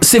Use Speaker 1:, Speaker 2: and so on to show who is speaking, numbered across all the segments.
Speaker 1: Se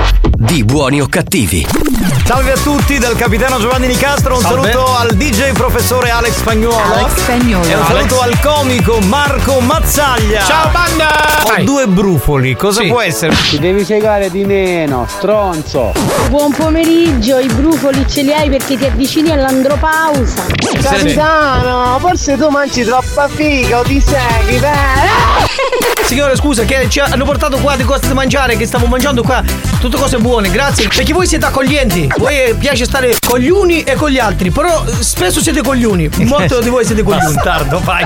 Speaker 1: di Buoni o cattivi.
Speaker 2: Salve a tutti dal capitano Giovanni Nicastro, un
Speaker 3: Salve.
Speaker 2: saluto al DJ professore Alex Spagnuolo
Speaker 4: Alex Spagnuolo.
Speaker 2: e un saluto al comico Marco Mazzaglia. Oh,
Speaker 3: Ciao banda!
Speaker 2: Ho due brufoli, cosa
Speaker 3: Sì.
Speaker 2: può essere?
Speaker 5: Ti devi segare di meno, stronzo!
Speaker 6: Buon pomeriggio, i brufoli ce li hai perché ti avvicini all'andropausa.
Speaker 5: Capitano, forse tu mangi troppa figa o ti segui, beh!
Speaker 3: Signore scusa che ci hanno portato qua di cose da mangiare Che stavo mangiando qua Tutte cose buone grazie Perché voi siete accoglienti Voi eh, piace stare con gli uni e con gli altri Però eh, spesso siete coglioni Molto di voi siete coglioni
Speaker 2: Bastardo, vai.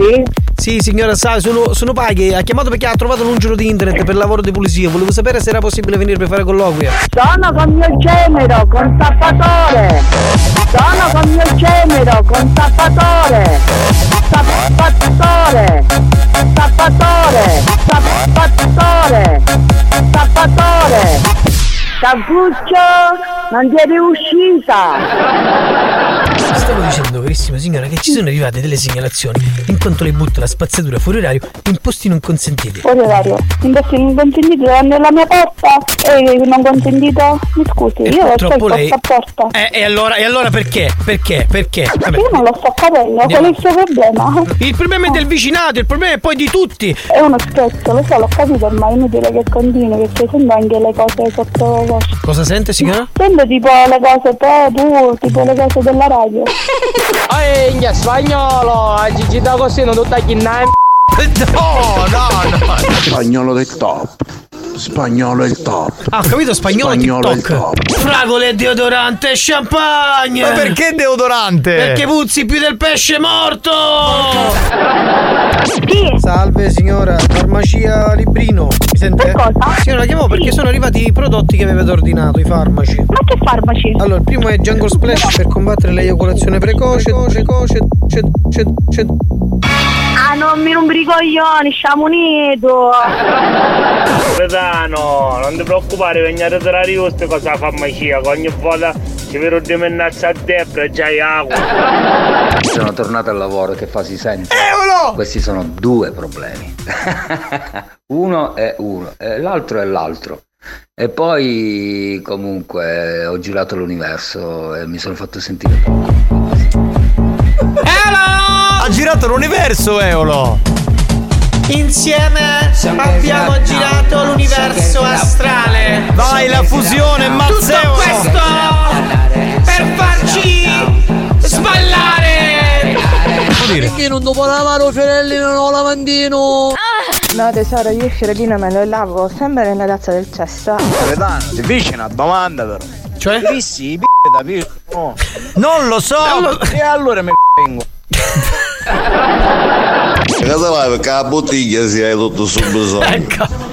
Speaker 3: Sì signora sa sono, sono paghi Ha chiamato perché ha trovato un numero di internet Per lavoro di pulizia Volevo sapere se era possibile venire per fare colloquio
Speaker 6: Sono con mio genero, con tappatore. Sono con mio genero, con tappatore. Tappatore. Tappatore. Tappatore. Tappatore. Cappuccio, non ti è riuscita.
Speaker 3: Stavo dicendo carissima signora Che ci sono arrivate delle segnalazioni In quanto lei butta la spazzatura fuori orario In posti non consentiti
Speaker 7: Onorario, in questo non consentito nella mia porta e non consentito mi scusi,
Speaker 3: E
Speaker 7: io ho
Speaker 3: Eh, purtroppo
Speaker 7: tolto
Speaker 3: lei-
Speaker 7: a porta.
Speaker 3: eh, e, allora, e allora perché? Perché? Perché? Vabbè.
Speaker 7: Io non lo sto capendo, qual è il suo problema?
Speaker 3: Il problema è del vicinato, il problema è poi di tutti.
Speaker 7: È uno scherzo, lo so, l'ho capito, ma è inutile che continui perché sento anche le cose sotto voce.
Speaker 3: Cosa sente, signora?
Speaker 7: Sento tipo le cose te, tu, tipo le cose della radio.
Speaker 5: Ehi, spagnolo, a Gigi da così non tutta chinna
Speaker 3: No, no, no.
Speaker 8: Spagnolo è il top. Spagnolo è il top.
Speaker 3: Ah, ho capito spagnolo,
Speaker 8: Spagnolo è il
Speaker 3: TikTok. Fragole, deodorante e champagne.
Speaker 2: Ma perché deodorante?
Speaker 3: Perché puzzi più del pesce morto!
Speaker 7: Sì,
Speaker 3: Salve signora, farmacia Librino. Mi sente?
Speaker 7: cosa?
Speaker 3: Signora, la chiamo perché sono arrivati i prodotti che avevate ordinato, i farmaci.
Speaker 7: ma che farmaci?
Speaker 3: Allora, il primo è Jungle Splash per combattere l'eiaculazione precoce. Precoce, precoce, c'è, c'è, c'è.
Speaker 7: Ah non mi rompi i coglioni, sciamonito!
Speaker 9: Capitano, non ti preoccupare, venire tra io queste cose alla farmacia, che ogni volta ci vedo di mennazza a Debra già è acqua.
Speaker 10: Sono tornato al lavoro, che fa si sente?
Speaker 3: Euro!
Speaker 10: Questi sono due problemi. uno è uno, e l'altro è l'altro. E poi comunque ho girato l'universo e mi sono fatto sentire poco.
Speaker 2: Ha girato l'universo, Eolo.
Speaker 3: Insieme abbiamo girato l'universo astrale.
Speaker 2: Vai la fusione,
Speaker 3: Tutto
Speaker 2: Mazzeo.
Speaker 3: questo per farci sballare.
Speaker 5: Perché non dopo lavare i fiorelli non ho lavandino?
Speaker 6: No tesoro, io il fiorellino me lo lavo sempre nella tazza del cesso.
Speaker 5: Capitano, ti fici una domanda però.
Speaker 3: Cioè?
Speaker 5: Fissi i p***i da p***o? no.
Speaker 2: Non lo so.
Speaker 5: E allora mi vengo.
Speaker 8: Cosa vai? Perché la bottiglia si è tutto sul
Speaker 10: Ecco.
Speaker 8: bisogno.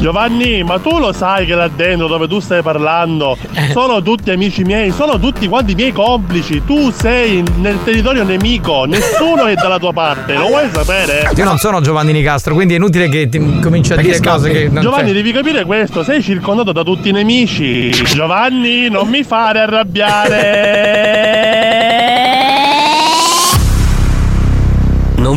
Speaker 9: Giovanni, ma tu lo sai che là dentro dove tu stai parlando
Speaker 2: Eh.
Speaker 9: sono tutti amici miei, sono tutti quanti miei complici, tu sei nel territorio nemico, nessuno è dalla tua parte, lo vuoi sapere?
Speaker 2: Io non sono Giovanni Nicastro, quindi è inutile che ti cominci a Cioè, dire cose che non
Speaker 9: Giovanni, devi capire questo, sei circondato da tutti i nemici. Giovanni, non mi fare arrabbiare.
Speaker 1: Non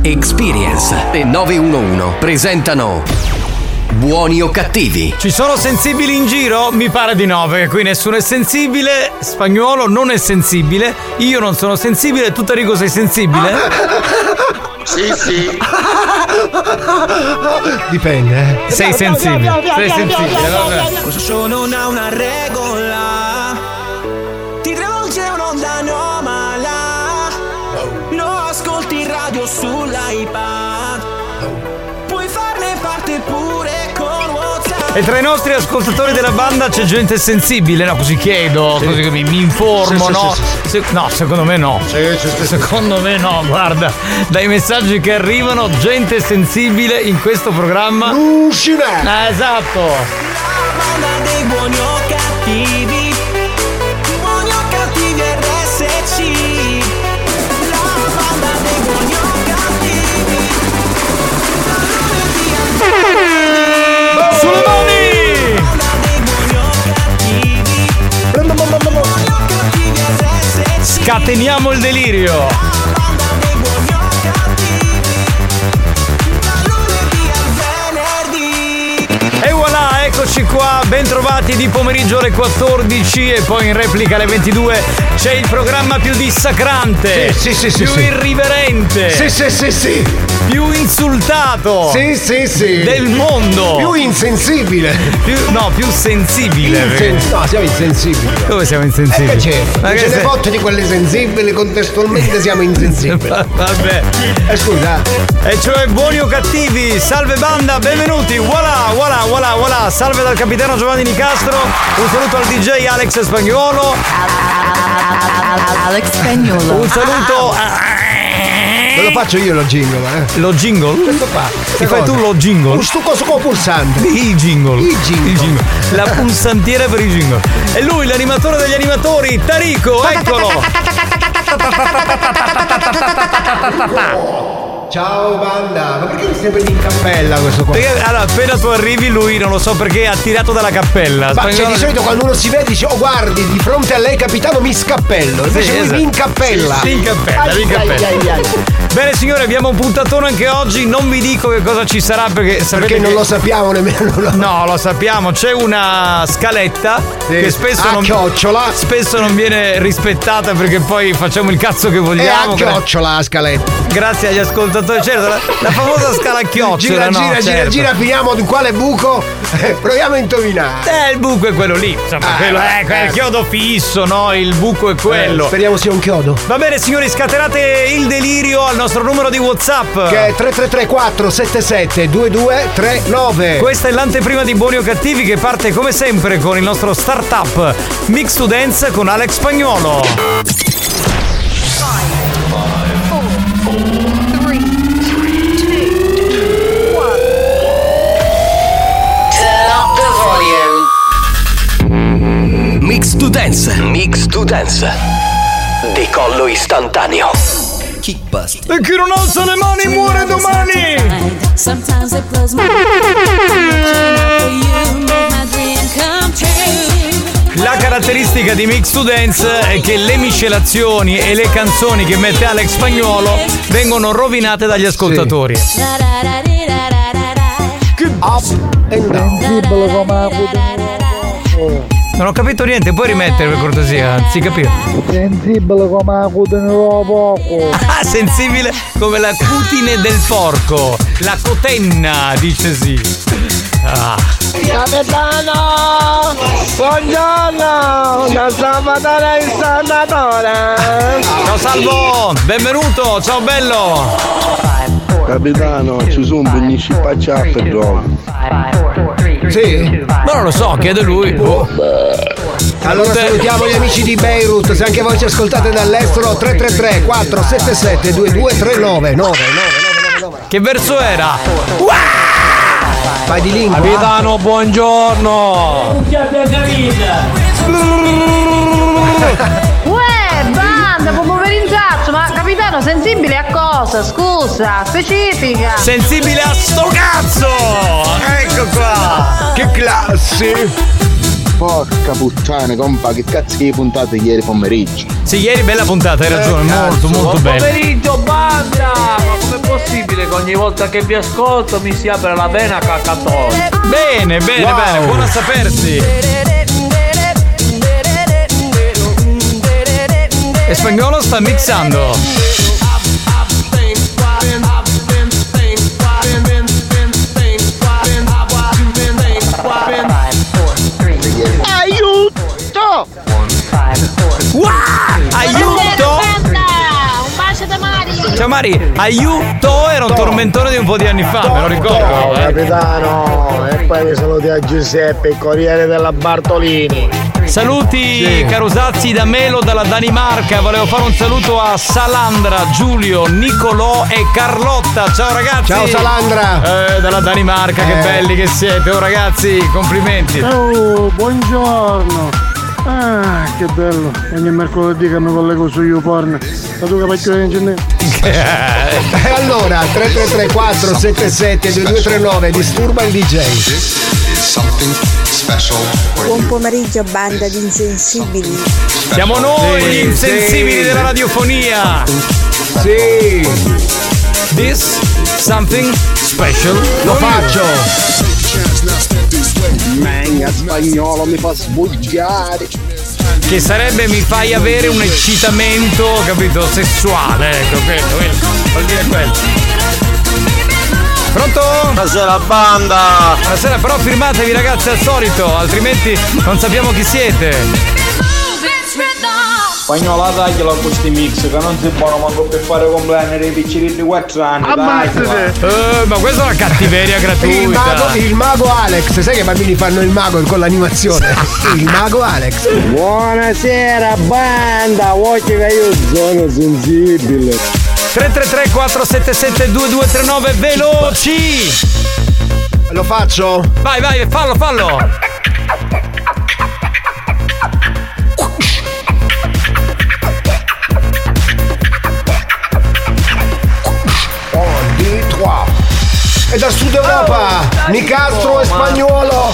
Speaker 1: Experience e 911 presentano Buoni o cattivi?
Speaker 2: Ci sono sensibili in giro? Mi pare di no, perché qui nessuno è sensibile, spagnolo non è sensibile, io non sono sensibile, tu Tarico sei sensibile?
Speaker 8: Sì, sì.
Speaker 2: Dipende, eh. Sei sensibile, sei sensibile, vabbè.
Speaker 5: Puoi farne parte pure con WhatsApp.
Speaker 2: E tra i nostri ascoltatori della banda c'è gente sensibile, no? Così chiedo, così che mi, mi informo,
Speaker 10: Sì, sì,
Speaker 2: no?
Speaker 10: sì,
Speaker 2: Se- no, secondo me no. Secondo me no, guarda, dai messaggi che arrivano, gente sensibile in questo programma. Lucina! esatto!
Speaker 3: dei buoni o cattivi Buoni o cattivi RSC La banda dei buoni o cattivi Sulle
Speaker 2: Scateniamo il delirio! E voilà, eccoci qua, bentrovati di pomeriggio alle 14 e poi in replica alle 22 c'è il programma più dissacrante,
Speaker 10: Sì, sì, sì, sì,
Speaker 2: più
Speaker 10: sì.
Speaker 2: irriverente,
Speaker 10: Sì, sì, sì, sì.
Speaker 2: più insultato
Speaker 10: Sì, sì, sì.
Speaker 2: Certo. del mondo,
Speaker 10: Più insensibile.
Speaker 2: Più- no, più sensibile.
Speaker 10: Insens- no, siamo insensibili.
Speaker 2: Dove siamo
Speaker 10: Eh,
Speaker 2: insensibili?
Speaker 10: beh, certo.
Speaker 2: Ma
Speaker 10: Non
Speaker 2: che
Speaker 10: ce ne
Speaker 2: sei-
Speaker 10: fotte di quelle sensibili, contestualmente siamo insensibili.
Speaker 2: Vabbè.
Speaker 10: Eh, scusa.
Speaker 2: E cioè buoni o cattivi, salve banda, benvenuti, voilà, voilà, voilà, voilà, salve dal capitano Giovanni Nicastro, un saluto al DJ Alex Spagnuolo. Alex Spagnuolo. Un saluto a...
Speaker 10: Ve lo faccio io lo jingle, eh.
Speaker 2: Lo jingle?
Speaker 10: Questo qua.
Speaker 2: Ti fai tu lo jingle?
Speaker 10: Sto coso con pulsante.
Speaker 2: Il jingle.
Speaker 10: Il jingle.
Speaker 2: La punsantiera per il jingle. E lui, l'animatore degli animatori, Tarico, eccolo.
Speaker 10: Ciao banda, ma perché mi stai prendendo in cappella questo qua?
Speaker 2: Perché allora, appena tu arrivi lui, non lo so perché, è attirato dalla
Speaker 10: Ma
Speaker 2: cappella.
Speaker 10: cioè,
Speaker 2: Spagnuolo-
Speaker 10: di solito quando uno si vede dice oh guardi di fronte a lei capitano mi scappello invece
Speaker 2: Sì,
Speaker 10: lui
Speaker 2: esatto.
Speaker 10: mi incappella
Speaker 2: Sì, sì, incappella, mi incappella. Bene signore, abbiamo un puntatone anche oggi, non vi dico che cosa ci sarà perché sapete
Speaker 10: Perché non
Speaker 2: che-
Speaker 10: lo sappiamo nemmeno lo-
Speaker 2: No, lo sappiamo, c'è una scaletta
Speaker 10: Sì.
Speaker 2: che spesso
Speaker 10: A
Speaker 2: non
Speaker 10: chiocciola.
Speaker 2: spesso non viene rispettata perché poi facciamo il cazzo che
Speaker 10: E a
Speaker 2: vogliamo. gra-
Speaker 10: chiocciola la scaletta
Speaker 2: grazie agli ascoltatori, certo, la, la famosa scala a chiocciola,
Speaker 10: Gira
Speaker 2: no,
Speaker 10: gira gira
Speaker 2: certo.
Speaker 10: gira finiamo in quale buco Eh, Proviamo a indovinare
Speaker 2: Eh, il buco è quello lì, insomma,
Speaker 10: Ah,
Speaker 2: quello è,
Speaker 10: eh.
Speaker 2: il chiodo fisso, no? Il buco è quello.
Speaker 10: Eh, Speriamo sia un chiodo
Speaker 2: Va bene signori, scatenate il delirio al nostro numero di WhatsApp.
Speaker 10: Che è 3334 77 2239
Speaker 2: Questa è l'anteprima di Buoni o Cattivi che parte come sempre con il nostro startup Mix to Dance con Alex Spagnolo.
Speaker 1: Mix to dance. Mix to dance. Decollo istantaneo. Kickbust.
Speaker 2: E chi non alza le mani muore domani!
Speaker 3: Sometimes it blows my
Speaker 2: La caratteristica di Mix to Dance è che le miscelazioni e le canzoni che mette Alex Spagnolo vengono rovinate dagli ascoltatori.
Speaker 10: Up and down
Speaker 2: Non ho capito niente, puoi rimettere per cortesia, anzi capire.
Speaker 11: Sensibile come la cutenero poco.
Speaker 2: Ah, sensibile come la cutine del porco, la cotenna, dice sì. Ah.
Speaker 11: Capitano! Buongiorno! Da Salvatore il
Speaker 10: eh?
Speaker 11: Salvatore!
Speaker 2: Ciao Salvo, benvenuto, ciao bello.
Speaker 8: Capitano, ci sono 15 pacciaffe droghe.
Speaker 10: Sì?
Speaker 2: Ma non lo so, chiede lui. Boh.
Speaker 10: Allora salutiamo gli amici di Beirut, se anche voi ci ascoltate dall'estero 333 477 2239 9
Speaker 2: Che verso era?
Speaker 10: Vai di lingua.
Speaker 2: buongiorno.
Speaker 6: Uè, banda, può poverizzato, ma capitano, sensibile a cosa? Scusa, specifica.
Speaker 2: Sensibile a sto cazzo! Ecco qua.
Speaker 10: Che classe!
Speaker 8: Porca puttana, compa, che cazzo che puntate ieri pomeriggio? Eh,
Speaker 2: Sì, ieri bella puntata, hai ragione, molto molto bella.
Speaker 11: Pomeriggio banda! Ma com'è possibile che ogni volta che vi ascolto mi si apre la vena cacatoia?
Speaker 2: Bene, bene, bene, buona sapersi. E spagnolo sta mixando.
Speaker 11: Aiuto!
Speaker 2: Aiuto!
Speaker 6: Un bacio da Mario!
Speaker 2: Ciao Mari, aiuto era un tormentone di un po' di anni fa, me lo ricordo.
Speaker 3: Ciao
Speaker 2: eh.
Speaker 3: capitano, Oh, e poi vi saluti a Giuseppe, il corriere della Bartolini.
Speaker 2: Saluti Carusazzi da Melo dalla Danimarca, volevo fare un saluto a Salandra, Giulio, Nicolò e Carlotta. Ciao ragazzi!
Speaker 10: Ciao, Salandra.
Speaker 2: Eh, dalla Danimarca, che
Speaker 10: Eh.
Speaker 2: belli che siete! Oh ragazzi, complimenti!
Speaker 12: Ciao, Oh, buongiorno. Ah, che bello. Ogni mercoledì che mi collego su YouPorn. La tua capacità di ingegnere.
Speaker 10: E allora 3334 77 2239 disturba il DJ.
Speaker 6: Buon pomeriggio banda di insensibili.
Speaker 2: Siamo noi gli insensibili della radiofonia!
Speaker 10: Sì!
Speaker 2: This something special
Speaker 10: Lo faccio!
Speaker 8: Magna spagnolo mi fa sbugiare.
Speaker 2: Che sarebbe Eh mi fai avere un eccitamento, capito, sessuale, ecco, quello, quello. Vuol dire quello. Pronto? Buonasera banda! Buonasera, però firmatevi ragazzi al solito, altrimenti non sappiamo chi siete.
Speaker 13: Spagnola taglialo a questi mix che non si buono manco per fare compleanno dei piccini di 4 anni.
Speaker 2: Eh, ma questa è una cattiveria
Speaker 10: Il mago,
Speaker 2: gratuita!
Speaker 10: il mago Alex, sai che i bambini fanno il mago con l'animazione? Il mago Alex.
Speaker 3: Buonasera banda, vuoi che io sono sensibile.
Speaker 2: 333 477 2239 veloci!
Speaker 10: Lo faccio?
Speaker 2: Vai, vai, fallo, fallo!
Speaker 10: È da Sud Europa, Nicastro e Spagnolo.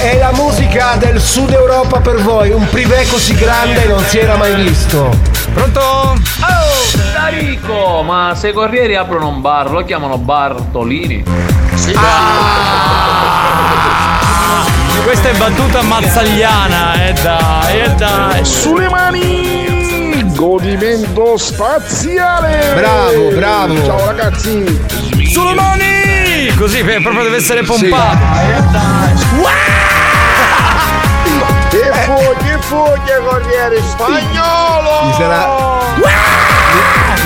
Speaker 10: È la musica del Sud Europa per voi, un privé così grande non si era mai visto.
Speaker 2: Pronto?
Speaker 11: Oh, Tarico! Ma se i corrieri aprono un bar, lo chiamano Bartolini? Ah!
Speaker 2: Questa è battuta mazzagliana, eh dai, eh dai!
Speaker 3: Sulle mani! Godimento spaziale!
Speaker 2: Bravo, bravo.
Speaker 3: Ciao ragazzi!
Speaker 2: Sulle mani! Così eh, proprio deve essere pompato.
Speaker 3: Che fugge, fugge, corriere spagnolo!
Speaker 2: Oh!
Speaker 10: Gli sarà,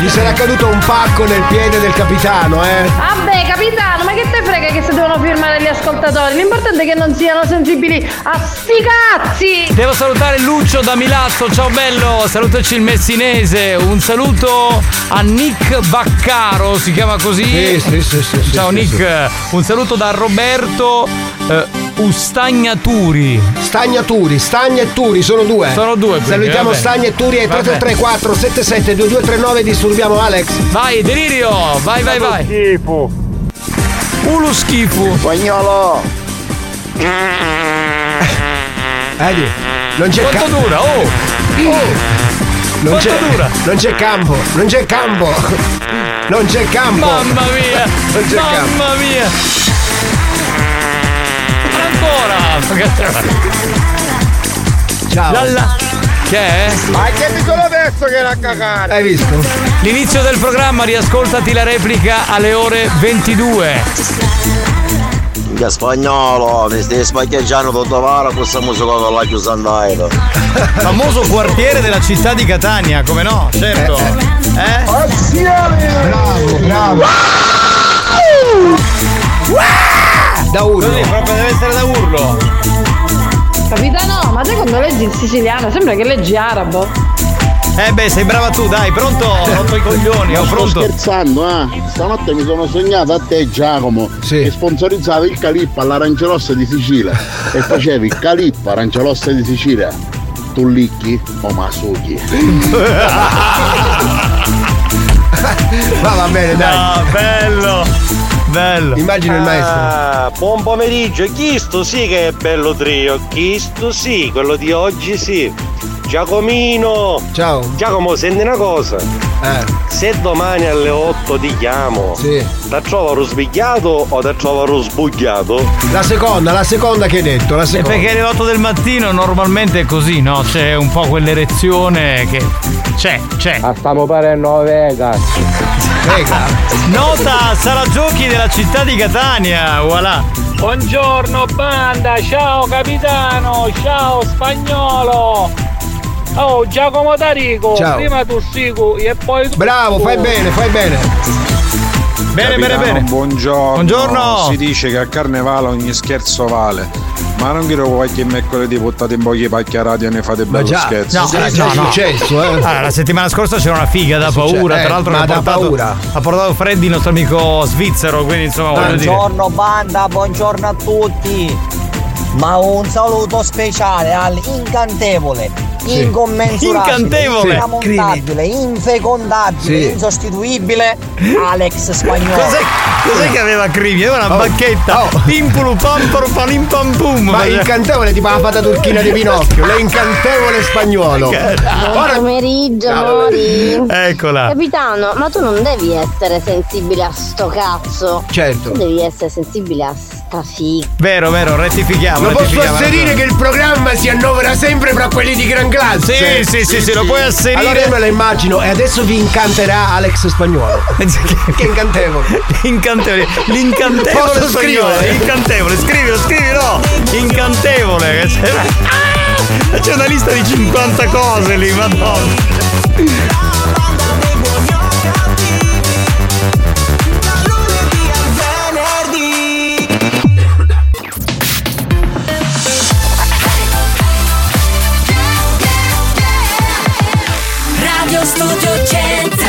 Speaker 10: gli sarà caduto un pacco nel piede del capitano, eh.
Speaker 14: Vabbè, capitano, ma che te frega che se devono firmare gli ascoltatori? L'importante è che non siano sensibili a sti cazzi!
Speaker 2: Devo salutare Lucio da Milazzo, ciao bello, salutaci il messinese, un saluto a Nick Baccaro, si chiama così?
Speaker 10: Sì, sì, sì, sì, sì,
Speaker 2: ciao
Speaker 10: sì,
Speaker 2: Nick, un saluto da Roberto eh, Ustagnaturi.
Speaker 10: Stagnaturi, Stagna e Turi, sono due.
Speaker 2: Sono due, quindi,
Speaker 10: Salutiamo
Speaker 2: vabbè.
Speaker 10: Stagna e Turi e
Speaker 2: Vabbè.
Speaker 10: 3334 77 2239 disturbiamo Alex.
Speaker 2: Vai, delirio, vai, vai, vai.
Speaker 3: Schifo.
Speaker 2: Uno schifo.
Speaker 3: Spagnolo.
Speaker 10: Edi, non c'è
Speaker 3: Quanto
Speaker 10: campo.
Speaker 3: dura? Oh!
Speaker 10: Non
Speaker 3: Quanto
Speaker 10: c'è,
Speaker 3: dura?
Speaker 10: non c'è campo, non c'è campo, non c'è campo.
Speaker 2: Mamma mia,
Speaker 10: Non c'è campo.
Speaker 2: mamma mia. Ancora.
Speaker 10: Ciao.
Speaker 2: Che è?
Speaker 3: Ma che dicono adesso che era a cagare?
Speaker 10: Hai visto?
Speaker 2: L'inizio del programma, riascoltati la replica alle ore 22.
Speaker 15: Che spagnolo, mi stai spacchiaggiando tutto l'ora questa musica con la chiusa andaira.
Speaker 2: Famoso quartiere della città di Catania, come no? Certo. Eh?
Speaker 10: Bravo, bravo. Da urlo.
Speaker 2: proprio deve essere da urlo.
Speaker 14: Capitano, ma te quando leggi in siciliano sembra che leggi arabo.
Speaker 2: Eh beh, sei brava tu, dai, pronto? Ho Rotto i coglioni, ho
Speaker 8: sto
Speaker 2: oh, pronto.
Speaker 8: scherzando, eh? Stanotte mi sono sognato a te, Giacomo, che sponsorizzavi il Calippa all'Arancia Rossa di Sicilia e facevi Calippa, Arancia Rossa di Sicilia. Tu licchi o masuchi.
Speaker 10: Ma va bene, dai.
Speaker 13: Ah, bello! Ah,
Speaker 2: Bello.
Speaker 10: Immagino il maestro.
Speaker 13: buon pomeriggio, Chisto sì che è bello trio, Chisto sì, quello di oggi sì. Giacomino!
Speaker 10: Ciao! Eh.
Speaker 13: Giacomo, senti una cosa. Se domani alle 8 ti chiamo,
Speaker 10: Sì.
Speaker 13: la trovo rusbigliato o la trovo rusbugliato?
Speaker 10: La seconda, la seconda che hai detto, la
Speaker 2: E
Speaker 10: seconda.
Speaker 2: perché alle 8 del mattino normalmente è così, no? C'è un po' quell'erezione che. C'è, c'è.
Speaker 3: Ma stiamo parendo Vegas.
Speaker 2: Nota sala giochi della città di Catania, voilà.
Speaker 11: Buongiorno banda, ciao capitano, ciao spagnolo! Oh, Giacomo Tarico,
Speaker 10: Ciao.
Speaker 11: prima tu sicuri e poi tu.
Speaker 10: Bravo, fai bene, fai bene.
Speaker 16: Bene,
Speaker 10: bene, bene.
Speaker 16: Buongiorno.
Speaker 10: Buongiorno.
Speaker 16: Si dice che a carnevale ogni scherzo vale. Ma non credo che qualche mercoledì buttate in pochi pacchi a radio e ne fate bello scherzo.
Speaker 2: no, eh, no, no. Allora, la settimana scorsa c'era una figa da
Speaker 16: È successo,
Speaker 2: paura.
Speaker 16: eh,
Speaker 2: Tra l'altro,
Speaker 16: ma
Speaker 2: l'ha
Speaker 16: da
Speaker 2: portato,
Speaker 16: paura.
Speaker 2: ha portato Freddy, il nostro amico svizzero. Quindi, insomma, voglio dire.
Speaker 17: Buongiorno banda, buongiorno a tutti. Ma un saluto speciale all'incantevole,
Speaker 2: Sì.
Speaker 17: incommensurabile,
Speaker 2: Incantevole.
Speaker 17: intramontabile, infecondabile,
Speaker 2: Sì.
Speaker 17: insostituibile Alex Spagnolo.
Speaker 2: Cos'è, cos'è che aveva Crimi? Aveva
Speaker 10: Oh.
Speaker 16: Oh.
Speaker 2: una bacchetta. Pimpulu pam pam pam pam pum.
Speaker 10: Ma incantevole tipo la fata turchina di Pinocchio, l'incantevole spagnolo.
Speaker 5: Buon pomeriggio, Mori.
Speaker 10: Eh,
Speaker 2: Eccola.
Speaker 5: Capitano, ma tu non devi essere sensibile a sto cazzo.
Speaker 10: Certo.
Speaker 5: Tu devi essere sensibile a sta figa.
Speaker 2: Vero, vero, rettifichiamo.
Speaker 10: Lo posso
Speaker 2: rettifichiamo,
Speaker 10: asserire che il programma si annovera sempre fra quelli di gran classe.
Speaker 2: Sì, sì, sì, sì, lo puoi asserire.
Speaker 10: Allora io me lo immagino e adesso vi incanterà Alex Spagnolo. che incantevole.
Speaker 2: Incantevole. L'incantevole
Speaker 10: Posso
Speaker 2: spagnolo,
Speaker 10: scrivere?
Speaker 2: Incantevole, scrivilo, scrivilo. Incantevole. Ah, C'è una lista di 50 cose lì, madonna.
Speaker 18: Radio Studio Centrale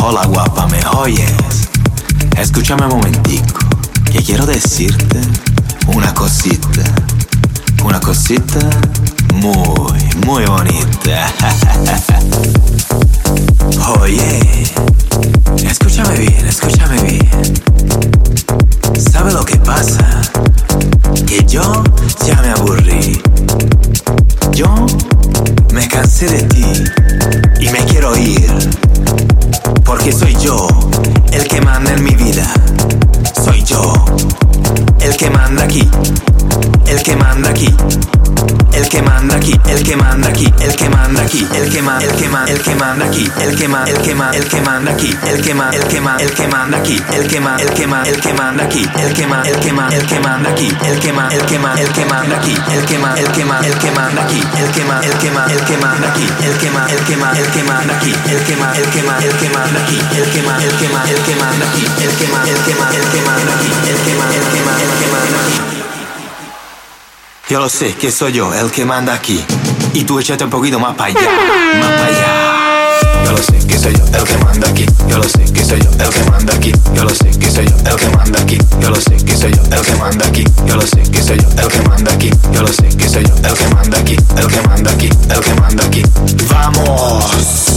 Speaker 3: Hola guapa, me oyes. Escúchame un momentico, que quiero decirte una cosita. Una cosita muy, muy bonita. Oye, escúchame bien, escúchame bien. ¿Sabe lo que pasa? Que yo ya me aburrí. Yo me cansé de ti y me quiero ir. Porque soy yo el que manda en mi vida. Soy yo el que manda aquí. El que manda aquí. El que manda aquí, el que manda aquí, el que manda aquí, el que manda, el que manda, el que manda aquí, el que manda, el que manda, el que manda aquí, el que manda, el que manda, el que manda aquí, el que manda, el que manda, el que manda aquí, el que manda, el que manda, el que manda aquí, el que manda, el que manda, el que manda aquí, el que manda, el que manda, el que manda aquí, el que manda, el que manda, el que manda aquí, el que manda, el que manda, el que manda aquí, el que manda, el que manda, el que manda aquí, el que manda, el que manda, el que manda aquí, el que manda, el que manda, el que manda aquí, el que manda, el que manda, el que manda aquí. Yo lo sé, que soy yo el que manda aquí. Y tú échate un poquito más para allá, más para allá. Yo lo sé, que soy yo el que manda aquí. Yo lo sé, que soy yo el que manda aquí. Yo lo sé, que soy yo el que manda aquí. Yo lo sé, que soy yo el que manda aquí. Yo lo sé, que soy yo el que manda aquí. Yo lo sé, que soy yo el que manda aquí. El que manda aquí, el que manda aquí. ¡Vamos!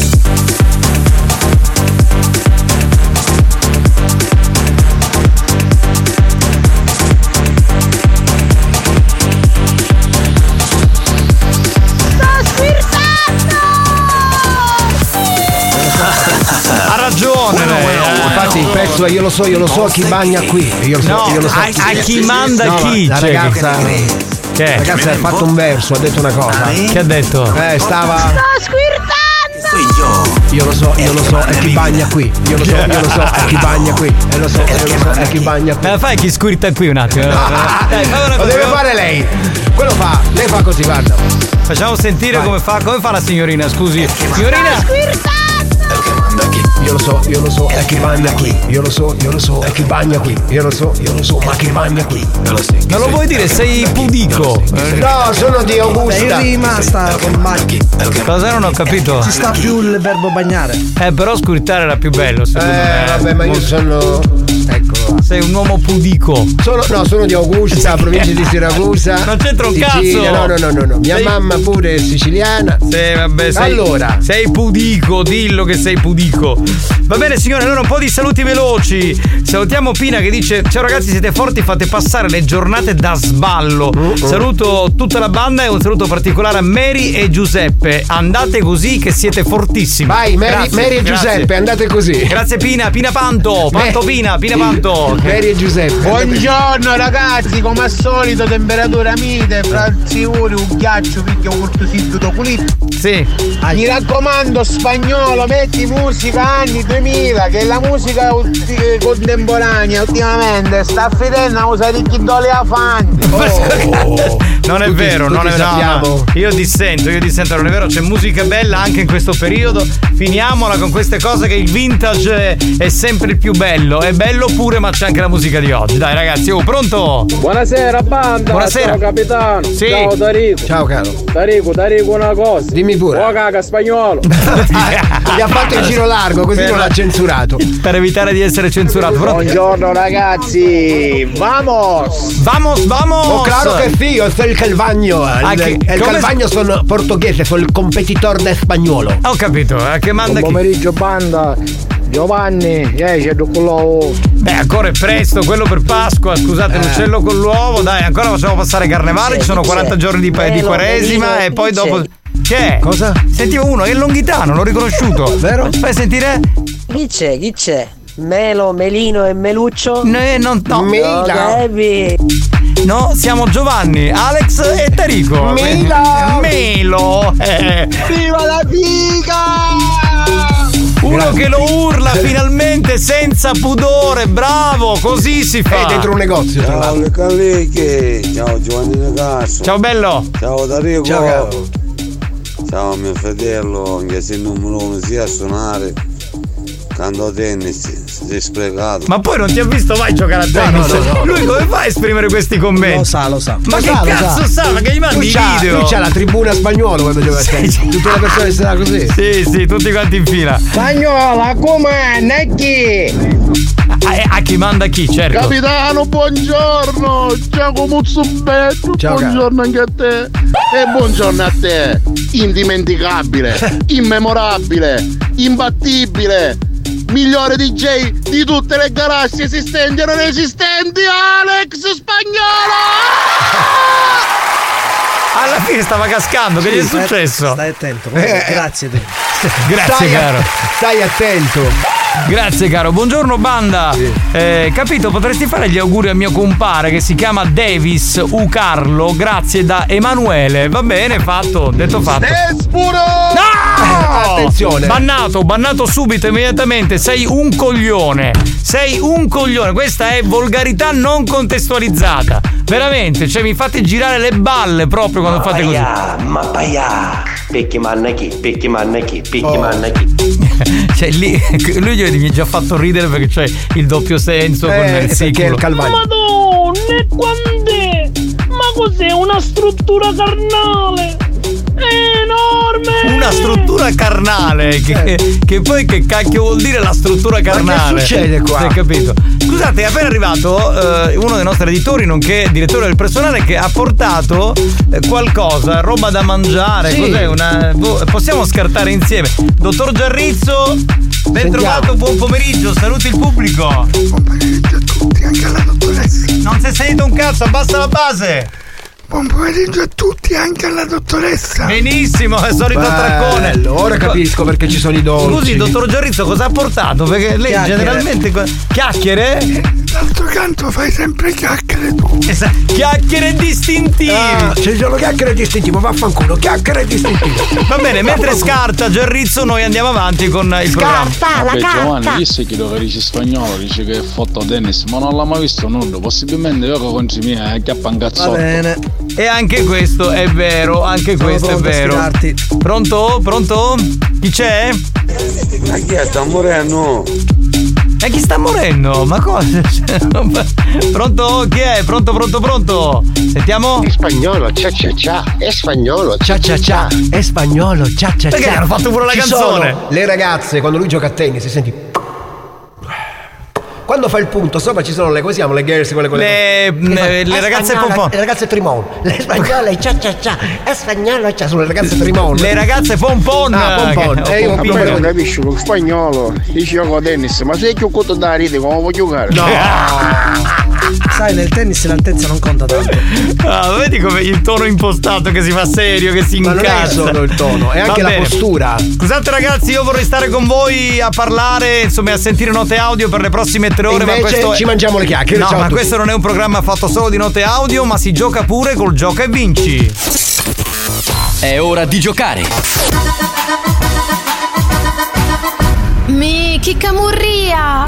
Speaker 2: Ha ragione. lei, eh.
Speaker 10: Infatti il pezzo è io lo so, io lo so chi bagna qui. Io lo so,
Speaker 2: No,
Speaker 10: io lo so.
Speaker 2: a- a chi manda
Speaker 10: No,
Speaker 2: chi,
Speaker 10: La
Speaker 2: cioè,
Speaker 10: ragazza.
Speaker 2: che-
Speaker 10: La ragazza ha fatto un verso, ha detto una cosa.
Speaker 2: Che ha detto?
Speaker 10: Eh, stava.
Speaker 3: squirtando!
Speaker 10: Io lo so, io lo so, è chi bagna qui. Io lo so, io lo so, è chi bagna qui. E lo so, io lo so, è chi bagna qui. Eh,
Speaker 2: Eh, fai chi squirta qui un attimo. Dai, fai una
Speaker 10: Lo
Speaker 2: cosa,
Speaker 10: deve
Speaker 2: fai-
Speaker 10: fare lei. Quello fa, lei fa così, guarda. Eh,
Speaker 2: Facciamo sentire come fa, come fa la signorina, scusi. Signorina!
Speaker 10: Io lo so, io lo so, è chi bagna qui. Io lo so, io lo so, è chi bagna qui. Io lo so, io lo so, ma chi bagna qui.
Speaker 2: Non lo vuoi dire, sei pudico.
Speaker 10: Eh,
Speaker 2: Eh,
Speaker 10: No, sono di Augusta.
Speaker 19: Sei rimasta con Maggi.
Speaker 2: Cosa non ho capito?
Speaker 19: Ci sta più il verbo bagnare.
Speaker 2: Eh, però squirtare era più bello, secondo me.
Speaker 10: Eh, vabbè, ma io
Speaker 2: Molto-
Speaker 10: sono. Ecco.
Speaker 2: sei un uomo pudico.
Speaker 10: Sono, no, sono di Augusta, provincia di Siracusa.
Speaker 2: Non c'entra un
Speaker 10: Sicilia, No,
Speaker 2: cazzo.
Speaker 10: no, no, no, no. Mia
Speaker 2: Sei-
Speaker 10: mamma pure è siciliana.
Speaker 2: Sì, vabbè, sei,
Speaker 10: Allora.
Speaker 2: sei pudico, dillo che sei pudico. Va bene, signore, allora un po' di saluti veloci. Salutiamo Pina che dice: Ciao ragazzi, siete forti, fate passare le giornate da sballo.
Speaker 10: Uh-uh.
Speaker 2: Saluto tutta la banda e un saluto particolare a Mary e Giuseppe. Andate così che siete fortissimi.
Speaker 10: Vai, Mary- Mary e Giuseppe, andate così.
Speaker 2: Grazie Pina, Pina Panto, Panto
Speaker 10: Mary-
Speaker 2: Pina, Pina Panto.
Speaker 10: Mary e Giuseppe.
Speaker 8: Buongiorno ragazzi, come al solito temperatura mite, franziuri, un ghiaccio, picchio cortosito doculito.
Speaker 2: Sì.
Speaker 8: Mi raccomando spagnolo, metti musica anni 2000, che la musica ulti- contemporanea ultimamente sta fedendo a usare i chidoli a fan.
Speaker 10: Oh.
Speaker 2: Non è
Speaker 8: Oh. Tutti-
Speaker 2: vero,
Speaker 8: tutti
Speaker 2: non è vero.
Speaker 8: sappiamo.
Speaker 2: io dissento, io dissento, non è vero, c'è musica bella anche in questo periodo. Finiamola con queste cose che il vintage è sempre il più bello. È bello pure, ma c'è anche la musica di oggi. Dai ragazzi, oh, pronto?
Speaker 20: Buonasera banda,
Speaker 2: Buonasera.
Speaker 20: ciao capitano,
Speaker 2: Sì.
Speaker 20: ciao Tarico
Speaker 10: Ciao caro
Speaker 20: Tarico, Tarico una cosa
Speaker 10: Dimmi pure
Speaker 20: Oh caca spagnolo
Speaker 10: Gli ha fatto il giro largo, così non l'ha censurato.
Speaker 2: Per evitare di essere censurato.
Speaker 8: Buongiorno ragazzi, vamos!
Speaker 2: Vamos, vamos!
Speaker 10: Oh, claro que sí, yo soy el Calvaño. El,
Speaker 8: Ah, che-
Speaker 10: el
Speaker 8: come-
Speaker 10: Calvaño sono portoghese, sono il competitor del spagnolo.
Speaker 2: Ho capito, eh, che manda
Speaker 8: Buon pomeriggio banda, Giovanni, eh, c'è Ducolo.
Speaker 2: Beh, Eh, ancora è presto, quello per Pasqua,
Speaker 8: Eh.
Speaker 2: scusate, l'uccello con l'uovo, dai, ancora facciamo passare carnevale,
Speaker 8: C'è,
Speaker 2: ci sono
Speaker 8: c'è.
Speaker 2: 40 giorni di, pa- di
Speaker 8: Melo,
Speaker 2: quaresima
Speaker 8: Melino,
Speaker 2: e poi dopo...
Speaker 8: c'è.
Speaker 2: Che è?
Speaker 8: Cosa?
Speaker 2: Sentivo uno, è Longhitano, l'ho riconosciuto. Vero? Fai sentire?
Speaker 21: Chi c'è? Chi c'è? Melo, Melino e Meluccio?
Speaker 2: No, eh, non no.
Speaker 21: No, Gabi.
Speaker 2: No, siamo Giovanni, Alex e Tarico.
Speaker 8: Melo!
Speaker 2: Melo! Eh.
Speaker 8: Viva la figa!
Speaker 2: Uno che lo urla finalmente senza pudore, bravo, così si fa.
Speaker 8: È dentro un
Speaker 10: negozio,
Speaker 8: tra l'altro.
Speaker 13: Colleghi, ciao Giovanni Castro.
Speaker 2: Ciao bello.
Speaker 13: Ciao D'Arrigo.
Speaker 2: Ciao, caro.
Speaker 13: Ciao mio fratello, anche se il numero uno sia a suonare. Canto tennis, sei sprecato.
Speaker 2: Ma poi non ti ha visto mai giocare a tennis.
Speaker 10: Eh,
Speaker 2: Lui come fa a esprimere questi commenti? Lo sa, lo sa. Ma
Speaker 10: Lo
Speaker 2: che
Speaker 10: sa, lo
Speaker 2: cazzo sa? Ma che gli mandi
Speaker 10: lui
Speaker 2: i
Speaker 10: c'ha-
Speaker 2: video?
Speaker 10: Lui c'ha la tribuna spagnolo quando gioca a tennis. Tutte le persone stanno così.
Speaker 2: Sì, sì, tutti quanti in fila.
Speaker 8: Spagnola, come?
Speaker 2: Eh,
Speaker 8: Necchi!
Speaker 2: A, a chi manda chi, certo.
Speaker 8: Capitano, buongiorno! Giacomo Zubbetto,
Speaker 2: Ciao, cara.
Speaker 8: buongiorno anche a te! E buongiorno a te! Indimenticabile, immemorabile, imbattibile, migliore DJ di tutte le galassie esistenti e non esistenti, Alex Spagnolo!
Speaker 2: Alla fine stava cascando, che
Speaker 8: Sì,
Speaker 2: gli è
Speaker 10: eh.
Speaker 8: stai-
Speaker 2: successo?
Speaker 8: stai attento,
Speaker 10: comunque,
Speaker 2: grazie. Grazie
Speaker 10: Eh, Stai a-
Speaker 2: caro.
Speaker 10: stai attento.
Speaker 2: Grazie caro, buongiorno banda. Eh, capito, potresti fare gli auguri al mio compare che si chiama Davis U Carlo, grazie da Emanuele. Va bene, fatto, detto fatto.
Speaker 8: Despuro!
Speaker 2: No!
Speaker 8: Attenzione!
Speaker 2: Bannato, bannato subito, immediatamente. Sei un coglione. Sei un coglione. Questa è volgarità non contestualizzata. Veramente, cioè mi fate girare le balle proprio quando fate così.
Speaker 22: Ma paia! Picchi manna chi, picchi manna chi, picchi
Speaker 10: Oh.
Speaker 22: manna chi.
Speaker 2: Cioè lì, lui gli- mi ha già fatto ridere perché c'è il doppio senso con
Speaker 10: Eh,
Speaker 2: il
Speaker 10: perché
Speaker 2: siculo.
Speaker 10: il Calvario.
Speaker 3: Madonna, e quant'è? Ma cos'è una struttura carnale? È enorme!
Speaker 2: Una struttura
Speaker 10: Eh.
Speaker 2: carnale, che, che poi che cacchio vuol dire la struttura carnale?
Speaker 10: succede qua?
Speaker 2: Sì, hai capito? Ecco. Scusate, è appena arrivato eh, uno dei nostri editori, nonché direttore del personale, che ha portato eh, qualcosa, roba da mangiare.
Speaker 10: Sì.
Speaker 2: Cos'è? Una, boh, possiamo scartare insieme. Dottor Giarrizzo, ben
Speaker 10: Sentiamo.
Speaker 2: trovato, buon pomeriggio, saluti il pubblico. Buon pomeriggio a tutti, anche alla dottoressa. Non si è sentito un cazzo, abbassa la base.
Speaker 13: Buon pomeriggio a tutti, anche alla dottoressa.
Speaker 2: Benissimo, è solito attraccone.
Speaker 10: Bello, Ora capisco perché ci sono i dolci.
Speaker 2: Scusi, dottor Giarrizzo, cosa ha portato? Perché lei
Speaker 10: Chiacchiere.
Speaker 2: generalmente. co- Chiacchiere? D'altro canto fai sempre chiacchiere tu. Chiacchiere distintive!
Speaker 10: Ah, c'è solo chiacchiere distintivo, vaffanculo, chiacchiere distintivo.
Speaker 2: Va bene, mentre scarta Giarrizzo, noi andiamo avanti con il programma.
Speaker 5: Vabbè, Giovanni, chissà chi lo dice spagnolo, dice che è fatto a tennis, ma non l'ha mai visto nulla. Possibilmente io con i miei eh, che appangazzotto.
Speaker 2: E anche questo è vero, anche questo è
Speaker 5: pronto a
Speaker 2: vero.
Speaker 5: sfidarti.
Speaker 2: Pronto? Pronto? Chi c'è?
Speaker 13: Ma chi è? Sta morendo?
Speaker 2: E chi sta morendo? Ma cosa? Pronto? Chi è? Pronto, pronto, pronto? Sentiamo?
Speaker 10: spagnolo, cia cia cia, è spagnolo, cia cia cia, è spagnolo, cia cia
Speaker 2: Perché
Speaker 10: cia.
Speaker 2: hanno fatto pure la
Speaker 10: Ci
Speaker 2: canzone?
Speaker 10: sono le ragazze quando lui gioca a tennis, senti. Quando fa il punto, sopra ci sono le, come si chiamano, le girls, quelle, quelle...
Speaker 2: Le- mh, le ragazze pompon.
Speaker 10: Le ragazze trimon. Le spagnole, cia cia cia. E spagnolo, cia, sono le ragazze trimon.
Speaker 2: Le ragazze pompon. Eh,
Speaker 10: Ah, pompon.
Speaker 8: Eh,
Speaker 2: Che-
Speaker 10: E io
Speaker 2: ho capito.
Speaker 10: piccolo.
Speaker 8: capisci lo spagnolo io gioco a tennis ma sei più conto da ride come vuoi giocare
Speaker 2: No.
Speaker 3: Sai, nel tennis l'altezza non conta tanto.
Speaker 2: Ah, vedi come il tono impostato che si fa serio, che si
Speaker 3: Ma non è
Speaker 2: incazza.
Speaker 3: solo il tono, è
Speaker 2: Va
Speaker 3: anche la
Speaker 2: bene.
Speaker 3: postura.
Speaker 2: Scusate ragazzi, io vorrei stare con voi a parlare, insomma, a sentire note audio per le prossime tre ore, ma
Speaker 10: Invece
Speaker 2: questo è-
Speaker 10: ci mangiamo le chiacchiere,
Speaker 2: No,
Speaker 10: ciao a
Speaker 2: ma
Speaker 10: tutti.
Speaker 2: questo non è un programma fatto solo di note audio, ma si gioca pure col gioca e vinci.
Speaker 1: È ora Eh, di giocare.
Speaker 5: Mi, che camurria!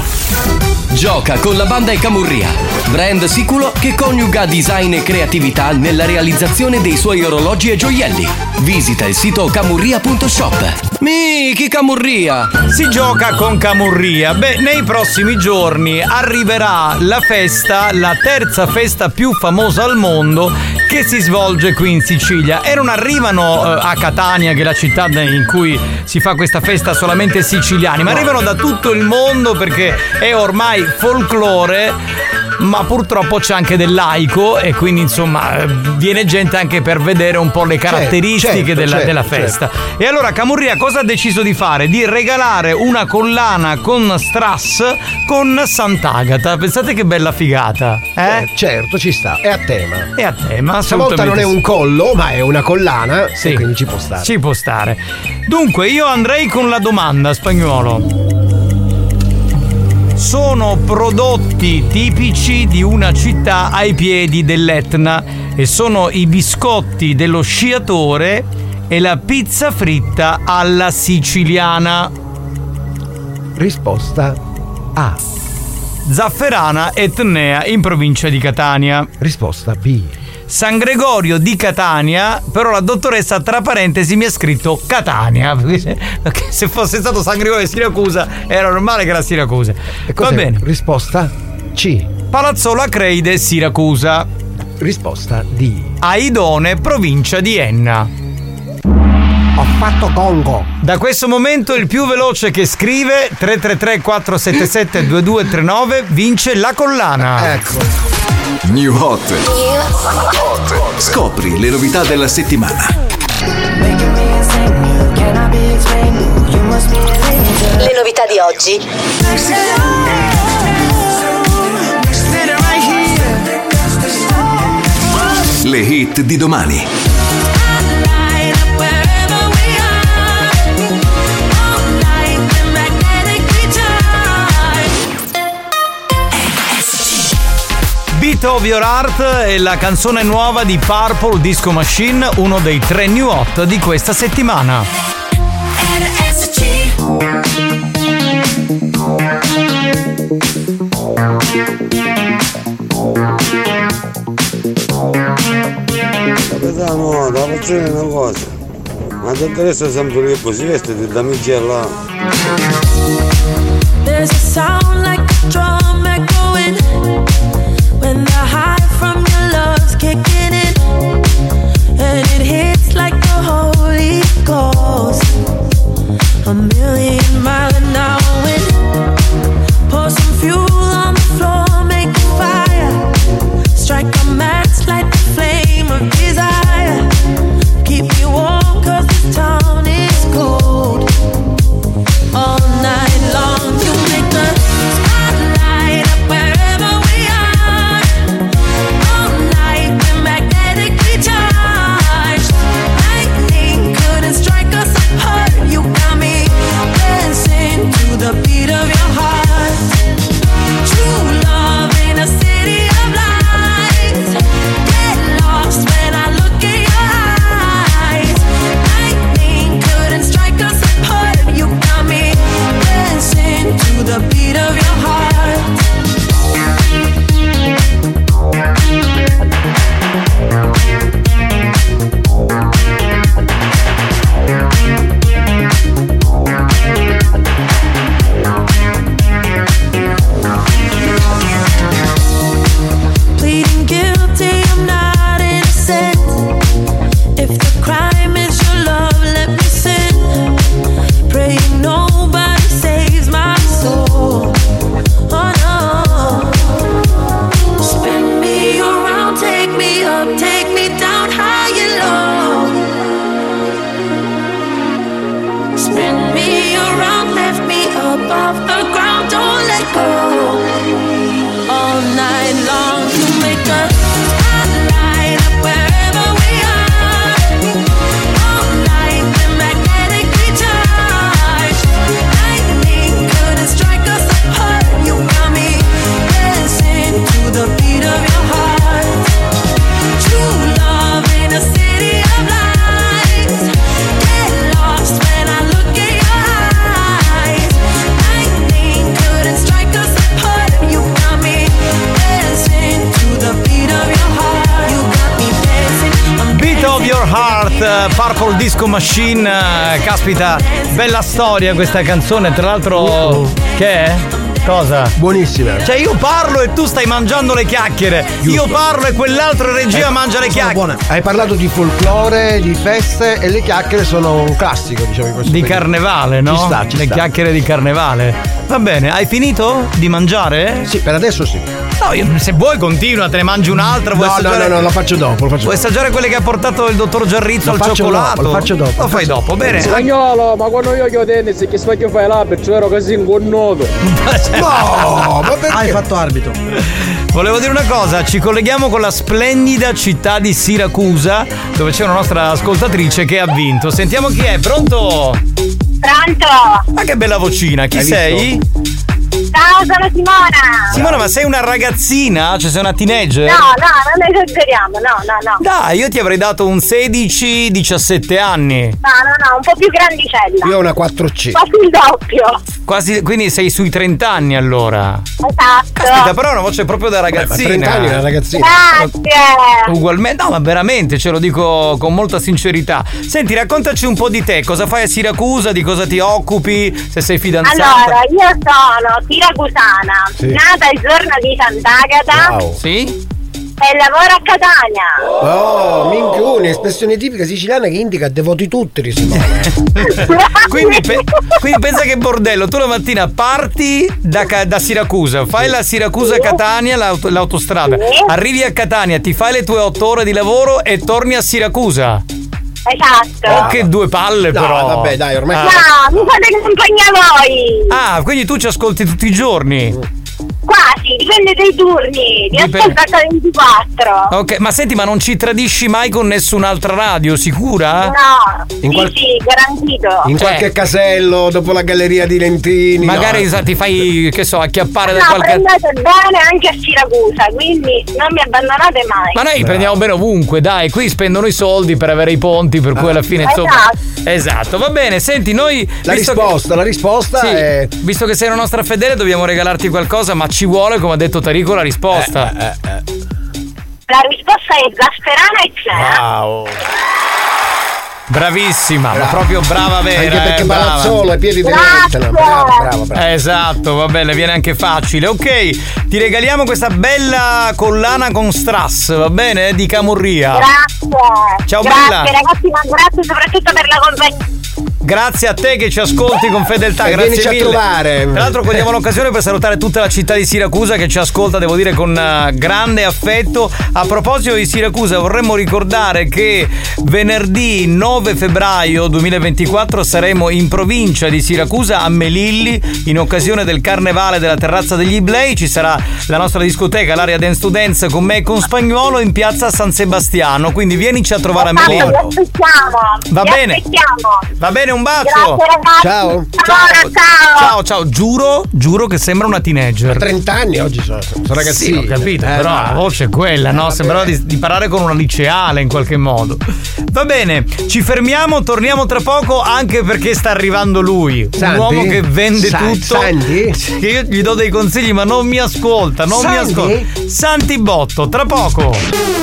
Speaker 1: Gioca con la banda e Camurria, brand sicuro che coniuga design e creatività nella realizzazione dei suoi orologi e gioielli. Visita il sito camurria.shop. Michi Camurria!
Speaker 2: Si gioca con Camurria. Beh, nei prossimi giorni arriverà la festa, la terza festa più famosa al mondo che si svolge qui in Sicilia. E non arrivano eh, a Catania, che è la città in cui si fa questa festa solamente siciliani, ma arrivano da tutto il mondo perché è ormai folklore. Ma purtroppo c'è anche del laico e quindi insomma eh, viene gente anche per vedere un po' le caratteristiche
Speaker 10: certo,
Speaker 2: della,
Speaker 10: certo,
Speaker 2: della
Speaker 10: certo.
Speaker 2: festa. E allora Camurria cosa ha deciso di fare? Di regalare una collana con strass con Sant'Agata. Pensate che bella figata. Eh?
Speaker 10: certo, ci sta. È a tema.
Speaker 2: È a tema,
Speaker 10: Stavolta
Speaker 2: Eh, assolutamente
Speaker 10: non è
Speaker 2: sì.
Speaker 10: un collo, ma è una collana.
Speaker 2: Sì.
Speaker 10: E quindi ci può stare.
Speaker 2: Ci può stare. Dunque io andrei con la domanda, spagnolo. Sono prodotti tipici di una città ai piedi dell'Etna e sono i biscotti dello sciatore e la pizza fritta alla siciliana.
Speaker 10: Risposta A.
Speaker 2: Zafferana Etnea in provincia di Catania.
Speaker 10: Risposta B.
Speaker 2: San Gregorio di Catania, però la dottoressa tra parentesi mi ha scritto Catania. perché se- perché se fosse stato San Gregorio di Siracusa era normale che era Siracusa. Va
Speaker 10: Cos'è?
Speaker 2: bene.
Speaker 10: Risposta C.
Speaker 2: Palazzola Acreide, Siracusa.
Speaker 10: Risposta D.
Speaker 2: Aidone, provincia di Enna.
Speaker 10: Ho fatto Congo.
Speaker 2: Da questo momento il più veloce che scrive 333 477 2239 vince la collana. Ecco.
Speaker 23: New Hot. Scopri le novità della settimana.
Speaker 18: Le novità di oggi.
Speaker 23: Le hit di domani.
Speaker 2: Beat of Your Heart è la canzone nuova di Purple Disco Machine, uno dei tre new hot di questa settimana.
Speaker 13: Capitano, da facciare una cosa. Ma ti interessa sempre che poi si vestiti da migella?
Speaker 18: There's a sound like a drum echoing when the high from your love's kicking in, and it hits like the Holy Ghost. A million mile an hour wind, pour some fuel on the floor, make a fire, strike a match, light the flame of desire, keep you warm 'cause this town is cold. All night long, you make the spotlight up wherever we are. All night, we're magnetically charged. Right Oh,
Speaker 2: Stewart, eh, Purple Disco Machine, eh, caspita, bella storia questa canzone, tra l'altro che è? Cosa?
Speaker 10: Buonissima.
Speaker 2: Cioè io parlo e tu stai mangiando le chiacchiere, io parlo e quell'altro in regia
Speaker 10: Eh,
Speaker 2: mangia le
Speaker 10: sono
Speaker 2: chiacchiere.
Speaker 10: buone. Hai parlato di folklore, di feste e le chiacchiere sono un classico, diciamo in questo
Speaker 2: Di
Speaker 10: periodo.
Speaker 2: carnevale, no?
Speaker 10: Ci sta, ci
Speaker 2: le
Speaker 10: sta.
Speaker 2: chiacchiere di carnevale. Va bene, hai finito di mangiare?
Speaker 10: Sì, per adesso sì.
Speaker 2: No, io- se vuoi continua, te ne mangi un'altra, vuoi
Speaker 10: No, no,
Speaker 2: assaggiare-
Speaker 10: no, no, la faccio dopo, la faccio
Speaker 2: Vuoi
Speaker 10: dopo.
Speaker 2: assaggiare quelle che ha portato il dottor Giarrizzo
Speaker 10: Lo
Speaker 2: al
Speaker 10: faccio
Speaker 2: cioccolato?
Speaker 10: dopo, lo faccio dopo,
Speaker 2: Lo
Speaker 10: lo
Speaker 2: fai
Speaker 10: faccio
Speaker 2: dopo,
Speaker 10: dopo.
Speaker 2: bene.
Speaker 8: Spagnolo, ma quando io chiedo tennis, che sbaglio fai là? Perciò ero così inconnuto.
Speaker 10: No, ma perché?
Speaker 24: Hai fatto arbitro.
Speaker 2: Volevo dire una cosa, ci colleghiamo con la splendida città di Siracusa, dove c'è una nostra ascoltatrice che ha vinto. Sentiamo chi è, pronto?
Speaker 7: Pronto?
Speaker 2: Ma che bella vocina, chi
Speaker 7: Hai visto?
Speaker 2: sei?
Speaker 7: Ciao, sono
Speaker 10: Ah.
Speaker 7: Simona!
Speaker 2: Simona, ma sei una ragazzina? Cioè sei una teenager?
Speaker 7: No, no, non esageriamo, no, no, no.
Speaker 2: Dai, io ti avrei dato un 16-17 anni.
Speaker 7: No, no, no, un po' più grandicella.
Speaker 2: ho una 4C.
Speaker 7: Quasi il doppio.
Speaker 2: Quasi, quindi sei sui 30 anni allora.
Speaker 7: Esatto.
Speaker 2: Aspetta, però è una voce proprio da ragazzina.
Speaker 10: 30 anni una ragazzina.
Speaker 7: Eh, Grazie.
Speaker 2: Ugualmente, no, ma veramente ce lo dico con molta sincerità. Senti, raccontaci un po' di te, cosa fai a Siracusa, di cosa ti occupi, se sei fidanzata.
Speaker 7: Allora, io sono siracusana,
Speaker 2: Sì.
Speaker 7: nata il giorno di Sant'Agata
Speaker 2: Sì?
Speaker 7: e lavoro a Catania.
Speaker 10: Oh, minchione, espressione tipica siciliana che indica devoti tutti, risponde. Ah,
Speaker 2: quindi, pe- quindi pensa che bordello, tu la mattina parti da, Ca- da Siracusa, fai la Siracusa-Catania, l'aut- l'autostrada, arrivi a Catania, ti fai le tue otto ore di lavoro e torni a Siracusa.
Speaker 7: Esatto.
Speaker 2: Oh, che due palle,
Speaker 10: No,
Speaker 2: però.
Speaker 10: vabbè, dai, ormai-
Speaker 2: Ah.
Speaker 7: No, mi fate compagnia voi.
Speaker 2: Ah, quindi tu ci ascolti tutti i giorni.
Speaker 10: Mm.
Speaker 7: Quasi, dipende dai turni. Vi
Speaker 2: Dipende.
Speaker 7: ascolto a 24.
Speaker 2: Ok, ma senti, ma non ci tradisci mai con nessun'altra radio, sicura?
Speaker 7: No,
Speaker 2: Ah. In
Speaker 7: sì,
Speaker 2: qual-
Speaker 7: sì, garantito.
Speaker 2: In qual-
Speaker 10: Qualche
Speaker 2: Eh.
Speaker 10: casello, dopo la galleria di Lentini.
Speaker 2: Magari
Speaker 10: no.
Speaker 2: sa- ti fai, che so, acchiappare da
Speaker 7: No,
Speaker 2: qualche.
Speaker 7: prendete bene anche a Siracusa, quindi non mi abbandonate mai.
Speaker 2: Ma noi prendiamo bene ovunque, dai, qui spendono i soldi per avere i ponti, per cui alla fine insomma. Esatto, va bene, senti, noi.
Speaker 10: La
Speaker 2: visto
Speaker 10: risposta, la risposta
Speaker 2: Sì,
Speaker 10: è.
Speaker 2: Visto che sei una nostra fedele dobbiamo regalarti qualcosa, ma ci vuole, come ha detto Tarico, la
Speaker 10: Eh,
Speaker 2: risposta.
Speaker 7: La risposta è Gasperana e
Speaker 10: eh.
Speaker 7: Clea.
Speaker 10: Ah,
Speaker 2: Wow. Bravissima, ma proprio brava vera.
Speaker 10: Anche perché
Speaker 2: eh, brava.
Speaker 10: Palazzolo ai piedi di
Speaker 7: Grazie.
Speaker 10: Venezia. Bravo, bravo, bravo.
Speaker 2: Esatto, va bene, viene anche facile. Ok, ti regaliamo questa bella collana con strass, va bene? Di Camorria.
Speaker 7: Grazie.
Speaker 2: Ciao,
Speaker 7: grazie
Speaker 2: bella.
Speaker 7: ragazzi, ma grazie soprattutto per la compagnia.
Speaker 2: Grazie a te che ci ascolti con fedeltà,
Speaker 10: E
Speaker 2: grazie
Speaker 10: vienici a
Speaker 2: mille.
Speaker 10: trovare.
Speaker 2: Tra l'altro cogliamo l'occasione per salutare tutta la città di Siracusa che ci ascolta, devo dire, con eh, grande affetto. A proposito di Siracusa, vorremmo ricordare che venerdì 9 febbraio 2024 saremo in provincia di Siracusa a Melilli in occasione del carnevale della terrazza degli Iblei. Ci sarà la nostra discoteca, l'area Dance to Dance con me e con Spagnuolo in piazza San Sebastiano. Quindi vienici a trovare a
Speaker 7: Tanto vi
Speaker 2: Melilli.
Speaker 7: aspettiamo.
Speaker 2: Va
Speaker 7: vi
Speaker 2: bene.
Speaker 7: Aspettiamo.
Speaker 2: Va bene, un bacio.
Speaker 7: Grazie ragazzi.
Speaker 2: Ciao.
Speaker 7: Ciao.
Speaker 2: Ciao, ciao, giuro, giuro che sembra una teenager.
Speaker 10: 30 anni oggi sono, sono ragazzini.
Speaker 2: Sì, ho capito,
Speaker 10: Eh,
Speaker 2: però
Speaker 10: no.
Speaker 2: la voce è quella, no? Sembrava di, di parlare con una liceale in qualche modo. Va bene, ci fermiamo, torniamo tra poco anche perché sta arrivando lui. Un
Speaker 10: Santi?
Speaker 2: uomo che vende
Speaker 10: Sa-
Speaker 2: tutto. Che io gli do dei consigli, ma non mi ascolta, non mi
Speaker 1: Santi?
Speaker 2: ascolta. Santi Botto, tra poco.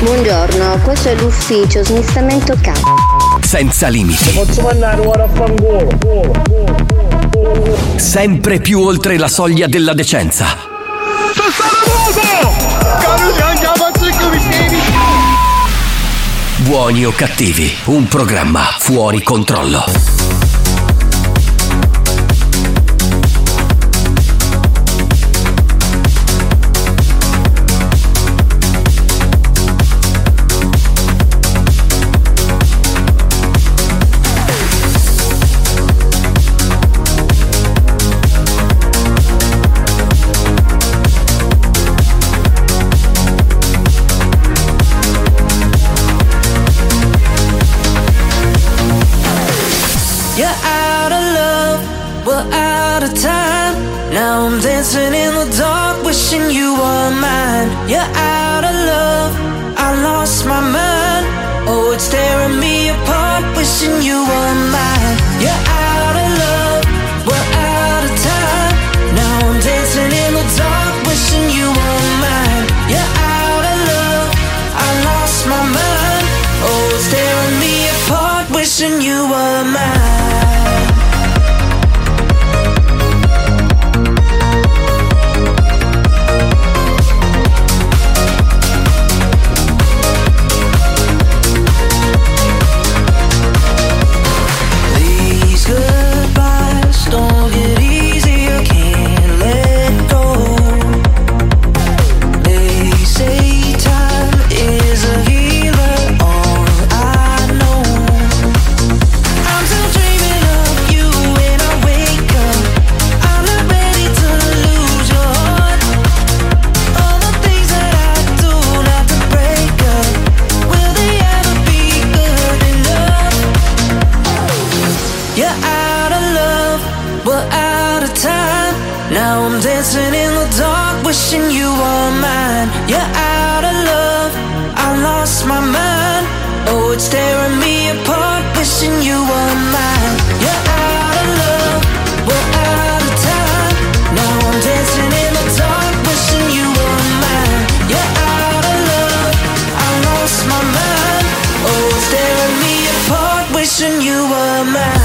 Speaker 14: Buongiorno, questo è l'ufficio smistamento c***o.
Speaker 1: senza limiti,
Speaker 8: Posso mandare ora a fangolo?
Speaker 1: sempre più oltre la soglia della decenza.
Speaker 25: Sono stato Caro, andiamo a
Speaker 1: Buoni o cattivi, un programma fuori controllo.
Speaker 26: wishing you were mine. You're out of love. I lost my mind. Oh, it's tearing me apart. Wishing you were mine. You're out of love. We're out of time. Now I'm dancing in the dark. Wishing you were mine. You're out of love. I lost my mind. Oh, it's tearing me apart. Wishing you were mine. These goodbyes don't get easier, can't let go. They say time is a healer, all I know. I'm still dreaming of you when I wake up. I'm not ready to lose your heart. All the things that I do not to break up, will they ever be good enough? You're out of love, we're out of time. Now I'm dancing in the dark, wishing you were mine. You're out of love, I lost my mind. Oh, it's tearing me apart, wishing you were mine. You're out of love, we're out of time. Now I'm dancing in the dark, wishing you were mine. You're out of love, I lost my mind. Oh, it's tearing me apart, wishing you were mine.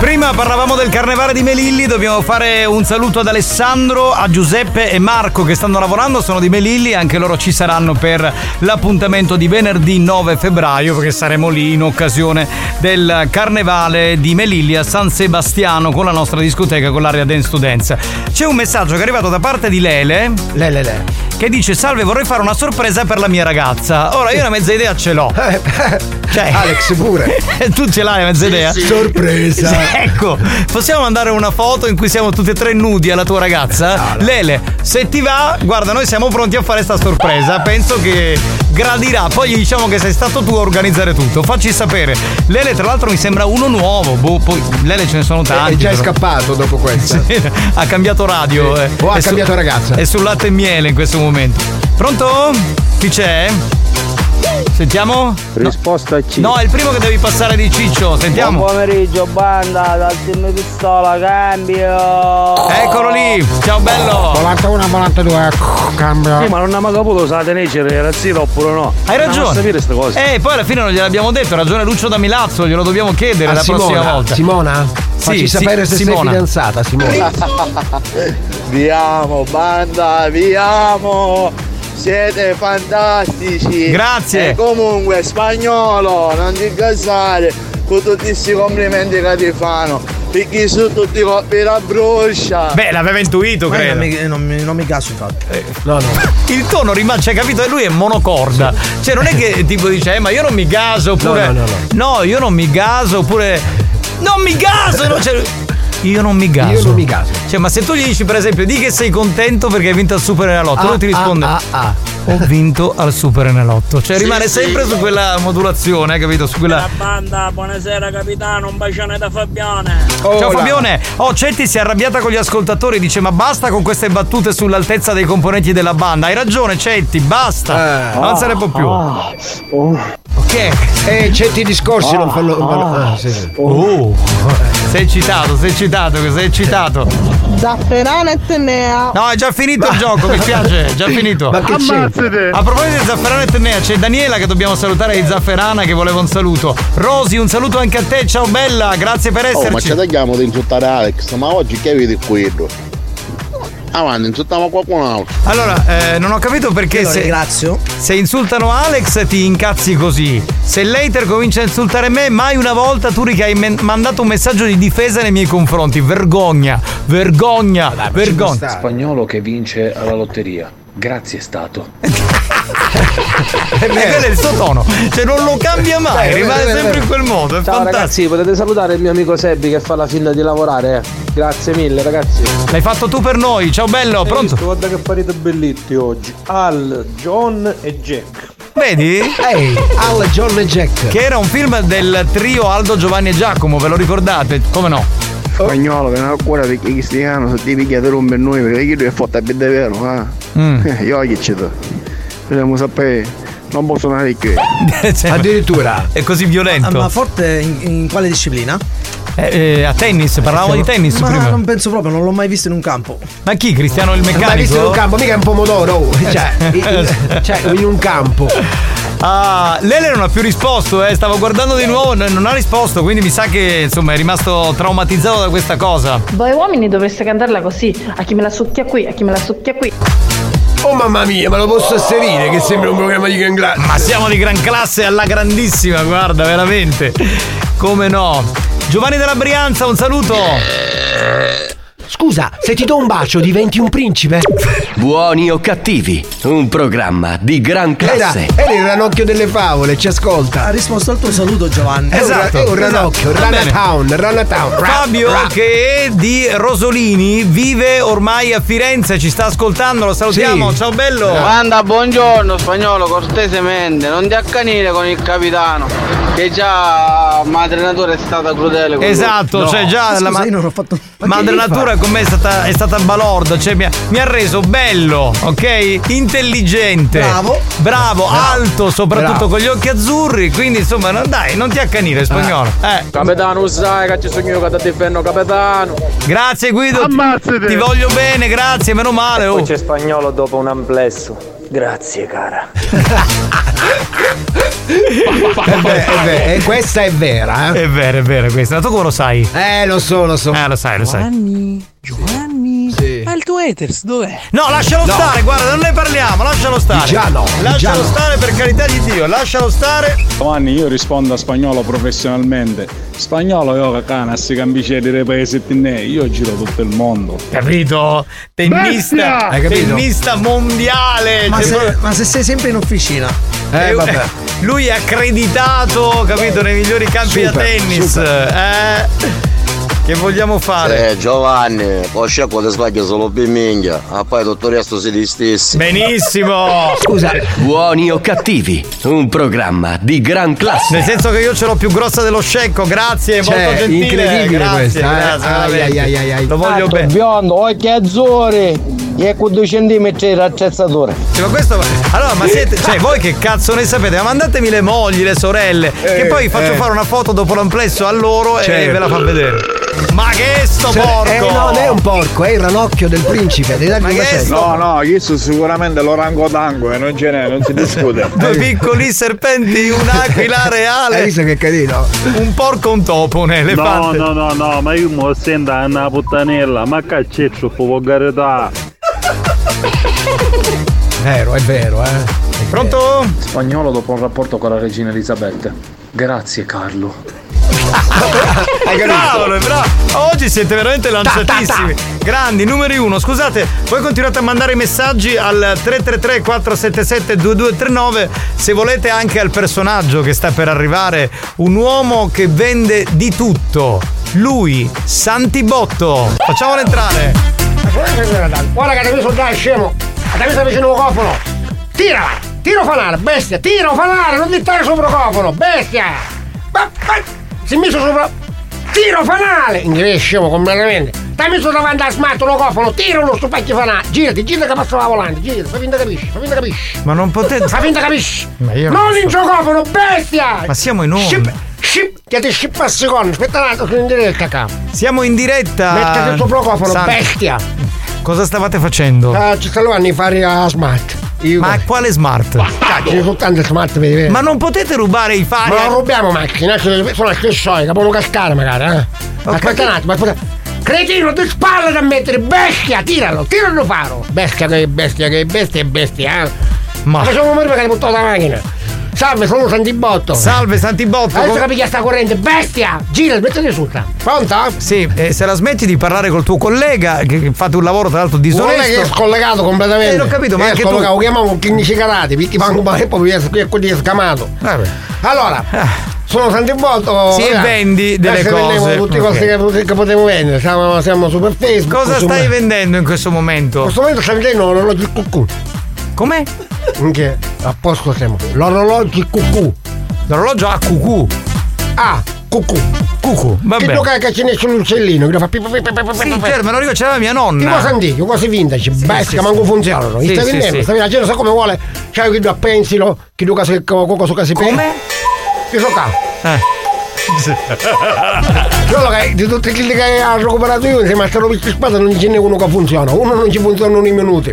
Speaker 2: Prima parlavamo del carnevale di Melilli, dobbiamo fare un saluto ad Alessandro, a Giuseppe e Marco che stanno lavorando, sono di Melilli, anche loro ci saranno per l'appuntamento di venerdì 9 febbraio perché saremo lì in occasione del carnevale di Melilli a San Sebastiano con la nostra discoteca con l'area Dance to Dance. C'è un messaggio che è arrivato da parte di Lele. Lele Che dice salve vorrei fare una sorpresa per la mia ragazza. Ora io una mezza idea ce l'ho. Cioè, Eh, Alex pure. tu ce l'hai la mezza idea?
Speaker 13: Sì, sì. Sorpresa.
Speaker 2: Sì, Ecco, possiamo mandare una foto in cui siamo tutti e tre nudi alla tua ragazza? Lele, se ti va, guarda, noi siamo pronti a fare sta sorpresa. Penso che gradirà. Poi gli diciamo che sei stato tu a organizzare tutto. Facci sapere. Lele, tra l'altro, mi sembra uno nuovo. Boh, poi Lele ce ne sono tanti.
Speaker 13: è già
Speaker 2: però.
Speaker 13: scappato dopo questo.
Speaker 2: ha cambiato radio.
Speaker 13: Sì.
Speaker 2: eh.
Speaker 13: O ha
Speaker 2: È su-
Speaker 13: cambiato ragazza.
Speaker 2: È sul latte e miele in questo momento. Pronto? Chi c'è? Sentiamo? Risposta a Ciccio. No, è il primo che devi passare di Ciccio. Sentiamo.
Speaker 10: Buon pomeriggio, banda, dal team pistola, cambio!
Speaker 2: Eccolo lì! Ciao bello!
Speaker 10: 91-92, ecco, cambio! Sì, ma non abbiamo caputo se la tenegere cioè, era zero oppure no.
Speaker 2: Hai
Speaker 10: Non
Speaker 2: ragione.
Speaker 10: sapere queste cose.
Speaker 2: Eh, poi alla fine non gliel'abbiamo detto, ha ragione Lucio da Milazzo, glielo dobbiamo chiedere
Speaker 13: A
Speaker 2: la
Speaker 13: Ah, Simona,
Speaker 2: prossima volta.
Speaker 13: Simona?
Speaker 2: Sì,
Speaker 13: Facci
Speaker 2: sì,
Speaker 13: sapere se sei
Speaker 2: Simona.
Speaker 13: fidanzata, Simona.
Speaker 8: vi amo, banda, vi amo. Siete fantastici.
Speaker 2: Grazie.
Speaker 8: E comunque, spagnolo, non ti gasare con tutti questi complimenti che ti fanno. Perché sono tutti colpi la bruscia.
Speaker 2: Beh, l'aveva intuito,
Speaker 6: Ma io
Speaker 2: credo. Eh.
Speaker 6: Non mi, non mi- non mi caso, infatti.
Speaker 2: No, no. Il tono rimane, cioè, capito? E Lui è monocorda. Cioè, non è che tipo dice, eh, ma io non mi gaso, oppure.
Speaker 6: no, no,
Speaker 2: "No, io non mi gaso, oppure. Non mi gaso! no, cioè, io non mi gaso.
Speaker 13: Io non mi caso.
Speaker 2: Cioè, ma se tu gli dici, per esempio, di che sei contento perché hai vinto al Super Enalotto,
Speaker 13: Ah,
Speaker 2: lui ti
Speaker 13: ah,
Speaker 2: risponde:
Speaker 13: ah, ah.
Speaker 2: Ho vinto al Super Enalotto. Cioè,
Speaker 13: Sì,
Speaker 2: rimane
Speaker 13: sì.
Speaker 2: sempre su quella modulazione, eh, capito? Su quella.
Speaker 10: Banda, buonasera capitano, un bacione da Fabione.
Speaker 2: Ciao Fabione, oh Cetti si è arrabbiata con gli ascoltatori, dice ma basta con queste battute sull'altezza dei componenti della banda, hai ragione Cetti, basta,
Speaker 10: Eh.
Speaker 2: non se ne può più.
Speaker 10: Ah.
Speaker 2: Ok.
Speaker 13: Eh, c'è i discorsi, non fanno. fanno- ah, sì, sì.
Speaker 2: Oh. Sei eccitato, sei eccitato, sei eccitato.
Speaker 21: Zafferano e Tenea.
Speaker 2: No, è già finito il gioco, mi piace, è già finito.
Speaker 21: Ma che Ammazzate. c'entra?
Speaker 2: A proposito di Zafferana e Tennea, c'è Daniela che dobbiamo salutare di Zafferana che voleva un saluto. Rosi, un saluto anche a te, ciao bella, grazie per
Speaker 8: Oh, ma ci
Speaker 2: esserci.
Speaker 8: tagliamo di insultare Alex, ma oggi che vedi quello? Avanti, insultiamo qualcun altro.
Speaker 2: Allora, eh, non ho capito perché se, se insultano Alex ti incazzi così. Se later comincia a insultare me, mai una volta tu che hai men- mandato un messaggio di difesa nei miei confronti. Vergogna, vergogna, vergogna.
Speaker 14: Spagnolo che vince alla lotteria. Grazie Stato.
Speaker 2: E Eh, quello è il suo tono. Cioè non lo cambia mai, rimane sempre in quel modo. È
Speaker 8: Ciao
Speaker 2: fantastico.
Speaker 8: ragazzi, potete salutare il mio amico Sebbi che fa la finta di lavorare. eh. Grazie mille ragazzi.
Speaker 2: L'hai fatto tu per noi. Ciao bello, pronto?
Speaker 8: Guarda che parete bellitti oggi. Al, John e Jack.
Speaker 2: Vedi? Ehi, Al, John e Jack. Che era un film del trio Aldo, Giovanni e Giacomo, ve lo ricordate? Come no?
Speaker 3: Spagnolo che non ha cuore perché cristiano se ti piglia te rompe noi perché io è fatta per davvero eh.
Speaker 2: Mm.
Speaker 3: io che c'è dobbiamo sapere non posso andare qui
Speaker 2: Addirittura. Cioè, È così
Speaker 27: Ah,
Speaker 2: violento.
Speaker 27: ma forte in, in quale disciplina?
Speaker 2: Eh, eh, a tennis, parlavamo di tennis
Speaker 27: ma
Speaker 2: prima.
Speaker 27: non penso proprio, non l'ho mai visto in un campo.
Speaker 2: Ma chi? Cristiano il meccanico?
Speaker 27: Ma hai visto in un campo,
Speaker 10: mica è un pomodoro, oh. Cioè,
Speaker 2: in, un campo. Ah, Lele non ha più risposto, eh. stavo guardando di nuovo, n- non ha risposto, quindi mi sa che insomma è rimasto traumatizzato da questa cosa.
Speaker 14: Voi uomini dovreste cantarla così, a chi me la succhia qui, a chi me la succhia qui.
Speaker 10: Oh mamma mia, ma lo posso asserire che sembra un programma di gran classe.
Speaker 2: Ma siamo di gran classe alla grandissima, guarda, veramente. Come no? Giovanni della Brianza, un saluto.
Speaker 10: Scusa, se ti do un bacio diventi un principe?
Speaker 1: Buoni o cattivi, un programma di gran
Speaker 10: Era,
Speaker 1: classe.
Speaker 10: era il ranocchio delle favole, ci ascolta. Ha risposto al tuo saluto Giovanni.
Speaker 1: Esatto,
Speaker 10: È un, ranocchio,
Speaker 2: esatto. Va
Speaker 10: Rana
Speaker 2: bene.
Speaker 10: Town, Rana Town. Ra-
Speaker 2: Fabio
Speaker 10: ra.
Speaker 2: che di Rosolini vive ormai a Firenze, ci sta ascoltando, lo salutiamo,
Speaker 28: Sì.
Speaker 2: ciao bello.
Speaker 28: Manda buongiorno spagnolo cortesemente, non ti accanire con il capitano, che già madre natura è stata crudele. con lui.
Speaker 2: Esatto, cioè già la ma- Madre Natura con me è stata, è stata balorda, cioè mi ha, mi ha reso bello, ok? Intelligente.
Speaker 10: Bravo.
Speaker 2: Bravo, alto,
Speaker 10: Bravo.
Speaker 2: soprattutto con gli occhi azzurri, quindi insomma, non, dai, non ti accanire spagnolo. Eh.
Speaker 8: Capitano sai che ci sono io che ti inferno capitano.
Speaker 2: Grazie Guido.
Speaker 8: Ammazzate.
Speaker 2: Ti voglio bene, grazie, meno male. oh.
Speaker 29: c'è spagnolo dopo un amplesso. Grazie, cara.
Speaker 10: Eh beh, eh beh, eh, questa è vera, eh.
Speaker 2: È vero, è vero questa. Ma tu come lo sai?
Speaker 10: Eh, lo so, lo so.
Speaker 2: Eh, lo sai, lo sai.
Speaker 30: Giovanni, Giovanni, ma il tuo haters dov'è?
Speaker 2: No, lascialo
Speaker 30: No.
Speaker 2: stare, guarda, non ne parliamo, lascialo stare.
Speaker 10: Già no,
Speaker 2: Lascialo stare per carità di Dio, lascialo stare.
Speaker 16: Giovanni, io rispondo a spagnolo professionalmente. Spagnolo è ora cana, si cambicelli dei paesi tinnei. Io giro tutto il mondo.
Speaker 2: Capito? Tennista,
Speaker 16: Hai capito?
Speaker 2: tennista mondiale.
Speaker 27: Ma
Speaker 2: Cioè,
Speaker 27: se,
Speaker 2: proprio-
Speaker 27: ma se sei sempre in officina.
Speaker 2: Eh, Lui è accreditato, capito, nei migliori campi da
Speaker 10: Super,
Speaker 2: tennis.
Speaker 10: super.
Speaker 2: Eh. Che vogliamo fare?
Speaker 31: Eh Giovanni, poi c'è quando sbaglio solo per minchia, ma poi tutto il resto si distessi.
Speaker 2: Benissimo.
Speaker 1: Scusa. Buoni o cattivi, un programma di gran classe.
Speaker 2: Nel senso che io ce l'ho più grossa dello scecco, grazie,
Speaker 1: Cioè,
Speaker 2: molto gentile.
Speaker 1: incredibile
Speaker 2: grazie,
Speaker 1: questa, eh.
Speaker 2: grazie,
Speaker 1: Ai,
Speaker 2: veramente.
Speaker 1: ai, ai, ai.
Speaker 2: Lo voglio
Speaker 1: Tanto
Speaker 2: bene.
Speaker 8: Biondo, occhi azzurri. Ecco E con 2 cm l'attrezzatura.
Speaker 2: Cioè, ma questo. Allora, ma siete. Cioè, voi che cazzo ne sapete? Ma mandatemi le mogli, le sorelle. che
Speaker 10: Eh,
Speaker 2: poi faccio
Speaker 10: eh.
Speaker 2: fare una foto dopo l'amplesso a loro e
Speaker 10: Certo.
Speaker 2: ve la fa vedere. Ma che è sto
Speaker 10: Cioè,
Speaker 2: porco?
Speaker 10: eh, no, non è un porco, è il ranocchio del principe. Devi dargli una testa.
Speaker 32: No, no, io sono sicuramente l'orangotango e non ce n'è, non si discute.
Speaker 2: Due piccoli serpenti, un'aquila reale.
Speaker 32: Hai visto
Speaker 10: Eh, che carino?
Speaker 2: Un porco, un topo, un
Speaker 33: No,
Speaker 2: elefante.
Speaker 33: no, no, no, ma io mi sento una puttanella, ma caccetto, può carità.
Speaker 10: Vero, è vero, eh.
Speaker 2: Pronto?
Speaker 11: Spagnolo dopo un rapporto con la regina Elisabetta. Grazie Carlo.
Speaker 2: Cavolo, bravo. Oggi siete veramente lanciatissimi. Grandi, numeri uno. Scusate, voi continuate a mandare i messaggi al 333 477 2239 se volete anche al personaggio che sta per arrivare, un uomo che vende di tutto. Lui, Santibotto. Facciamolo entrare.
Speaker 10: Guarda che ti sono già scemo. Ti messo vicino al cofano. Tira! Tiro fanare, bestia! Tiro fanare, non dittare sopra il cofano, bestia! Ma, ma, si è messo sopra. Tiro fanale! Inglese scemo completamente. Ti hai messo davanti al smatto lo cofano, tiro lo stupacchio fanale. Girati, girati che passa la volante, girati, fai finta capisci, fai finta capisci.
Speaker 2: Ma non potete.
Speaker 10: Fai finta capisci.
Speaker 2: Ma io non
Speaker 10: non
Speaker 2: so.
Speaker 10: in giocofono, bestia!
Speaker 2: Ma siamo in
Speaker 10: Ship,
Speaker 2: onda.
Speaker 10: ship, che ti scippassi con, aspetta un attimo, sono in diretta capo.
Speaker 2: Siamo in diretta.
Speaker 10: Mettete il tuo procofono,
Speaker 2: Santi.
Speaker 10: bestia!
Speaker 2: Cosa stavate facendo?
Speaker 10: Ah, ci stavano a fare la smart.
Speaker 2: Ma quale smart?
Speaker 10: Cazzo, sono tante smart per
Speaker 2: Ma non potete rubare i fari.
Speaker 10: Ma non rubiamo macchine, eh, sono sono accessori, che possono cascare magari, eh. Aspetta un attimo, aspetta. Cretino, ti spalle da mettere, bestia, tiralo, tiralo faro. Bestia che bestia che bestia che bestia, eh.
Speaker 2: Ma
Speaker 10: Ma sono un morire che hai buttato la macchina. Salve, sono Santibotto.
Speaker 2: Salve Santibotto.
Speaker 10: Adesso
Speaker 2: come-
Speaker 10: capiglia sta corrente, bestia! Gira, smetti di insulta. Pronta?
Speaker 2: Sì, eh, se la smetti di parlare col tuo collega, che che fate un lavoro tra l'altro disonesto.
Speaker 10: Non è che è scollegato completamente.
Speaker 2: Eh, l'ho capito, ma
Speaker 10: è
Speaker 2: anche tu.
Speaker 10: scollegato, lo chiamavo con 15 carati, perché manco male, poi mi viene qui e quelli è scamato. Allora, sono Santibotto.
Speaker 2: Sì,
Speaker 10: ragazzi.
Speaker 2: vendi delle
Speaker 10: Adesso vendiamo
Speaker 2: cose.
Speaker 10: Tutte cose
Speaker 2: Ok.
Speaker 10: che, che potevo vendere, siamo, siamo su per Facebook.
Speaker 2: Cosa
Speaker 10: su-
Speaker 2: stai vendendo in questo momento?
Speaker 10: In questo momento sta vendendo un orologio QQ.
Speaker 2: Com'è?
Speaker 10: Minchia, a posto siamo. L'orologio QQ.
Speaker 2: L'orologio a QQ.
Speaker 10: Ah, QQ.
Speaker 2: QQ, va
Speaker 10: Che
Speaker 2: bene.
Speaker 10: gioca che ce n'è sull'uccellino, che lo fa pipa pipa pipa
Speaker 2: Sì, certo, me lo ricordo, c'era mia
Speaker 10: Tipo
Speaker 2: nonna.
Speaker 10: cose antiche, cose vintage,
Speaker 2: sì,
Speaker 10: bestia,
Speaker 2: sì.
Speaker 10: manco funzionano.
Speaker 2: Sì,
Speaker 10: Stai
Speaker 2: sì,
Speaker 10: vendendo,
Speaker 2: sì.
Speaker 10: stai vendendo, la gente sa come vuole. C'è chi lo pensilo, chi lo casa coco su casi Come? Io so qua. Solo che di tutti quelli che ha recuperato io insieme a Starovic Spada non c'è nessuno che funziona. Uno non ci funziona nei minuti.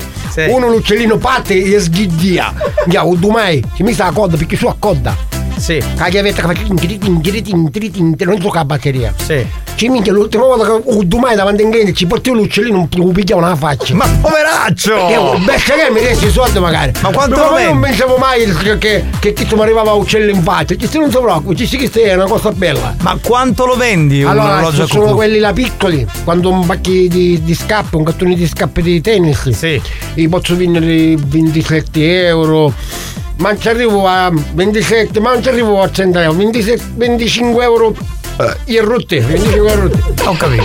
Speaker 10: Uno l'uccellino parte e sghiglia. Già, o mai, ci mi sta la coda perché su a coda.
Speaker 2: Sì.
Speaker 10: La chiavetta che fa tin, tin, tin, tin, tin, tin, tin, non so che la batteria.
Speaker 2: Sì.
Speaker 10: Ci minchia, l'ultima volta che o mai davanti in cliente ci portavo l'uccellino, lo pigliavo nella faccia.
Speaker 2: Ma poveraccio!
Speaker 10: Che bestia che mi riesce i soldi magari.
Speaker 2: Ma quanto
Speaker 10: Ma
Speaker 2: lo
Speaker 10: come io non
Speaker 2: vendi?
Speaker 10: pensavo mai che, che, che chizzo mi arrivava uccello in faccia. Ci non si preoccupi, ci si che è una cosa bella.
Speaker 2: Ma quanto lo vendi un
Speaker 10: Allora,
Speaker 2: orologio a
Speaker 10: ci sono
Speaker 2: cucù?
Speaker 10: quelli là piccoli, quando un pacchi di, di scappe, un cartone di scappe di tennis, li posso vendere 27 euro, ma non ci arrivo a 27, ma non ci arrivo a 100 euro, 27 25 euro i rotte, 25 euro rotte.
Speaker 2: Ho capito.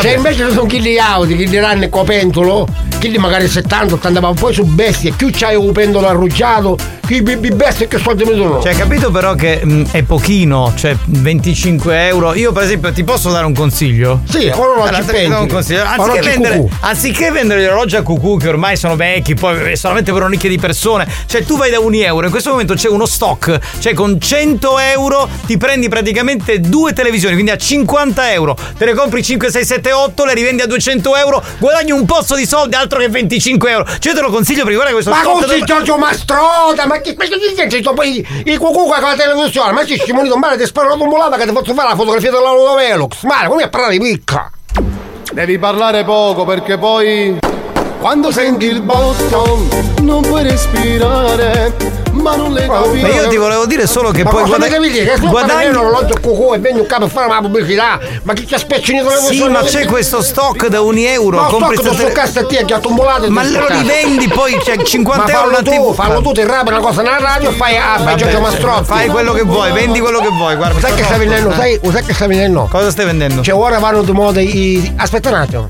Speaker 10: Se invece sono quelli auti, quelli ranne con pentolo, quelli magari 70, 80, ma poi su bestie, più c'hai un pendolo arrugiato, più i bestie che soldi mi sono.
Speaker 2: Cioè, capito però che mh, è pochino, cioè 25 euro. Io, per esempio, ti posso dare un consiglio?
Speaker 10: Sì, ora non ci
Speaker 2: Allora, ti do un
Speaker 10: pensi.
Speaker 2: consiglio.
Speaker 10: Ora
Speaker 2: Anziché
Speaker 10: ci
Speaker 2: vendere,
Speaker 10: cucù.
Speaker 2: anziché vendere gli orologi a cucù, che ormai sono vecchi, poi è solamente per una nicchia di persone, cioè tu vai da un euro, in questo momento c'è uno stock, cioè con 100 euro ti prendi praticamente due televisioni, quindi a 50 euro, te ne compri 5, 6, 7, 8, le rivendi a 200 euro, guadagni un pozzo di soldi, altro che 25 euro. Cioè, io te lo consiglio perché guarda questo
Speaker 10: Ma
Speaker 2: stock
Speaker 10: così
Speaker 2: dove-
Speaker 10: Giorgio Mastrota, ma che questo ti senti? Poi il cucuca con la televisione, ma ci stimolito male, ti sparo la tumulata che ti faccio fare la fotografia della Luna Velox. Ma come a parlare di picca?
Speaker 34: Devi parlare poco perché poi quando senti il botto non puoi respirare, ma non le capisci.
Speaker 2: Ma io ti volevo dire solo che
Speaker 10: ma
Speaker 2: poi
Speaker 10: cosa mi
Speaker 2: guada-
Speaker 10: devi dire? Che guadagni...
Speaker 2: guadagni-
Speaker 10: un orologio cucù e vengo qua per fare una pubblicità, ma chi ti aspetti in
Speaker 2: Sì, ma c'è questo stock da un euro.
Speaker 10: Ma
Speaker 2: compri
Speaker 10: sto che
Speaker 2: queste-
Speaker 10: su cassa a te che ha tumbolato
Speaker 2: Ma allora li vendi poi, cioè, 50 euro
Speaker 10: Ma
Speaker 2: la
Speaker 10: fallo tu,
Speaker 2: TV.
Speaker 10: fallo tu, ti rapi una cosa nella radio e fai, ah, fai
Speaker 2: Vabbè,
Speaker 10: Giorgio
Speaker 2: cioè,
Speaker 10: Mastrotti
Speaker 2: Fai quello che vuoi, vendi quello che vuoi. Guarda,
Speaker 10: Sai che
Speaker 2: sta
Speaker 10: sta vendendo, sai, sai che sta vendendo?
Speaker 2: Cosa stai vendendo?
Speaker 10: Cioè ora vanno di moda i. Aspetta un attimo.